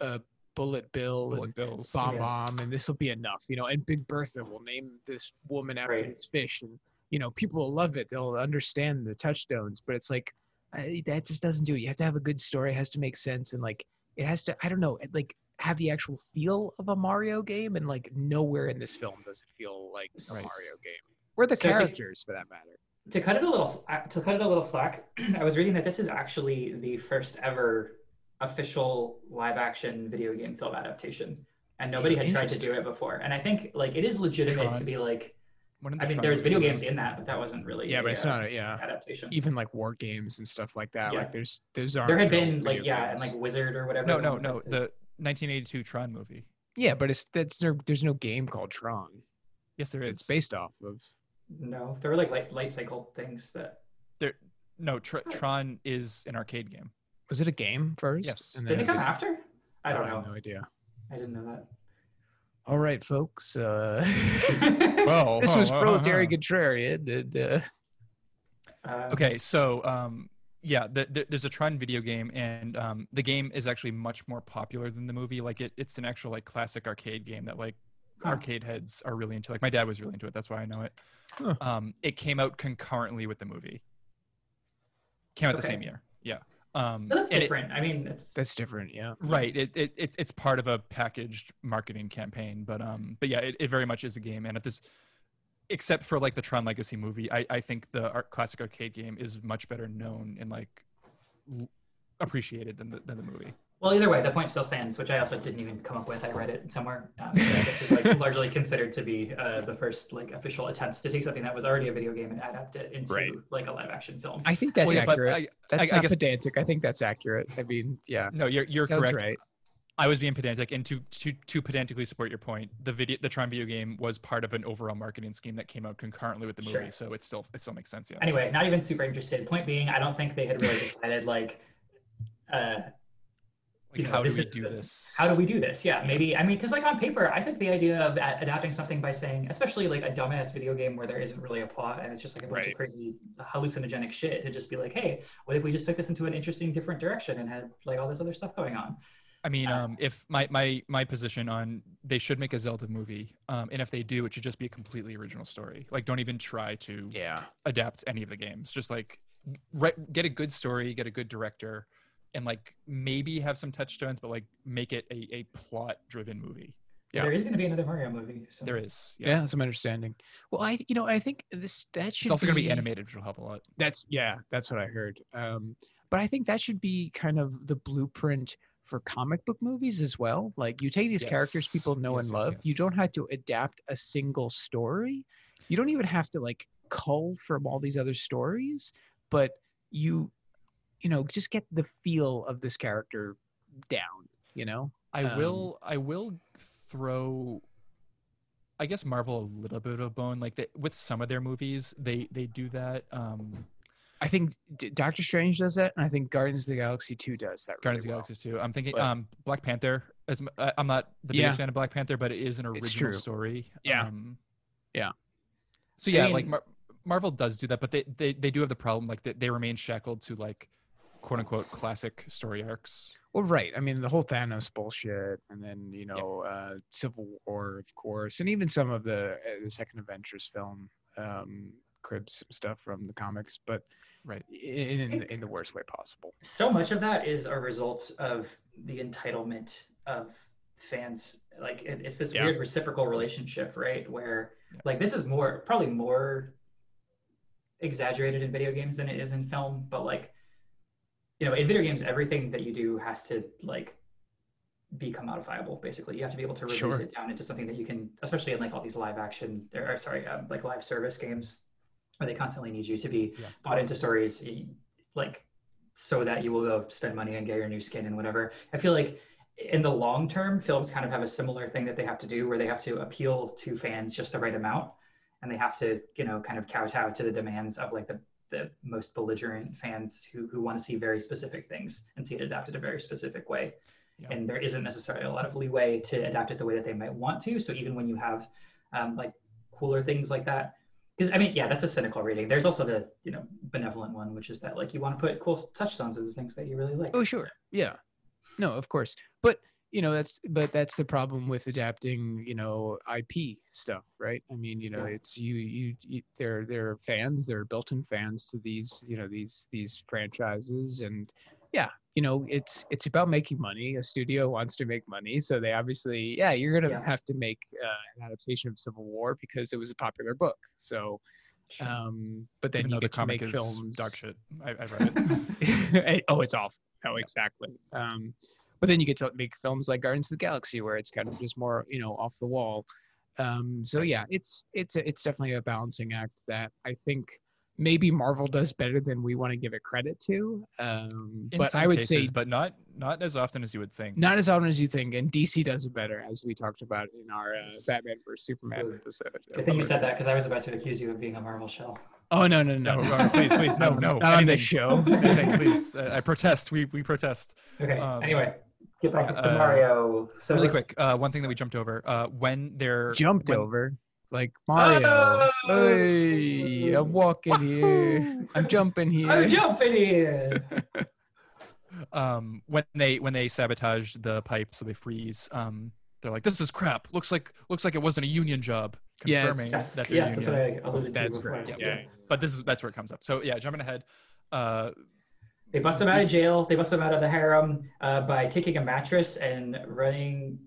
C: uh, Bullet Bill
B: Bullet
C: and
B: bills.
C: Bomb
A: yeah.
C: Bomb, and this will be enough, you know. And Big Bertha will name this woman after
A: Right.
C: this fish, and you know, people will love it. They'll understand the touchstones. But it's like I, that just doesn't do it. You have to have a good story. It has to make sense, and like it has to. I don't know. it, Like have the actual feel of a Mario game, and like nowhere in this film does it feel like a
A: Right.
C: Mario game. Or the
A: So I think-
C: characters, for that matter.
A: to cut it a little uh, to cut it a little slack i was reading that this is actually the first ever official live action video game film adaptation and nobody had tried to do it before and i think like it is legitimate to
B: Tron.
A: be like
B: When did
A: i
B: the
A: mean
B: Tron
A: there's video
B: movie
A: games
B: come
A: in that but that wasn't really
C: Yeah, but
A: a,
C: it's
A: uh,
C: not. A, yeah,
A: adaptation
C: even like war games and stuff like that.
A: Yeah.
C: Like there's those aren't.
A: there had
C: real
A: been like
C: video
A: yeah and
C: games.
A: like wizard or whatever
B: out? No,
A: the
B: no,
A: one
B: no.
A: with
B: The 1982 Tron movie.
C: yeah, but it's that's there, there's no game called Tron.
B: Yes, there is.
C: It's based off of.
A: no there were like light, light cycle things that
B: No, Tr- Tron is an arcade game.
C: Was it a game first?
B: Yes.
C: And
A: did
C: then
A: it
C: as a-
A: come after i don't
C: have
A: know
C: no idea.
A: i didn't know that
C: All right, folks. Uh,
B: Well,
C: this
B: huh,
C: was
B: huh,
C: proletariat
B: huh.
C: contrarian. And, uh,
A: Um,
B: Okay, so um, yeah, the, the, there's a Tron video game, and um, the game is actually much more popular than the movie. Like it, it's an actual like classic arcade game that like
A: Huh.
B: arcade heads are really into. Like my dad was really into it. That's why I know it.
C: Huh.
B: Um, it came out concurrently with the movie. Came out the
A: Okay.
B: same year. Yeah. Um,
A: so that's
B: and it-
A: different i mean it's
C: that's different. Yeah.
B: right it, it, it it's part of a packaged marketing campaign but um but yeah it, it very much is a game and at this except for like the tron legacy movie i i think the art, classic arcade game is much better known and like l- appreciated than the, than the movie
A: Well, either way, the point still stands, which I also didn't even come up with. I read it somewhere. Um, but this is like largely considered to be uh, the first like official attempts to take something that was already a video game and adapt it into
F: Right.
A: like a live action film.
C: I think that's
B: Well, yeah, but
C: accurate.
B: I-
C: that's
B: I- I
C: not
B: guess-
C: pedantic. I think that's accurate. I mean, yeah.
B: no you're you're
C: sounds
B: correct
C: right.
B: i was being pedantic and to to to pedantically support your point the video the tron video game was part of an overall marketing scheme that came out concurrently with the movie
A: Sure.
B: so it still it still makes sense yeah
A: Anyway, not even super interested. Point being, I don't think they had really decided like. Uh,
B: like
A: Yeah,
B: how do
A: this
B: we
A: is
B: do
A: the-
B: this
A: how do we do this? Yeah, maybe. I mean, because like on paper, I think the idea of a- adapting something by saying, especially like a dumbass video game where there isn't really a plot and it's just like a bunch of
F: Right.
A: crazy hallucinogenic shit, to just be like, hey, what if we just took this into an interesting, different direction and had like all this other stuff going on?
B: I mean,
A: Uh,
B: um, if my my my position on they should make a Zelda movie, um, and if they do, it should just be a completely original story. Like, don't even try to
C: Yeah.
B: adapt any of the games. Just like, write, get a good story, get a good director, and like maybe have some touchstones, but like make it a, a plot driven movie.
C: Yeah.
A: There is going to be another Mario movie. So.
B: There is,
C: Yeah. That's my understanding. Well, I you know I think this that should
B: It's also going to be
C: animated.
B: animated, which will help a lot.
C: That's yeah, that's what I heard. Um, but I think that should be kind of the blueprint for comic book movies as well. Like you take these characters
B: Yes,
C: people know
B: yes,
C: and
B: yes,
C: love, you
B: yes.
C: don't have to adapt a single story. You don't even have to like cull from all these other stories, but you you know, just get the feel of this character down, you know?
B: I
C: Um,
B: will I will throw I guess Marvel a little bit of a bone. Like they, with some of their movies, they they do that. Um,
C: I think D- Doctor Strange does that, and I think Guardians of the Galaxy 2 does that.
B: Guardians
C: really well.
B: of the Galaxy too. I'm thinking
C: But-
B: um, Black Panther. As m- I- I'm not the
C: Yeah.
B: biggest fan of Black Panther, but it is an
C: It's
B: original
C: true.
B: story.
C: Yeah.
B: Um,
C: Yeah.
B: So
A: I
B: yeah, like
A: mean-
B: Mar- Marvel does do that, but they, they they do have the problem like that they remain shackled to like quote unquote classic story arcs.
C: Well, right. I mean, the whole Thanos bullshit, and then you
B: Yeah.
C: know, uh, Civil War, of course, and even some of the uh, the second Avengers film um, cribs some stuff from the comics, but
B: Right.
C: in in, in the worst way possible.
A: so much of that is a result of the entitlement of fans like it, it's this
F: Yeah.
A: weird reciprocal relationship right where
B: Yeah.
A: like this is more probably more exaggerated in video games than it is in film but like you know in video games everything that you do has to like be commodifiable basically you have to be able to reduce
C: Sure.
A: it down into something that you can especially in like all these live action or, or sorry um, like live service games where they constantly need you to be
B: Yeah.
A: bought into stories y- like so that you will go spend money and get your new skin and whatever. I feel like in the long term, films kind of have a similar thing that they have to do where they have to appeal to fans just the right amount and they have to, you know, kind of kowtow to the demands of like the, the most belligerent fans who, who want to see very specific things and see it adapted a very specific way.
B: Yeah.
A: And there isn't necessarily a lot of leeway to adapt it the way that they might want to. So even when you have um, like cooler things like that, because I mean, yeah, that's a cynical reading. There's also the you know benevolent one, which is that like you want to put cool touchstones of the things that you really like.
C: Oh sure, yeah, no, of course, but you know that's but that's the problem with adapting you know IP stuff, right? I mean, you know,
A: Yeah.
C: it's you you, you they're they're fans, they're built-in fans to these you know these these franchises, and yeah, you know, it's it's about making money. A studio wants to make money, so they obviously yeah, you're gonna
A: Yeah.
C: have to make uh, an adaptation of Civil War because it was a popular book, so. Um, but then
B: Even
C: you
B: though the
C: get to
B: comic
C: make
B: is
C: films.
B: dog shit. I, I read it.
C: oh, it's awful. Oh, exactly. Um, but then you get to make films like Guardians of the Galaxy, where it's kind of just more, you know, off the wall. Um, so yeah, it's it's it's definitely a balancing act that I think maybe Marvel does better than we want to give it credit to. Um,
B: In
C: but
B: some
C: I would
B: cases,
C: say
B: but not not as often as you would think.
C: not as often as you think, and DC does it better, as we talked about in our uh,
B: Yes.
C: Batman vs Superman
A: Ooh.
C: episode.
A: Good thing you said that because I was about to accuse you of being a Marvel shell.
C: Oh no no no!
B: No, no, please, please, no, no,
C: Not on
B: anything.
C: this show.
B: Anything, please. I, I protest. We we protest.
A: Okay.
B: Um,
A: anyway, get back to
B: uh,
A: Mario. So
B: really
A: let's-
B: quick, uh, one thing that we jumped over. Uh, when they're
C: jumped
B: when-
C: over like Mario.
A: Oh!
C: Hey, I'm walking here. I'm jumping here.
A: I'm jumping here.
B: um when they when they sabotage the pipe so they freeze um they're like this is crap looks like looks like it wasn't a union job
C: Yes.
B: confirming
A: yes,
B: that they're
A: yes, that's
B: union
A: what I alluded
C: That's
A: to before.
C: right,
F: yeah.
B: but this is that's where it comes up so yeah jumping ahead uh
A: They bust him out of jail. They bust him out of the harem uh, by taking a mattress and running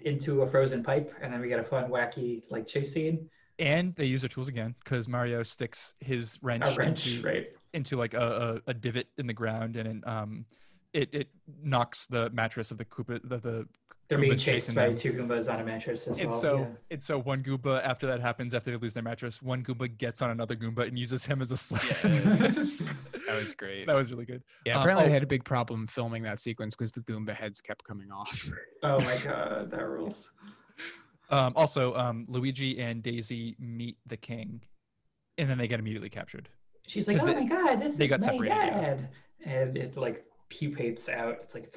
A: into a frozen pipe, and then we get a fun, wacky like chase scene.
B: and they use their tools again because mario sticks his wrench,
A: A wrench,
B: into,
A: right?
B: into like a, a, a divot in the ground and it, um it it knocks the mattress of the koopa the, the
A: They're being
B: Goombas
A: chased
B: chasing
A: by
B: them.
A: two Goombas on a mattress as well.
B: it's so
A: yeah.
B: it's so one goomba after that happens after they lose their mattress one goomba gets on another goomba and uses him as a sled
F: Yes.
B: that was
F: great.
B: that was really good
C: yeah,
B: Um,
C: apparently
B: oh.
C: I had a big problem filming that sequence because the Goomba heads kept coming off.
A: Oh my god, that rules.
B: Um, also, um, Luigi and Daisy meet the king, and then they get immediately captured.
A: She's like,
B: 'Cause
A: oh
B: they-
A: my god, this
B: they
A: is
B: got
A: my
B: separated, yeah.
A: dad, and it like pupates out. It's like,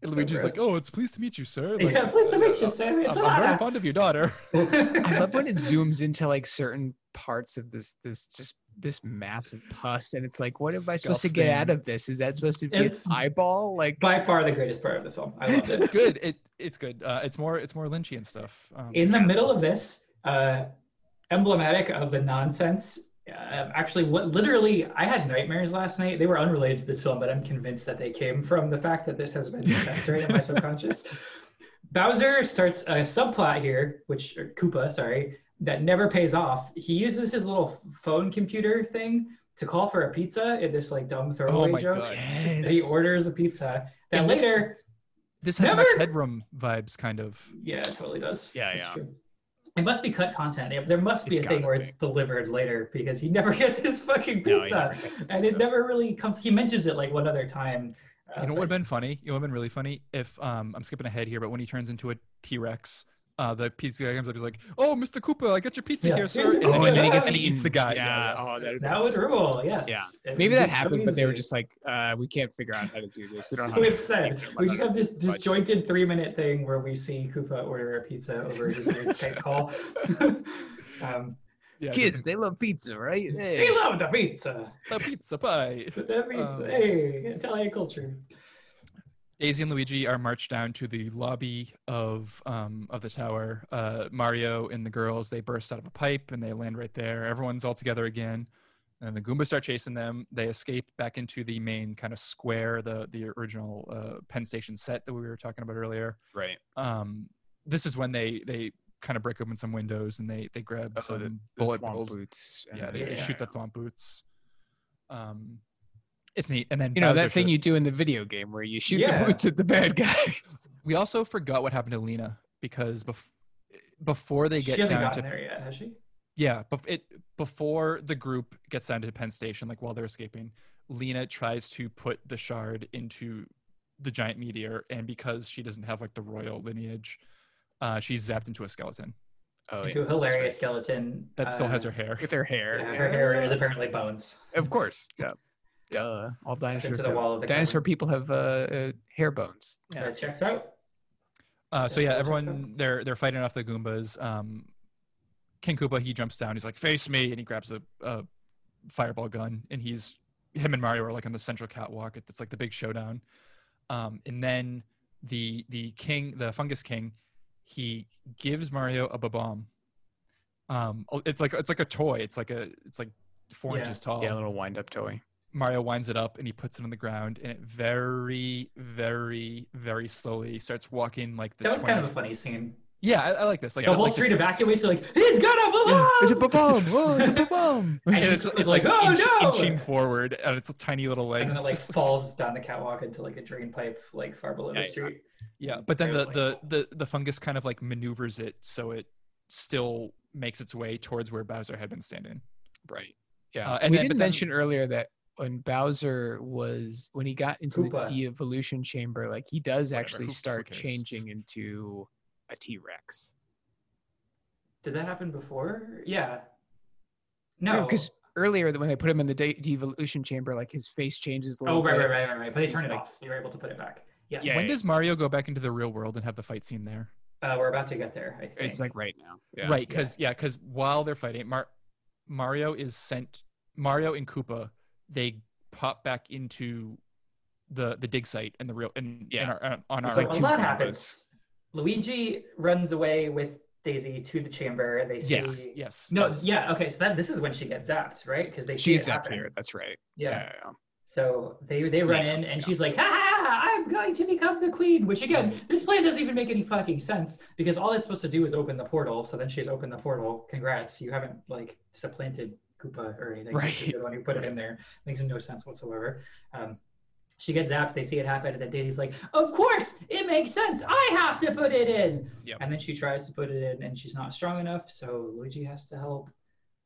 B: And Luigi's like,
A: gross.
B: "Oh, it's pleased to meet you, sir. Like,
A: yeah, please make you sir. It's
B: I'm,
A: a
B: I'm very
A: lot.
B: fond of your daughter."
C: I love when it zooms into like certain parts of this this just this massive pus, and it's like, what am I supposed to get out
B: Disgusting.
C: of this? Is that supposed to be an
A: It's-
C: eyeball? Like,
A: by far the greatest part of the film. I loved
B: it's
A: it.
B: good. It it's good. Uh, it's more it's more Lynchian stuff. Um,
A: in the middle of this, uh, emblematic of the nonsense. Uh, actually, what literally, I had nightmares last night. They were unrelated to this film, but I'm convinced that they came from the fact that this has been festering in my subconscious. Bowser starts a subplot here, which or Koopa, sorry, that never pays off. He uses his little phone computer thing to call for a pizza in this like dumb throwaway
B: Oh my
A: joke.
B: God.
C: yes.
A: He orders a pizza. Then
B: And this-
A: later,
B: this has
A: Never-
B: Max Headroom vibes, kind of.
A: yeah, it totally does.
F: Yeah,
A: That's
F: yeah.
A: true. It must be cut content. It- There must be
F: It's
A: a thing
F: gotta
A: where
F: be.
A: it's delivered later because he never gets his fucking
F: No, he
A: pizza,
F: never gets a
A: and
F: pizza.
A: it never really comes. He mentions it like one other time. uh,
B: You know
A: but-
B: what would have been funny? You know what would have been really funny if um, I'm skipping ahead here, but when he turns into a T Rex. Uh, the pizza guy comes up. He's like, "Oh, Mr. Koopa, I got your pizza
A: Yeah.
B: here, sir."
A: Here's your
B: then
A: pizza.
B: he-
A: Oh, and then he
B: he
C: gets
B: eats the guy.
F: yeah. Oh, that'd be
A: That would rule. Yes.
F: Yeah.
A: If
C: Maybe
A: you
C: that
A: did so
C: happened, but they were
A: easy.
C: just like, uh, we can't figure out how to do this. We don't
A: So
C: have.
A: it said,
F: think
A: we
F: about
A: just
F: it.
A: have this
F: Budget.
A: disjointed three-minute thing where we see Koopa order a pizza over his weird Skype call. um,
B: Yeah, it
C: Kids,
B: doesn't-
C: they love pizza, right?
A: they
C: Hey.
A: love the pizza.
B: a pizza pie.
A: The pizza.
B: Um,
A: hey, Italian culture.
B: Daisy and Luigi are marched down to the lobby of um, of the tower. Uh, Mario and the girls they burst out of a pipe and they land right there. Everyone's all together again, and the Goombas start chasing them. They escape back into the main kind of square, the the original uh, Penn Station set that we were talking about earlier.
F: Right.
B: Um, this is when they they kind of break open some windows and they they grab
F: Oh,
B: some
F: the- The
B: bullet
F: Swamp
B: bills.
F: boots. and
B: Yeah, they,
F: the-
B: they
A: Yeah.
B: shoot the thwomp boots. Um, it's neat. And then
C: You know
B: Bowser
C: that thing
B: shows-
C: you do in the video game where you shoot
A: Yeah.
C: the boots at the bad guys.
B: We also forgot what happened to Lena because bef- before they get
A: she hasn't
B: down
A: gotten
B: to
A: there yet, has she?
B: yeah, bef- it before the group gets down to Penn Station, like while they're escaping, Lena tries to put the shard into the giant meteor, and because she doesn't have like the royal lineage, uh, she's zapped into a skeleton
F: Oh,
A: Into
F: yeah.
A: a hilarious skeleton.
B: that still has
A: uh,
B: her hair.
C: with her hair.
A: yeah, her hair is apparently bones.
C: Of course. Duh. Duh. All
A: Sticks
C: dinosaurs.
A: to the
C: Have,
A: wall of the
C: dinosaur
A: cupboard.
C: people have uh, uh, hair bones.
A: That checks out.
B: Uh, so
A: Yeah,
B: yeah,
A: I think so.
B: everyone they're they're fighting off the Goombas. Um, King Koopa he jumps down. He's like, "Face me!" and he grabs a, a fireball gun. And he's him and Mario are like on the central catwalk. It's like the big showdown. Um, and then the the king, the fungus king, he gives Mario a bomb. Um, oh, it's like it's like a toy. It's like a it's like four
A: Yeah.
B: inches tall.
F: yeah, a little wind up toy.
B: Mario winds it up and he puts it on the ground, and it very very very slowly starts walking like the.
A: That was kind of
B: 20
A: a funny scene.
B: yeah, I, I like this. Like
A: the
B: I
A: whole
B: like
A: street evacuates. They're like, he's gonna blow
C: It's a
A: up!"
C: bomb.
A: Oh,
C: Whoa, it's a bomb.
B: And
A: And
B: it's,
A: it's
B: it's like,
A: like, "Oh,
B: inch-
A: no!"
B: inching forward, and it's a tiny little
A: And
B: legs.
A: then it like falls down the catwalk into like a drain pipe, like far below
F: Yeah,
A: the
F: yeah.
A: street.
B: yeah, but then the,
A: barely.
B: the the the fungus kind of like maneuvers it so it still makes its way towards where Bowser had been standing.
F: Right.
B: Uh,
C: we
B: then-
C: didn't
B: but then-
C: mention earlier that when Bowser was when he got into
A: Koopa.
C: the de-evolution chamber, like he does
B: Whatever,
C: actually
B: who- who
C: start
B: cares?
C: changing into a T-Rex.
A: Did that happen before? Yeah.
C: No,
A: No.
C: 'cause- Earlier, when they put him in the de- de-evolution chamber, like his face changes a little.
A: oh right, right,
C: bit.
A: right, right, right. But they
C: It's
A: turned it
C: like-
A: off. They were able to put it back. Yes.
F: Yeah.
B: when does Mario go back into the real world and have the fight scene there?
A: Uh, we're about to get there. I think.
F: It's like right now. Yeah.
B: Right, because yeah, because while they're fighting, Mar- Mario is sent. Mario and Koopa they pop back into the the dig site and the real and
F: Yeah.
B: on, on
F: It's
B: our
F: like
A: a
F: two
A: lot
F: combos.
A: happens. Luigi runs away with Daisy to the chamber, and they see.
B: yes yes
A: No,
B: yes.
A: yeah, okay. So that this is when she gets zapped, right? Because they see
F: She's
A: it
F: up
A: happen.
F: here. That's right.
A: Yeah.
F: yeah.
A: So they they run
F: Yeah,
A: in, and
F: yeah.
A: she's like, "Ha ha! ha, I'm going to become the queen." Which again, this plan doesn't even make any fucking sense because all it's supposed to do is open the portal. So then she's opened the portal. Congrats, you haven't like supplanted Koopa or anything.
C: Right.
A: You're the one who put it in there. Makes no sense whatsoever. Um, she gets zapped. They see it happen, and then Daisy's like, "Of course, it makes sense. I have to put it in."
B: Yep.
A: And then she tries to put it in, and she's not strong enough. So Luigi has to help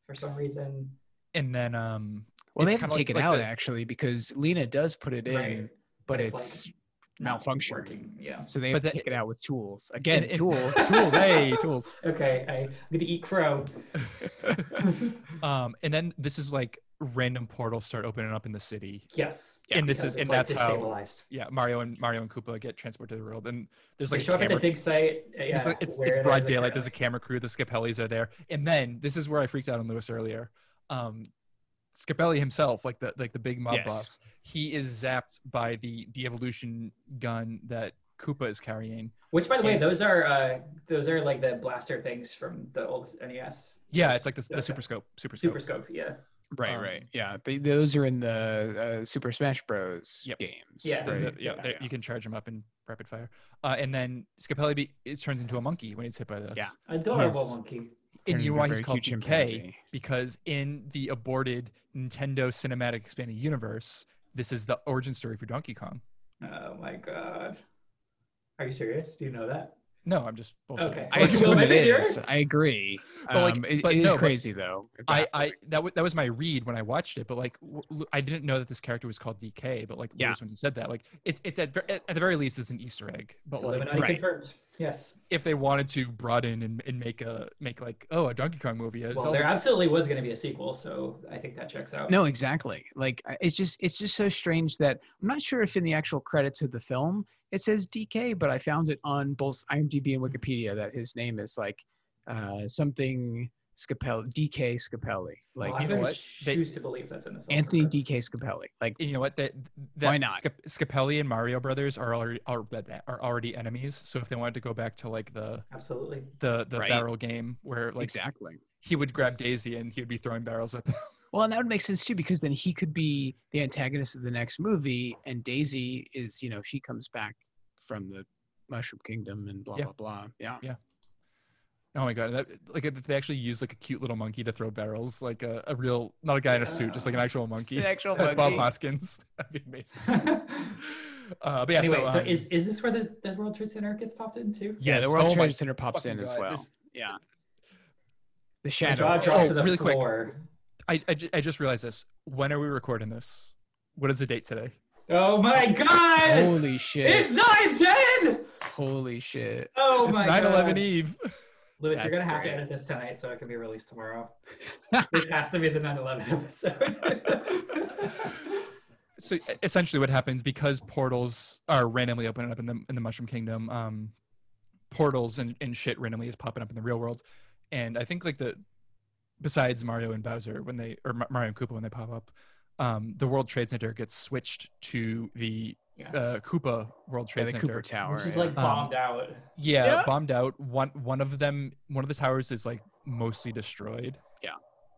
A: for some reason.
B: and then um
C: Well, they
B: It's
C: have
B: kinda
C: to take
B: like- like
C: it out
B: the-
C: actually because Lena does put it in,
A: Right.
C: but
A: It's
C: it's
A: Not
C: Malfunctioning.
A: working. Yeah.
C: so they
B: But
C: have to
B: the-
C: take it out with tools again.
B: it-
C: tools.
B: tools hey tools
A: Okay, I, I'm gonna eat crow.
B: um and then this is like random portals start opening up in the city
A: yes.
B: and this
A: because
B: is
A: it's,
B: and
A: like,
B: that's how
A: destabilized.
B: yeah mario and mario and koopa get transported to the world and there's
A: They
B: like
A: show
B: a
A: up at the
B: camera
A: dig site. uh, Yeah,
B: it's, like- it's,
A: where
B: it's
A: there's
B: broad
A: a
B: daylight
A: camera.
B: there's a camera crew the scapellis are there and then this is where i freaked out on lewis earlier um scapelli himself like the like the big mob
F: Yes.
B: boss he is zapped by the the evolution gun that koopa is carrying
A: Which, by the way,
B: and-
A: those are uh, those are like the blaster things from the old NES.
B: yeah it's like the,
A: Okay.
B: the super scope super scope
A: super scope. Yeah,
F: Right,
B: Um,
F: right.
C: yeah, they, those are in the uh, Super Smash Bros.
B: Yep.
C: games.
A: Yeah.
B: Then
F: Right.
B: the- yeah,
F: Yeah,
B: there-
F: yeah.
B: you can charge him up in rapid fire. Uh, and then Scapelli be, it turns into a monkey when he's hit by this.
F: Yeah.
A: adorable
C: Yes.
A: monkey.
B: And
C: Turn
B: you
C: into
B: know
C: a
B: why he's
C: very
B: called
C: cute
B: DK?
C: chimpanzee.
B: Because in the aborted Nintendo Cinematic Expanded Universe, this is the origin story for Donkey Kong.
A: Oh my god, are you serious? Do you know that?
B: No, I'm just bullshitting.
A: Okay. Well,
C: I
A: you know,
C: assume it
A: maybe you're-
C: is. I agree.
B: But, like,
C: um, it-
B: but
C: it is
B: no, but
C: crazy though.
B: I, I that was that was my read when I watched it, but like w- l- I didn't know that this character was called DK. But like
F: Yeah.
B: Lewis, when you said that, like it's it's at, ver- at at the very least it's an Easter egg. But like
A: Illuminati
F: right.
A: confirmed. Yes.
B: if they wanted to broaden and, and make a make like oh a Donkey Kong movie, it's
A: Well,
B: all
A: there absolutely was going to be a sequel, so I think that checks out.
C: No, exactly. Like I- it's just it's just so strange that I'm not sure if in the actual credits of the film it says DK, but I found it on both IMDb and Wikipedia that his name is like uh, something Scapelli, DK Scapelli, like
A: Well, I'm
B: you know
A: gonna
B: what? They-
A: choose to believe that's in the film.
C: Anthony
A: for sure.
C: DK Scapelli. Like
B: you know what? That, that
F: Why not?
B: Scap- Scapelli and Mario Brothers are already are, are already enemies. So if they wanted to go back to like the
A: Absolutely.
B: the the
F: Right.
B: barrel game where like
F: exactly.
B: he would grab Daisy and he would be throwing barrels at them.
C: Well, and that would make sense too, because then he could be the antagonist of the next movie, and Daisy is, you know, she comes back from the Mushroom Kingdom and blah
B: Yeah.
C: blah blah. Yeah,
B: Oh my god! That, like if they actually use like a cute little monkey to throw barrels, like a, a real not a guy in a suit, just like an actual monkey.
C: actual
B: Like Bob Hoskins, that'd be amazing. Uh, but yeah,
A: anyway, so,
B: um,
A: is, is this where the, the World Trade Center gets popped into?
C: Yeah,
B: yes,
C: the World
B: oh my
C: Trade Center pops in
B: fucking
C: as
B: God,
C: well.
B: this-
F: Yeah.
C: the
A: The
C: shadow.
A: jaw dropped
B: Oh,
A: to the
B: really quick.
A: floor.
B: I, I, ju- I just realized this. When are we recording this? What is the date today?
A: Oh my god!
C: Holy shit!
A: it's 910!
C: Holy shit!
A: Oh
B: it's E.
A: my
B: 9 11
A: god.
B: Eve.
A: Lewis, you're
C: That's
A: gonna have to
C: great.
A: edit this tonight so it can be released tomorrow. this has to be the 9/11 episode.
B: So e, essentially, what happens because portals are randomly opening up in the in the Mushroom Kingdom, um, portals and, and shit randomly is popping up in the real world, and I think like the besides Mario and Bowser when they or Ma- Mario and Koopa when they pop up, um, the World Trade Center gets switched to the
A: yes.
B: uh, Koopa World
C: Yeah,
B: Trade
C: the
B: Center,
C: Cooper Tower.
A: Which is
C: yeah. Um,
A: like bombed out.
B: Yeah,
F: Yeah.
B: bombed out. One one of them, one of the towers is like mostly destroyed.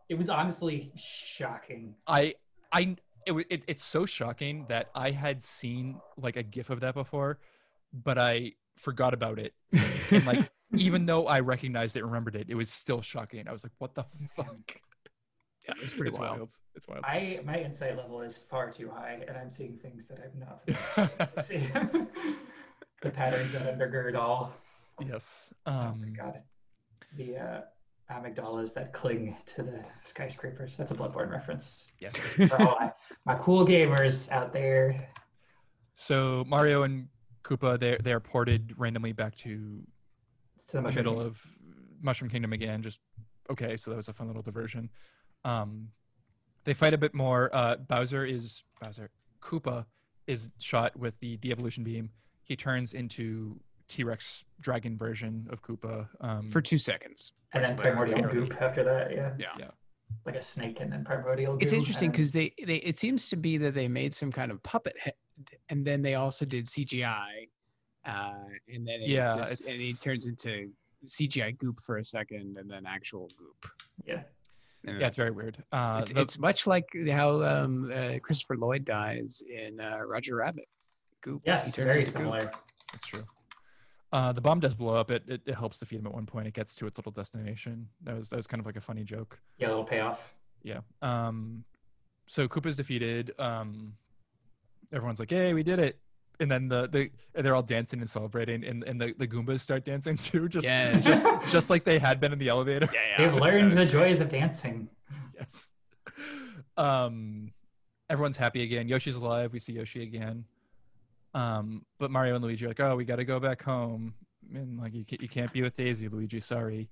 A: It was honestly shocking.
B: I I it, wa- it it's so shocking that I had seen like a gif of that before, but I forgot about it. And like even though I recognized it, and remembered it, it was still shocking. I was like, what the fuck?
C: Yeah, it's pretty
B: it's
C: wild.
B: It's wild.
A: I my insight level is far too high, and I'm seeing things that I've not seen. the patterns that undergird all.
B: yes.
A: oh my
B: Um
A: god. The uh, amygdalas that cling to the skyscrapers. That's a Bloodborne reference.
B: yes.
A: for all my, my cool gamers out there.
B: So Mario and Koopa, they they are ported randomly back to
A: To the
B: the
A: mushroom
B: middle
A: kingdom.
B: of Mushroom Kingdom again. Just okay, so that was a fun little diversion. Um, they fight a bit more. Uh, Bowser is Bowser. Koopa is shot with the de-evolution beam. He turns into T Rex dragon version of Koopa. Um,
C: for two seconds.
A: and then primordial
B: Barely.
A: goop after that, yeah.
F: Yeah.
B: Yeah.
A: Like a snake and then primordial goop.
C: It's interesting
A: and-
C: because they, they it seems to be that they made some kind of puppet head, and then they also did CGI, uh, and then it's
B: Yeah,
C: just, and he
B: it's-
C: turns into CGI goop for a second, and then actual goop.
A: yeah.
C: And
B: yeah, it's
C: that's-
B: very weird. Uh,
C: It's,
B: the-
C: it's much like how um, uh, Christopher Lloyd dies in uh, Roger Rabbit. Goop.
A: Yes, very
C: into goop.
A: similar.
B: That's true. Uh, the bomb does blow up. It, it it helps defeat him at one point. It gets to its little destination. That was that was kind of like a funny joke.
A: Yeah, little payoff.
B: Yeah. Um, so Koopa's defeated. Um, everyone's like, "Hey, we did it!" And then the the and they're all dancing and celebrating, and and the, the Goombas start dancing too, just
C: Yeah.
B: just just like they had been in the elevator.
F: Yeah, yeah.
A: They've learned the joys of dancing.
B: yes. Um, everyone's happy again. Yoshi's alive. We see Yoshi again. Um, but Mario and Luigi are like, "Oh, we got to go back home." And like, you can't, you can't be with Daisy, Luigi. Sorry.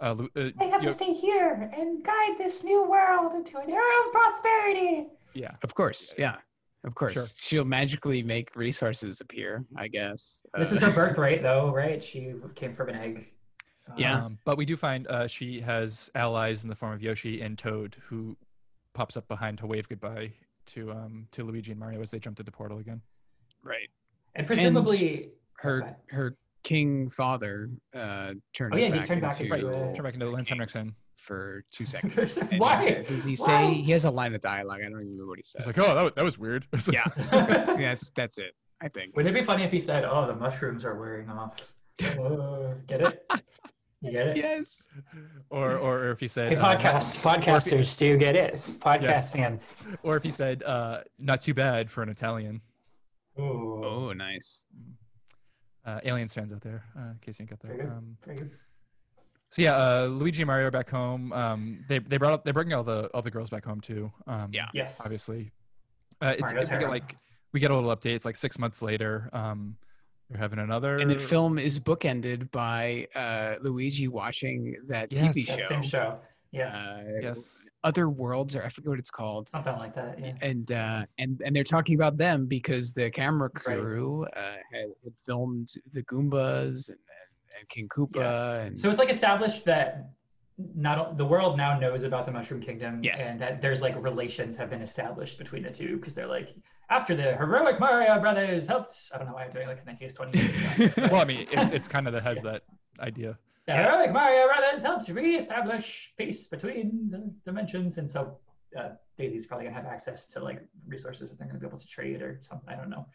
B: Uh, Lu- uh,
G: I have
B: Yo-
G: to stay here and guide this new world into an era of prosperity.
B: yeah.
C: Of course. Yeah. Of course.
B: Sure.
C: She'll magically make resources appear, I guess.
A: This
C: Uh,
A: is her birthright though, right? She came from an egg.
C: Yeah.
B: Um, but we do find uh, she has allies in the form of Yoshi and Toad, who pops up behind to wave goodbye to um, to Luigi and Mario as they jump through the portal again.
F: Right.
A: And presumably
C: her her king father uh turns
A: Oh, yeah,
C: back,
A: he's turned back
C: into,
A: into a-
B: Turn back into Lance Henriksen.
C: for two seconds. And he sa-
A: why?
C: does he
G: Why?
C: say he has a line of dialogue? I don't even remember what he says.
B: It's like, oh, that, wa- that was weird. It's like-
F: Yeah.
C: See, that's that's it. I think.
A: Wouldn't it be funny if he said, "Oh, the mushrooms are wearing off"? Whoa, get it? You get it?
C: Yes.
B: or or if he said,
A: Hey,
B: uh,
A: podcast podcasters, do you get it? Podcast
B: Yes.
A: fans.
B: not- or if he said, uh, not too bad for an Italian.
A: Ooh.
C: Oh, nice.
B: Uh, aliens fans out there, uh, in case you didn't get
A: Very
B: that.
A: good.
B: Um,
A: Very good.
B: so yeah, uh, Luigi and Mario are back home. Um, they they brought up, they're bringing all the all the girls back home too. Um,
F: Yeah.
A: Yes.
B: obviously. Uh,
A: Mario's
B: it's, it's- we get
A: harem.
B: like we get a little update. It's like six months later. Um, they're having another.
C: And the film is bookended by uh Luigi watching that TV
B: Yes.
A: That
C: show.
A: same show. Yeah.
C: Uh,
B: Yes.
C: Other Worlds, or I forget what it's called.
A: Something like that. Yeah.
C: and uh, and and they're talking about them because the camera crew uh, had, had filmed the Goombas and, and, and King Koopa and
A: So it's like established that not the world now knows about the Mushroom Kingdom,
C: Yes.
A: and that there's like relations have been established between the two because they're like after the heroic Mario brothers helped. I don't know why I'm doing like the 1920s.
B: well, I mean, it's, it's kind of that has that idea.
A: The heroic Mario brothers helped reestablish peace between the dimensions, and so uh, Daisy's probably gonna have access to like resources that they're gonna be able to trade or something. I don't know.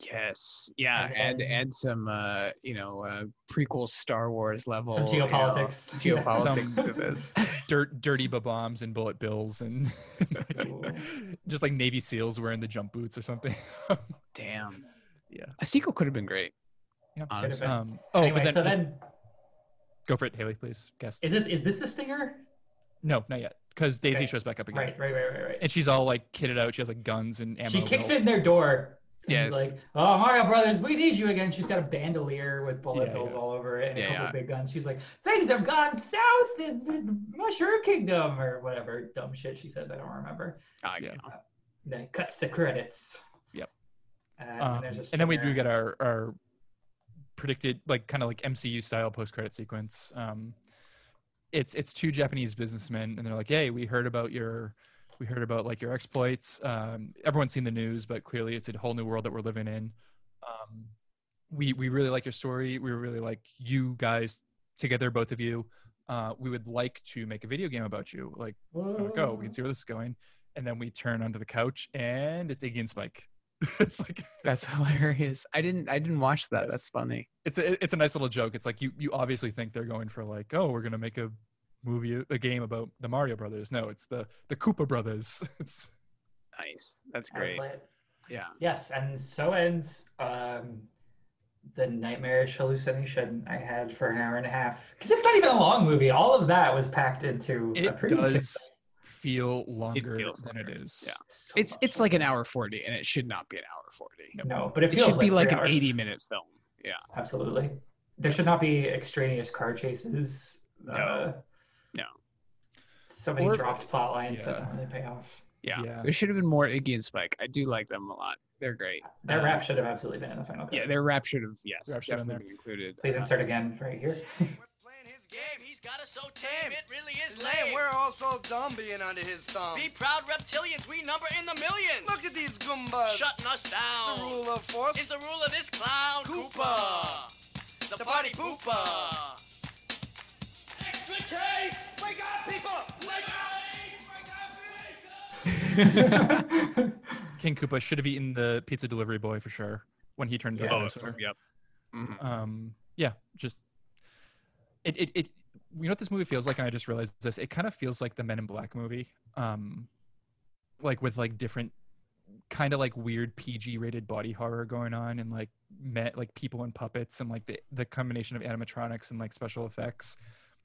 C: Yes. Yeah.
A: And
C: Add
A: then-
C: add some uh, you know uh, prequel Star Wars level
A: Some
C: you know,
A: geopolitics.
C: geopolitics
B: Some-
C: to this.
B: Dirt, dirty bombs and bullet bills and
A: Ooh.
B: just like Navy SEALs wearing the jump boots or something.
F: Damn.
B: Yeah.
F: A sequel could have been great.
B: Yeah.
F: Honestly.
A: Could've
B: um, oh,
A: anyway,
B: but then,
A: so
B: just
A: then
B: go for it, Haley, please. Guest.
A: is it is this the stinger?
B: no, not yet, because Daisy
A: Okay.
B: shows back up again,
A: Right, right, right, right, right.
B: and she's all like kitted out. She has like guns and ammo.
A: She kicks
B: belts.
A: in their door. and
F: Yes.
A: She's like, oh, Mario Brothers, we need you again. She's got a bandolier with bullet
B: Yeah,
A: holes
B: yeah.
A: all over it and
F: Yeah,
A: a couple
F: yeah.
A: big guns. She's like, things have gone south in the Mushroom Kingdom or whatever dumb shit she says. I don't remember.
C: Ah,
F: I
B: Yeah.
F: know.
A: And then it cuts to credits.
B: Yep.
A: Uh,
B: Um,
A: and, there's a
B: and then we
A: singer.
B: do get our our predicted like kind of like MCU style post credit sequence. Um, it's it's two Japanese businessmen, and they're like, "Hey, we heard about your we heard about like your exploits. Um, everyone's seen the news, but clearly it's a whole new world that we're living in. Um, we we really like your story. We really like you guys together, both of you. Uh, we would like to make a video game about you. Like, I'm like, oh, we can see where this is going. And then we turn onto the couch, and it's Iggy and Spike. it's like
C: That's hilarious. I didn't I didn't watch that.
B: Yes.
C: That's funny.
B: it's a it's a nice little joke. It's like you you obviously think they're going for like oh we're gonna make a movie a game about the Mario Brothers. No, it's the the Koopa Brothers. It's
F: Nice. That's
A: How to
F: great.
A: play it.
F: Yeah.
A: Yes, and so ends um, the nightmarish hallucination I had for an hour and a half. Because it's not even a long movie. All of that was packed into a
B: it
A: pretty
B: does feel longer
F: feels
B: than
F: longer.
B: it is.
F: Yeah.
A: So
C: It's
A: much
C: it's like an
A: longer.
C: hour forty, and it should not be an hour forty.
A: No, but it,
C: It
A: feels
C: should be like
A: three
C: an
A: hours.
C: eighty minute film.
F: Yeah.
A: Absolutely. There should not be extraneous car chases. No.
F: No.
A: So many
B: Or-
A: dropped plot lines that
B: yeah.
A: don't really pay off.
F: Yeah.
C: There should have been more Iggy and Spike. I do like them a lot. They're great.
A: That
C: Um,
A: rap should have absolutely been in the final cut.
C: Yeah, their rap should have yes,
B: Rap should have been
C: definitely
B: there.
C: been included.
A: Please
C: Uh,
A: insert again right here.
D: We're playing his game. He's got us so tame. It really is
E: Lame,
D: lame.
E: we're all so dumb being under his thumb.
D: Be proud, reptilians. We number in the millions.
E: Look at these goombas.
D: Shutting us
E: the
D: down.
E: rule of force.
D: It's the rule of this clown.
E: Koopa.
D: Koopa. The, party poopa.
E: Extricate! Wake up, people! Wake up!
B: King Koopa should have eaten the pizza delivery boy for sure when he turned into
A: Yeah.
B: a
A: Oh,
B: dinosaur.
F: Yep. Mhm.
B: um yeah just it, it it you know what this movie feels like and i just realized this it kind of feels like the men in black movie um like with like different kind of like weird pg rated body horror going on and like met like people and puppets and like the, the combination of animatronics and like special effects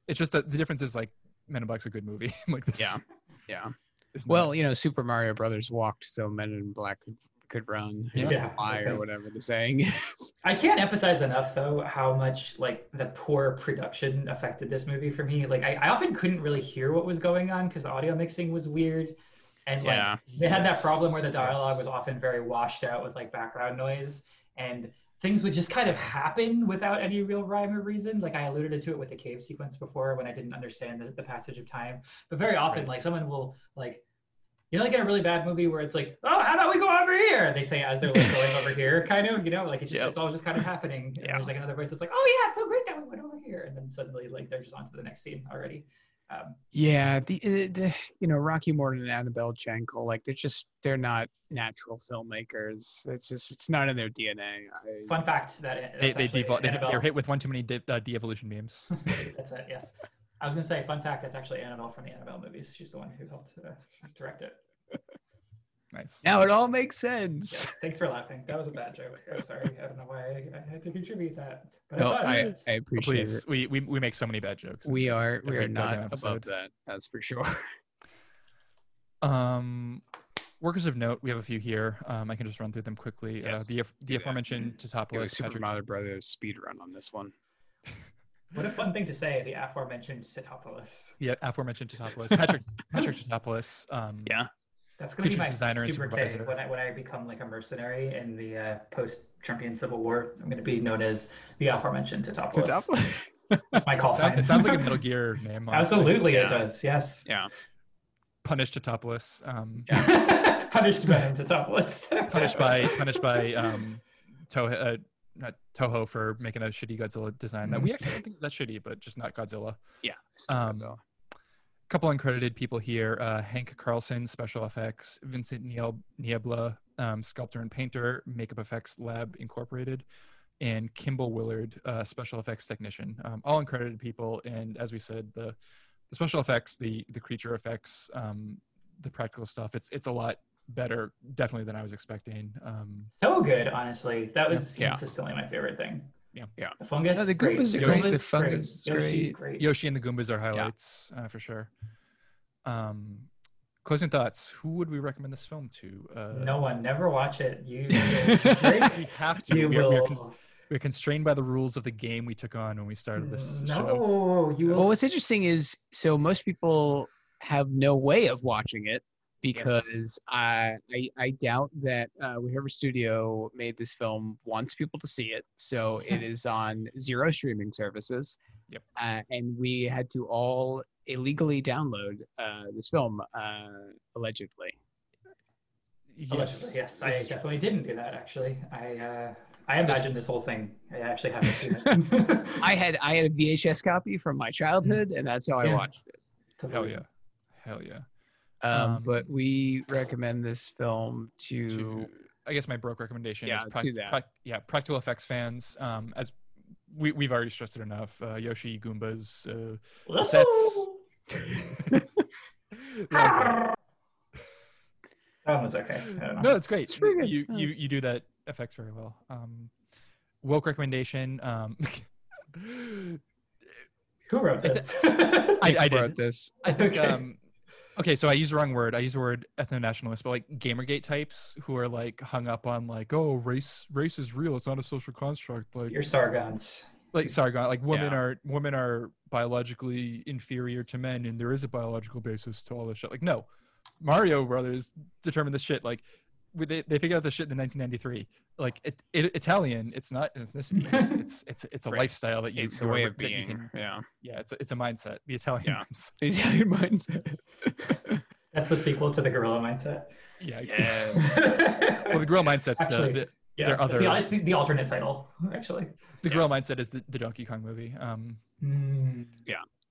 B: it's just that the difference is like men in black's a good movie like this
F: Yeah. Yeah.
B: is not-
C: Well, you know, Super Mario Brothers walked, so Men in Black could, could run,
B: Yeah.
A: Yeah.
C: fly, or whatever the saying is.
A: I can't emphasize enough though how much like the poor production affected this movie for me. Like I, I often couldn't really hear what was going on because the audio mixing was weird. And like
F: Yeah.
A: they had that problem where the
B: Yes,
A: dialogue
B: yes.
A: was often very washed out with like background noise and things would just kind of happen without any real rhyme or reason. Like I alluded to it with the cave sequence before when I didn't understand the, the passage of time. But very often
B: Right.
A: like someone will like you know, like in a really bad movie where it's like, oh, how about we go over here? They say as they're like going over here, kind of, you know, like it's just,
F: Yep.
A: it's all just kind of happening. And
F: Yeah.
A: there's like another voice that's like, oh yeah, it's so great that we went over here, and then suddenly like they're just on to the next scene already. Um,
C: Yeah, the, uh, the you know Rocky Morton and Annabelle Jankel, like they're just they're not natural filmmakers. It's just it's not in their DNA. I,
A: fun fact that
B: they,
A: that's
B: they
A: actually
B: default they,
A: Annabelle-
B: they're hit with one too many de- uh, de-evolution memes
A: that's it. Yes, I was gonna say fun fact that's actually Annabelle from the Annabelle movies. She's the one who helped uh, direct it.
B: nice
C: now it all makes
A: Yeah,
C: sense.
A: thanks for laughing. That was a bad joke. I'm sorry. I don't know why I, I had to contribute that. But
C: No,
A: thought-
C: I, I appreciate
B: please we, we we make so many bad jokes
C: it. We are we
B: Every
C: are
B: goddamn
C: not above
B: episode.
C: that. That's for sure.
B: Um, workers of note, we have a few here. Um, I can just run through them quickly.
F: Yes,
B: uh, the af- the
F: do that.
B: aforementioned
F: It was
B: Totopoulos,
F: Super
B: Patrick.
F: Mario Brothers speed run on this one.
A: what a fun thing to say. The aforementioned Sitopoulos.
B: Yeah, aforementioned Totopoulos, Patrick Patrick Totopoulos. Um,
F: Yeah.
A: That's gonna be
B: Features
A: my
B: designer and
A: super K
B: supervisor.
A: when I when I become like a mercenary in the uh, post Trumpian Civil War. I'm gonna be known as the aforementioned Totopoulos.
C: It's up-
A: That's my call
B: It sounds,
A: sign.
B: it sounds like a Metal Gear name. honestly.
A: Absolutely,
F: Yeah.
A: it does. Yes.
F: Yeah.
B: Punished to topless. Um,
A: punished by him to topless.
B: punished by punished by um, Toho, uh, not Toho for making a shitty Godzilla design that we actually don't think is that shitty, but just not Godzilla. Um,
F: so,
B: couple uncredited people here uh, Hank Carlson, special effects, Vincent Niel- Niebla, um, sculptor and painter, Makeup Effects Lab Incorporated, and Kimball Willard, uh, special effects technician. Um, all uncredited people. And as we said, the, the special effects, the, the creature effects, um, the practical stuff, it's, it's a lot better, definitely, than I was expecting. Um,
A: So good, honestly. That was
F: Yeah.
A: consistently my favorite thing.
B: Yeah.
F: Yeah.
A: The fungus.
C: No, the
A: great.
C: Goombas are
A: Goombas,
C: great. The fungus is
A: Yoshi,
C: great.
A: great.
B: Yoshi and the Goombas are highlights uh, for sure. Um, closing thoughts. Who would we recommend this film to? Uh,
A: No one. Never watch it. You.
B: we have to.
A: you
B: We are, we are
A: will-
B: con- we're constrained by the rules of the game we took on when we started this show.
A: Mm, No, you will.
C: Well, what's interesting is so most people have no way of watching it because I, I I doubt that uh, whichever studio made this film wants people to see it. So it is on zero streaming services.
B: Yep.
C: Uh, and we had to all illegally download uh, this film uh, allegedly.
A: Oh, Yes. Yes, I
B: This is true.
A: definitely didn't do that. Actually, I. Uh, I imagined this whole thing. I actually haven't seen it.
C: I had I had a VHS copy from my childhood, and that's how I
A: Yeah.
C: watched it.
B: Hell yeah. Hell yeah.
C: Um,
B: Um,
C: but we recommend this film
B: to I guess my broke recommendation
C: Yeah,
B: is
C: to
B: prac-
C: that.
B: prac- yeah, practical effects fans. Um, as we we've already stressed it enough. Uh, Yoshi Goombas. Uh,
A: Woohoo!
B: Sets. love it.
A: That one was okay. I don't know.
B: no, it's great.
C: It's pretty good.
B: You,
C: Yeah.
A: Hmm.
B: you you do that effects very well. Um, woke recommendation. Um,
A: Who wrote
B: I thi-
A: this?
B: I, I
C: wrote
B: did.
C: this.
B: I think.
A: Okay.
B: Um, okay, so I use the wrong word. I use the word ethno-nationalist, but like Gamergate types who are like hung up on like, oh, race race is real. It's not a social construct. Like
A: You're Sargons.
B: like Sargon, like women
F: Yeah.
B: are women are biologically inferior to men, and there is a biological basis to all this shit. Like no, Mario Brothers determined this shit. Like we- they they figured out this shit in 1993. Like it, it, Italian, it's not an ethnicity. It's it's it's, it's a
F: Right.
B: lifestyle that you.
F: it's a
B: you are-
F: way of
B: that you
F: being.
B: can-
F: yeah.
B: yeah, it's a, it's a mindset. The Italian.
F: Yeah.
B: mindset.
C: The Italian mindset.
A: That's the sequel to the gorilla mindset.
B: Yeah.
F: Yes.
B: well, the grill mindset's
A: Actually,
B: the, the
A: yeah,
B: there are
A: it's
B: other-
A: the, it's the, the alternate title, actually.
B: the grill mindset is the, the Donkey Kong movie. Um,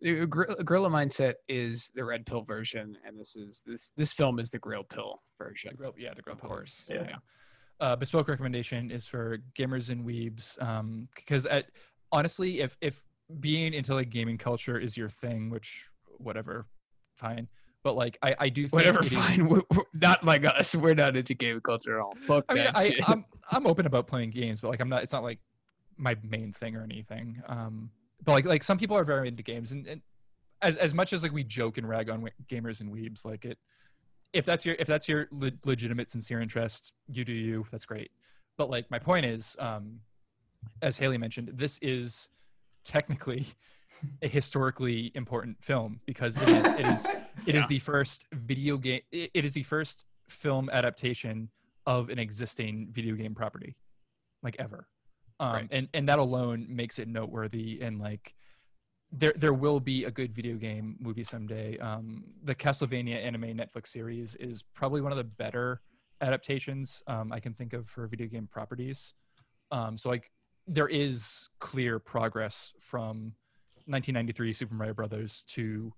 C: The gor- Gorilla mindset is the red pill version, and this is this this film is the grill pill
B: the
C: version.
B: grill, yeah, the grill.
C: Of
B: pillar.
C: course,
A: Yeah.
B: uh, bespoke recommendation is for gamers and weebs um because at, honestly if if being into like gaming culture is your thing which whatever fine but like i i do think
C: Whatever,
B: it is-
C: fine. We're, we're not like us. We're not into game culture at all. Fuck
B: i mean
C: that
B: i
C: shit.
B: I'm, I'm open about playing games but like i'm not it's not like my main thing or anything um but like like some people are very into games and, and as as much as like we joke and rag on we- gamers and weebs like it if that's your if that's your le- legitimate sincere interest you do you that's great but like my point is um as haley mentioned this is technically a historically important film because it is it is it is
F: Yeah.
B: the first video game it it is the first film adaptation of an existing video game property like ever um
F: Right.
B: and and that alone makes it noteworthy and like there there will be a good video game movie someday. Um, the Castlevania anime Netflix series is probably one of the better adaptations um, I can think of for video game properties. Um, so like there is clear progress from 1993 Super Mario Brothers to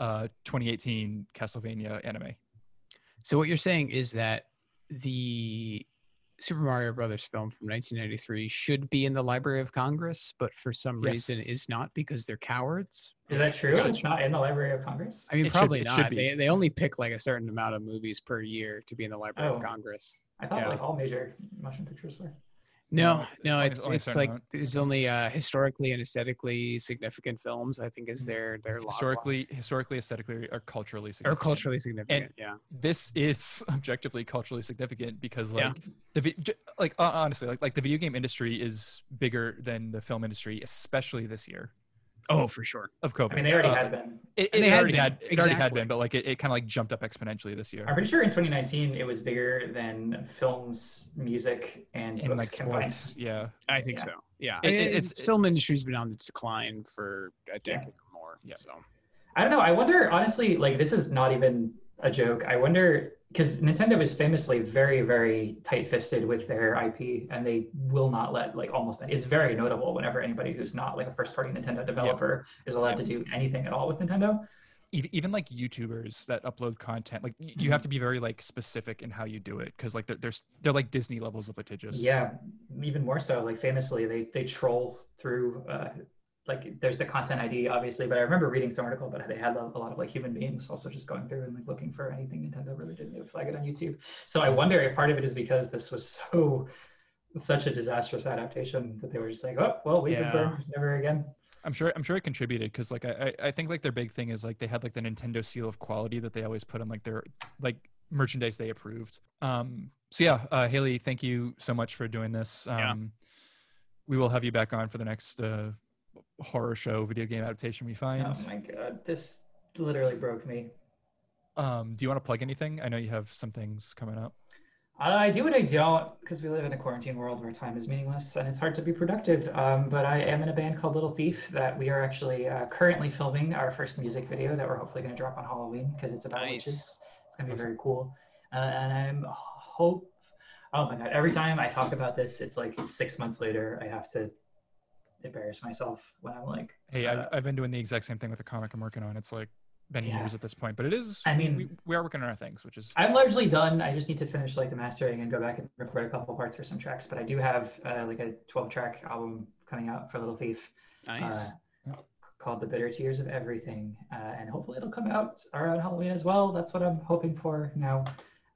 B: uh, 2018 Castlevania anime.
C: So what you're saying is that the Super Mario Brothers film from 1993 should be in the Library of Congress, but for some reason
B: Yes.
C: is not because they're cowards.
A: Is that true?
B: Gotcha.
A: It's not in the Library of Congress?
C: I mean,
B: It should be-
C: probably
B: it should
C: not.
B: be.
C: They, they only pick like a certain amount of movies per year to be in the Library
A: Oh.
C: of Congress.
A: I thought
C: yeah.
A: like all major motion pictures were.
C: No,
B: No,
C: no,
B: it's
C: it's
B: only a
C: it's
B: certain
C: like
B: amount. Mm-hmm.
C: it's only uh, historically and aesthetically significant films. I think is
B: Mm.
C: their their log
B: Historically, historically, aesthetically, or culturally
C: line. or
B: significant.
C: culturally significant. yeah,
B: this is objectively culturally significant because
C: Yeah.
B: like the vi- j- like uh, honestly like like the video game industry is bigger than the film industry especially this year
F: Oh, for sure.
B: of COVID.
A: I mean, they already
B: Uh,
A: had been.
B: It,
F: They
B: it
F: had
B: already
F: been,
B: had it already had
F: exactly.
B: been, but like it, it kind of like jumped up exponentially this year.
A: I'm pretty sure in 2019 it was bigger than films, music, and,
B: in
A: books
B: like
A: combined.
B: sports, yeah.
F: I think
A: Yeah.
F: so. Yeah.
B: It-
F: I mean,
B: it-
F: it's,
B: it's-
F: film industry's been on the decline for a decade or more.
B: Yeah.
F: So
A: I don't know. I wonder, honestly, like this is not even a joke. I wonder because Nintendo is famously very, very tight-fisted with their IP, and they will not let like almost. It's very notable whenever anybody who's not like a first-party Nintendo developer is allowed to do anything at all with Nintendo.
B: E- even like YouTubers that upload content, like y-
A: Mm-hmm.
B: you have to be very like specific in how you do it because like they're, they're s- they're like Disney levels of litigious.
A: Yeah, even more so. Like famously, they they troll through. Uh, like there's the content ID, obviously, but I remember reading some article about how they had a, a lot of like human beings also just going through and like looking for anything Nintendo really did. They would flag it on YouTube. So I wonder if part of it is because this was so such a disastrous adaptation that they were just like, oh well, we've
F: Yeah.
A: been burned, never again.
B: I'm sure I'm sure it contributed because like I I I think like their big thing is like they had like the Nintendo seal of quality that they always put on like their like merchandise they approved. Um so yeah, uh Haley, thank you so much for doing this. Um
F: Yeah.
B: we will have you back on for the next uh horror show video game adaptation we find.
A: Oh my god, this literally broke me.
B: Um do you want to plug anything? I know you have some things coming up.
A: Uh, I do what I don't because we live in a quarantine world where time is meaningless and it's hard to be productive. Um, but I am in a band called Little Thief that we are actually uh, currently filming our first music video that we're hopefully going to drop on Halloween because it's about
F: Nice.
A: witches. It's going to be
B: Awesome.
A: very cool. Uh, and I'm hope. Oh my god! Every time I talk about this, it's like six months later. I have to embarrass myself when I'm like,
B: Hey,
A: Uh,
B: I've I've been doing the exact same thing with the comic I'm working on. It's like been
A: Yeah.
B: years at this point, but it is
A: I
B: we-
A: mean-
B: we, we are working on our things, which is
A: I'm largely done. I just need to finish like the mastering and go back and record a couple parts for some tracks. But I do have uh, like a 12 track album coming out for Little Thief
F: nice.
A: uh,
B: Yeah.
A: called The Bitter Tears of Everything. Uh, and hopefully it'll come out around Halloween as well. That's what I'm hoping for now.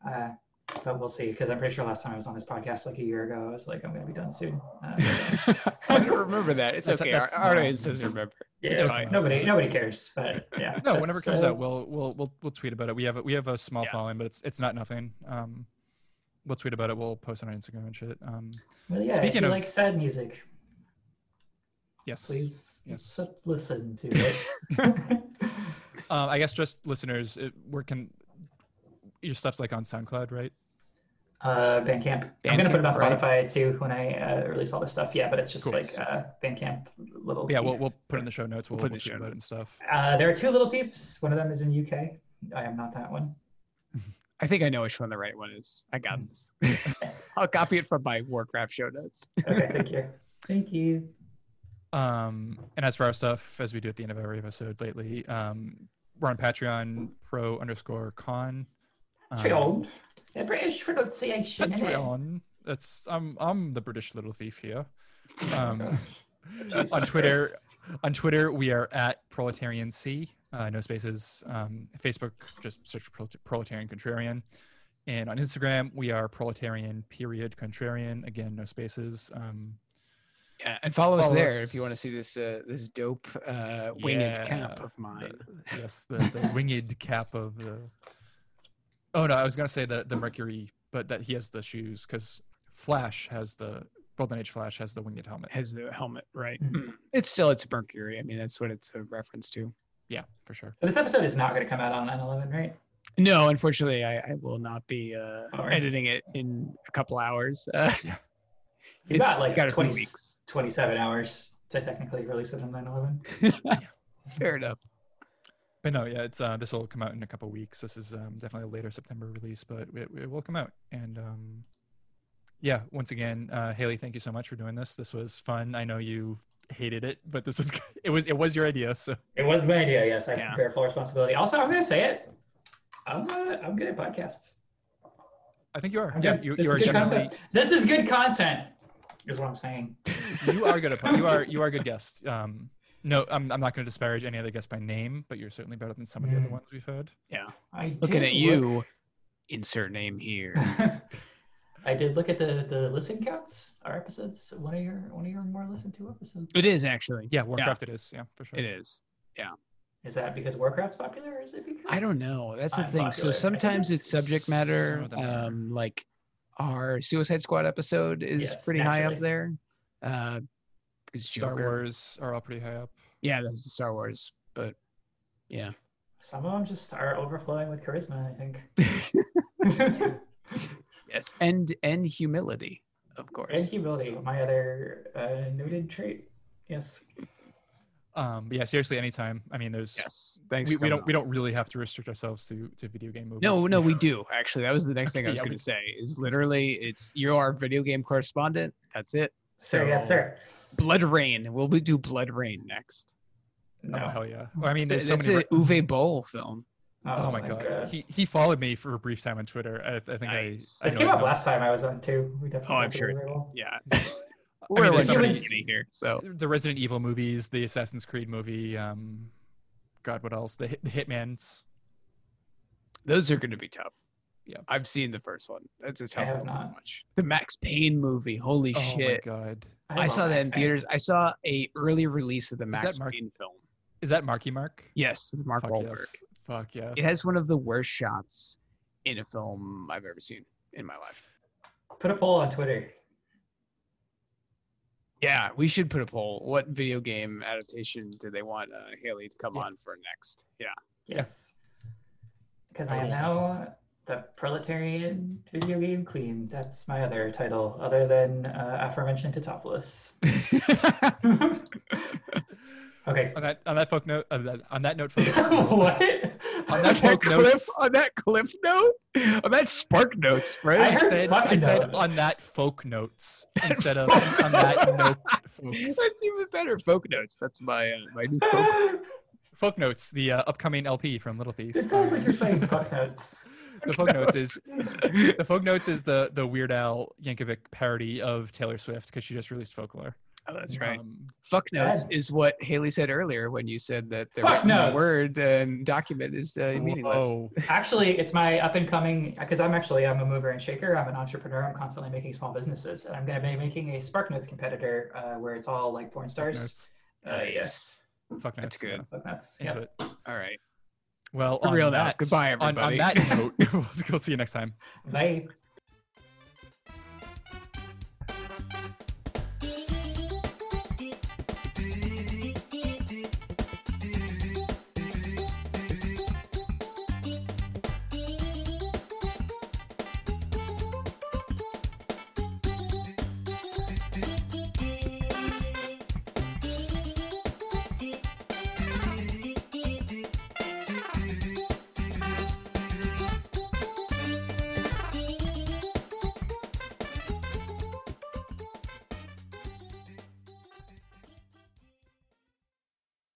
A: Uh, but we'll see, because I'm pretty sure last time I was on this podcast like a year ago, I was like, I'm going to be done soon. Uh,
C: I don't remember that. It's
B: That's-
C: okay.
B: that's-
C: our, our audience doesn't remember.
A: yeah,
B: It's okay.
A: nobody, nobody cares. But yeah.
B: No,
A: that's,
B: whenever it comes
A: uh,
B: out, we'll we'll we'll we'll tweet about it. We have a, we have a small
F: Yeah.
B: following, but it's it's not nothing. Um, we'll tweet about it. We'll post it on Instagram and shit. Um,
A: well, yeah,
B: speaking
A: if you
B: of-
A: like sad music,
B: yes.
A: please
B: Yes.
A: listen to it.
B: Um, I guess just listeners, it, where can your stuff's like on SoundCloud, right?
A: Uh, Bandcamp. I'm gonna put it on
C: Bandcamp, right?
A: Spotify too when I uh, release all this stuff. Yeah, but it's just
B: Cool.
A: like uh, Bandcamp little.
B: Yeah, we'll
A: Thief.
B: we'll put it in the show notes. We'll,
F: put it in
B: we'll
F: the
B: tweet
F: show
B: about it and stuff.
A: Uh, there are two little peeps. One of them is in UK. I am not that one.
F: I think I know which one the right one is. I
C: Mm.
F: got this.
C: I'll copy it from my Warcraft show notes.
A: Okay, thank you. Thank you.
B: Um, and as for our stuff, as we do at the end of every episode lately, um, we're on Patreon pro underscore con. Um,
A: Patreon. The British pronunciation. innit?
B: Patreon. That's I'm I'm the British little thief here. Um,
A: Jesus
B: on Twitter,
A: Christ.
B: on Twitter we are at proletarian c, uh, no spaces. Um, Facebook just search for Prolet- proletarian contrarian, and on Instagram we are proletarian period contrarian again no spaces. Um,
F: Yeah,
C: And follow, us
B: Follow
C: there
B: us.
C: if you want to see this uh, this dope uh, winged
B: Yeah.
C: cap.
F: of mine.
B: yes, the, the winged cap of the. Oh no, I was gonna say the the Mercury, but that he has the shoes because Flash has the Golden Age Flash has the winged helmet.
F: Has the helmet, right?
A: Mhm.
F: Mm. It's still it's Mercury. I mean, that's what it's a reference to.
B: Yeah, for sure.
A: So this episode is not gonna come out on 9/11, right?
F: No, unfortunately, I, I will not be uh,
A: Alright.
F: editing it in a couple hours. Uh,
A: You
F: It's
A: got like
F: got a few
A: 20,
F: weeks.
A: 27 hours to technically release it on 9/11.
C: Fair enough.
B: But no, yeah, it's uh, this will come out in a couple weeks. This is um, definitely a later September release, but it, it will come out. And um, yeah, once again, uh, Haley, thank you so much for doing this. This was fun. I know you hated it, but this was it was it was your idea. So
A: It was my idea. Yes, I
F: Yeah.
A: bear full responsibility. Also, I'm gonna say it. I'm uh, I'm good at podcasts.
B: I think you are.
A: I'm
B: Yeah,
A: good.
B: you,
A: This
B: you are
A: is good
B: definitely
A: Content. This is good content. Is what I'm saying.
B: you are good at po- you are you are a good guest. Um, no, I'm I'm not going to disparage any other guest by name, but you're certainly better than some of the other
A: Mm.
B: ones we've heard.
A: I
F: Looking
A: did
F: at you, insert name here.
A: look- I did look at the the listen counts. Our episodes, one of your one of your more listened to episodes.
F: It is actually.
B: Yeah, Warcraft it is. Yeah, for sure.
F: It is.
A: Is that because Warcraft's popular, or is it because
F: I don't know. That's the
A: I'm
F: thing.
A: popular.
C: So sometimes it's subject matter.
B: of them are.
C: Um, like our Suicide Squad episode is
A: Yes,
C: pretty high up
A: naturally.
C: there. Uh, 'cause
B: Star
C: Joker-
B: Wars are all pretty high up.
C: Yeah, that's Star Wars, but yeah.
A: Some of them just are overflowing with charisma, I think.
C: Yes, and and humility, of
A: and
C: course.
A: humility, my other uh, noted trait. Yes.
B: Um, but yeah, seriously, anytime. I mean, there's
C: Yes, thanks.
B: we,
C: for
B: we
C: coming
B: don't we don't really have to restrict ourselves to to video game movies. Oh,
C: on. No, no, we do actually. That was the next thing I
B: Okay,
C: was
B: yeah, we
C: going to say. Is literally, it's you're our video game correspondent. That's it.
A: So,
C: So
A: yes, sir.
C: Blood Rain. Will we do Blood Rain next?
B: Oh,
A: No.
B: hell yeah. Well, I mean,
C: It's,
B: there's so
C: it's
B: many.
C: a Uwe Boll film.
B: oh, my god. He he followed me for a brief time on Twitter. I, I think
C: Nice.
B: I. I
A: this
B: know
A: came
B: I
A: up
B: know.
A: last time I was on too. We definitely
C: Oh, I'm
A: talked
C: sure it
A: about it all.
C: Yeah,
B: I mean,
C: we're like
B: there's so
A: already
B: many,
A: was-
C: getting here. So
B: the Resident Evil movies, the Assassin's Creed movie. Um, God, what else? The, Hit- the Hitman's.
C: those are going to be tough.
B: Yeah.
C: I've seen the first one. That's a tough
A: have
C: one to
A: not.
C: watch. The Max Payne movie. Holy
B: Oh my
C: shit!
B: God.
A: love
C: I saw that in
A: Max Payne.
C: theaters. I saw a early release of the
B: that
C: Max
B: Mark-
C: Payne film.
B: Is that Marky Mark?
C: Yes, with Mark
B: Fuck
C: Wahlberg.
B: yes. Fuck yes.
C: It has one of the worst shots in a film I've ever seen in my life.
A: Put a poll on Twitter.
C: Yeah, we should put a poll. What video game adaptation do they want uh, Haley to come
B: Yeah.
C: on for next? Yeah.
A: Yes. Because
B: I
A: I am
B: will say.
A: now the proletarian video game queen. That's my other title, other than uh, aforementioned Titopolis. okay.
B: On that on that folk note, uh, that, on that note, folks,
A: what?
B: On that
C: that
B: folk
C: clip,
B: notes,
C: on that clip note, on that spark notes,
B: I
A: I
C: right?
A: heard
B: said
A: fucking
B: I said
A: notes.
B: on that folk notes instead of on that note, folks.
C: That's even better. Folk notes. That's my uh, my new folk.
B: Folk notes, the uh, upcoming LP from Little Thief.
A: it sounds like you're saying fuck notes.
B: the folk notes is the folk notes is the the Weird Al Yankovic parody of Taylor Swift because she just released Folklore.
C: Oh, that's right.
B: Um,
C: Fuck notes
A: Bad.
C: is what Haley said earlier when you said that the
A: Fuck
C: written
A: notes.
C: word and document is uh, meaningless.
B: whoa.
A: Actually, it's my up and coming because I'm actually I'm a mover and shaker. I'm an entrepreneur. I'm constantly making small businesses, and I'm going to be making a SparkNotes competitor uh, where it's all like porn
B: Fuck
A: stars.
B: notes.
C: oh,
A: Uh, yes,
B: Fuck notes.
C: That's good.
A: fuck nuts.
B: yeah,
A: Yeah.
B: into it.
C: All right.
B: Well,
C: For
B: on
C: real now.
B: that,
C: Goodbye,
B: on- On,
C: everybody.
B: that note, we'll see you next time.
A: Bye.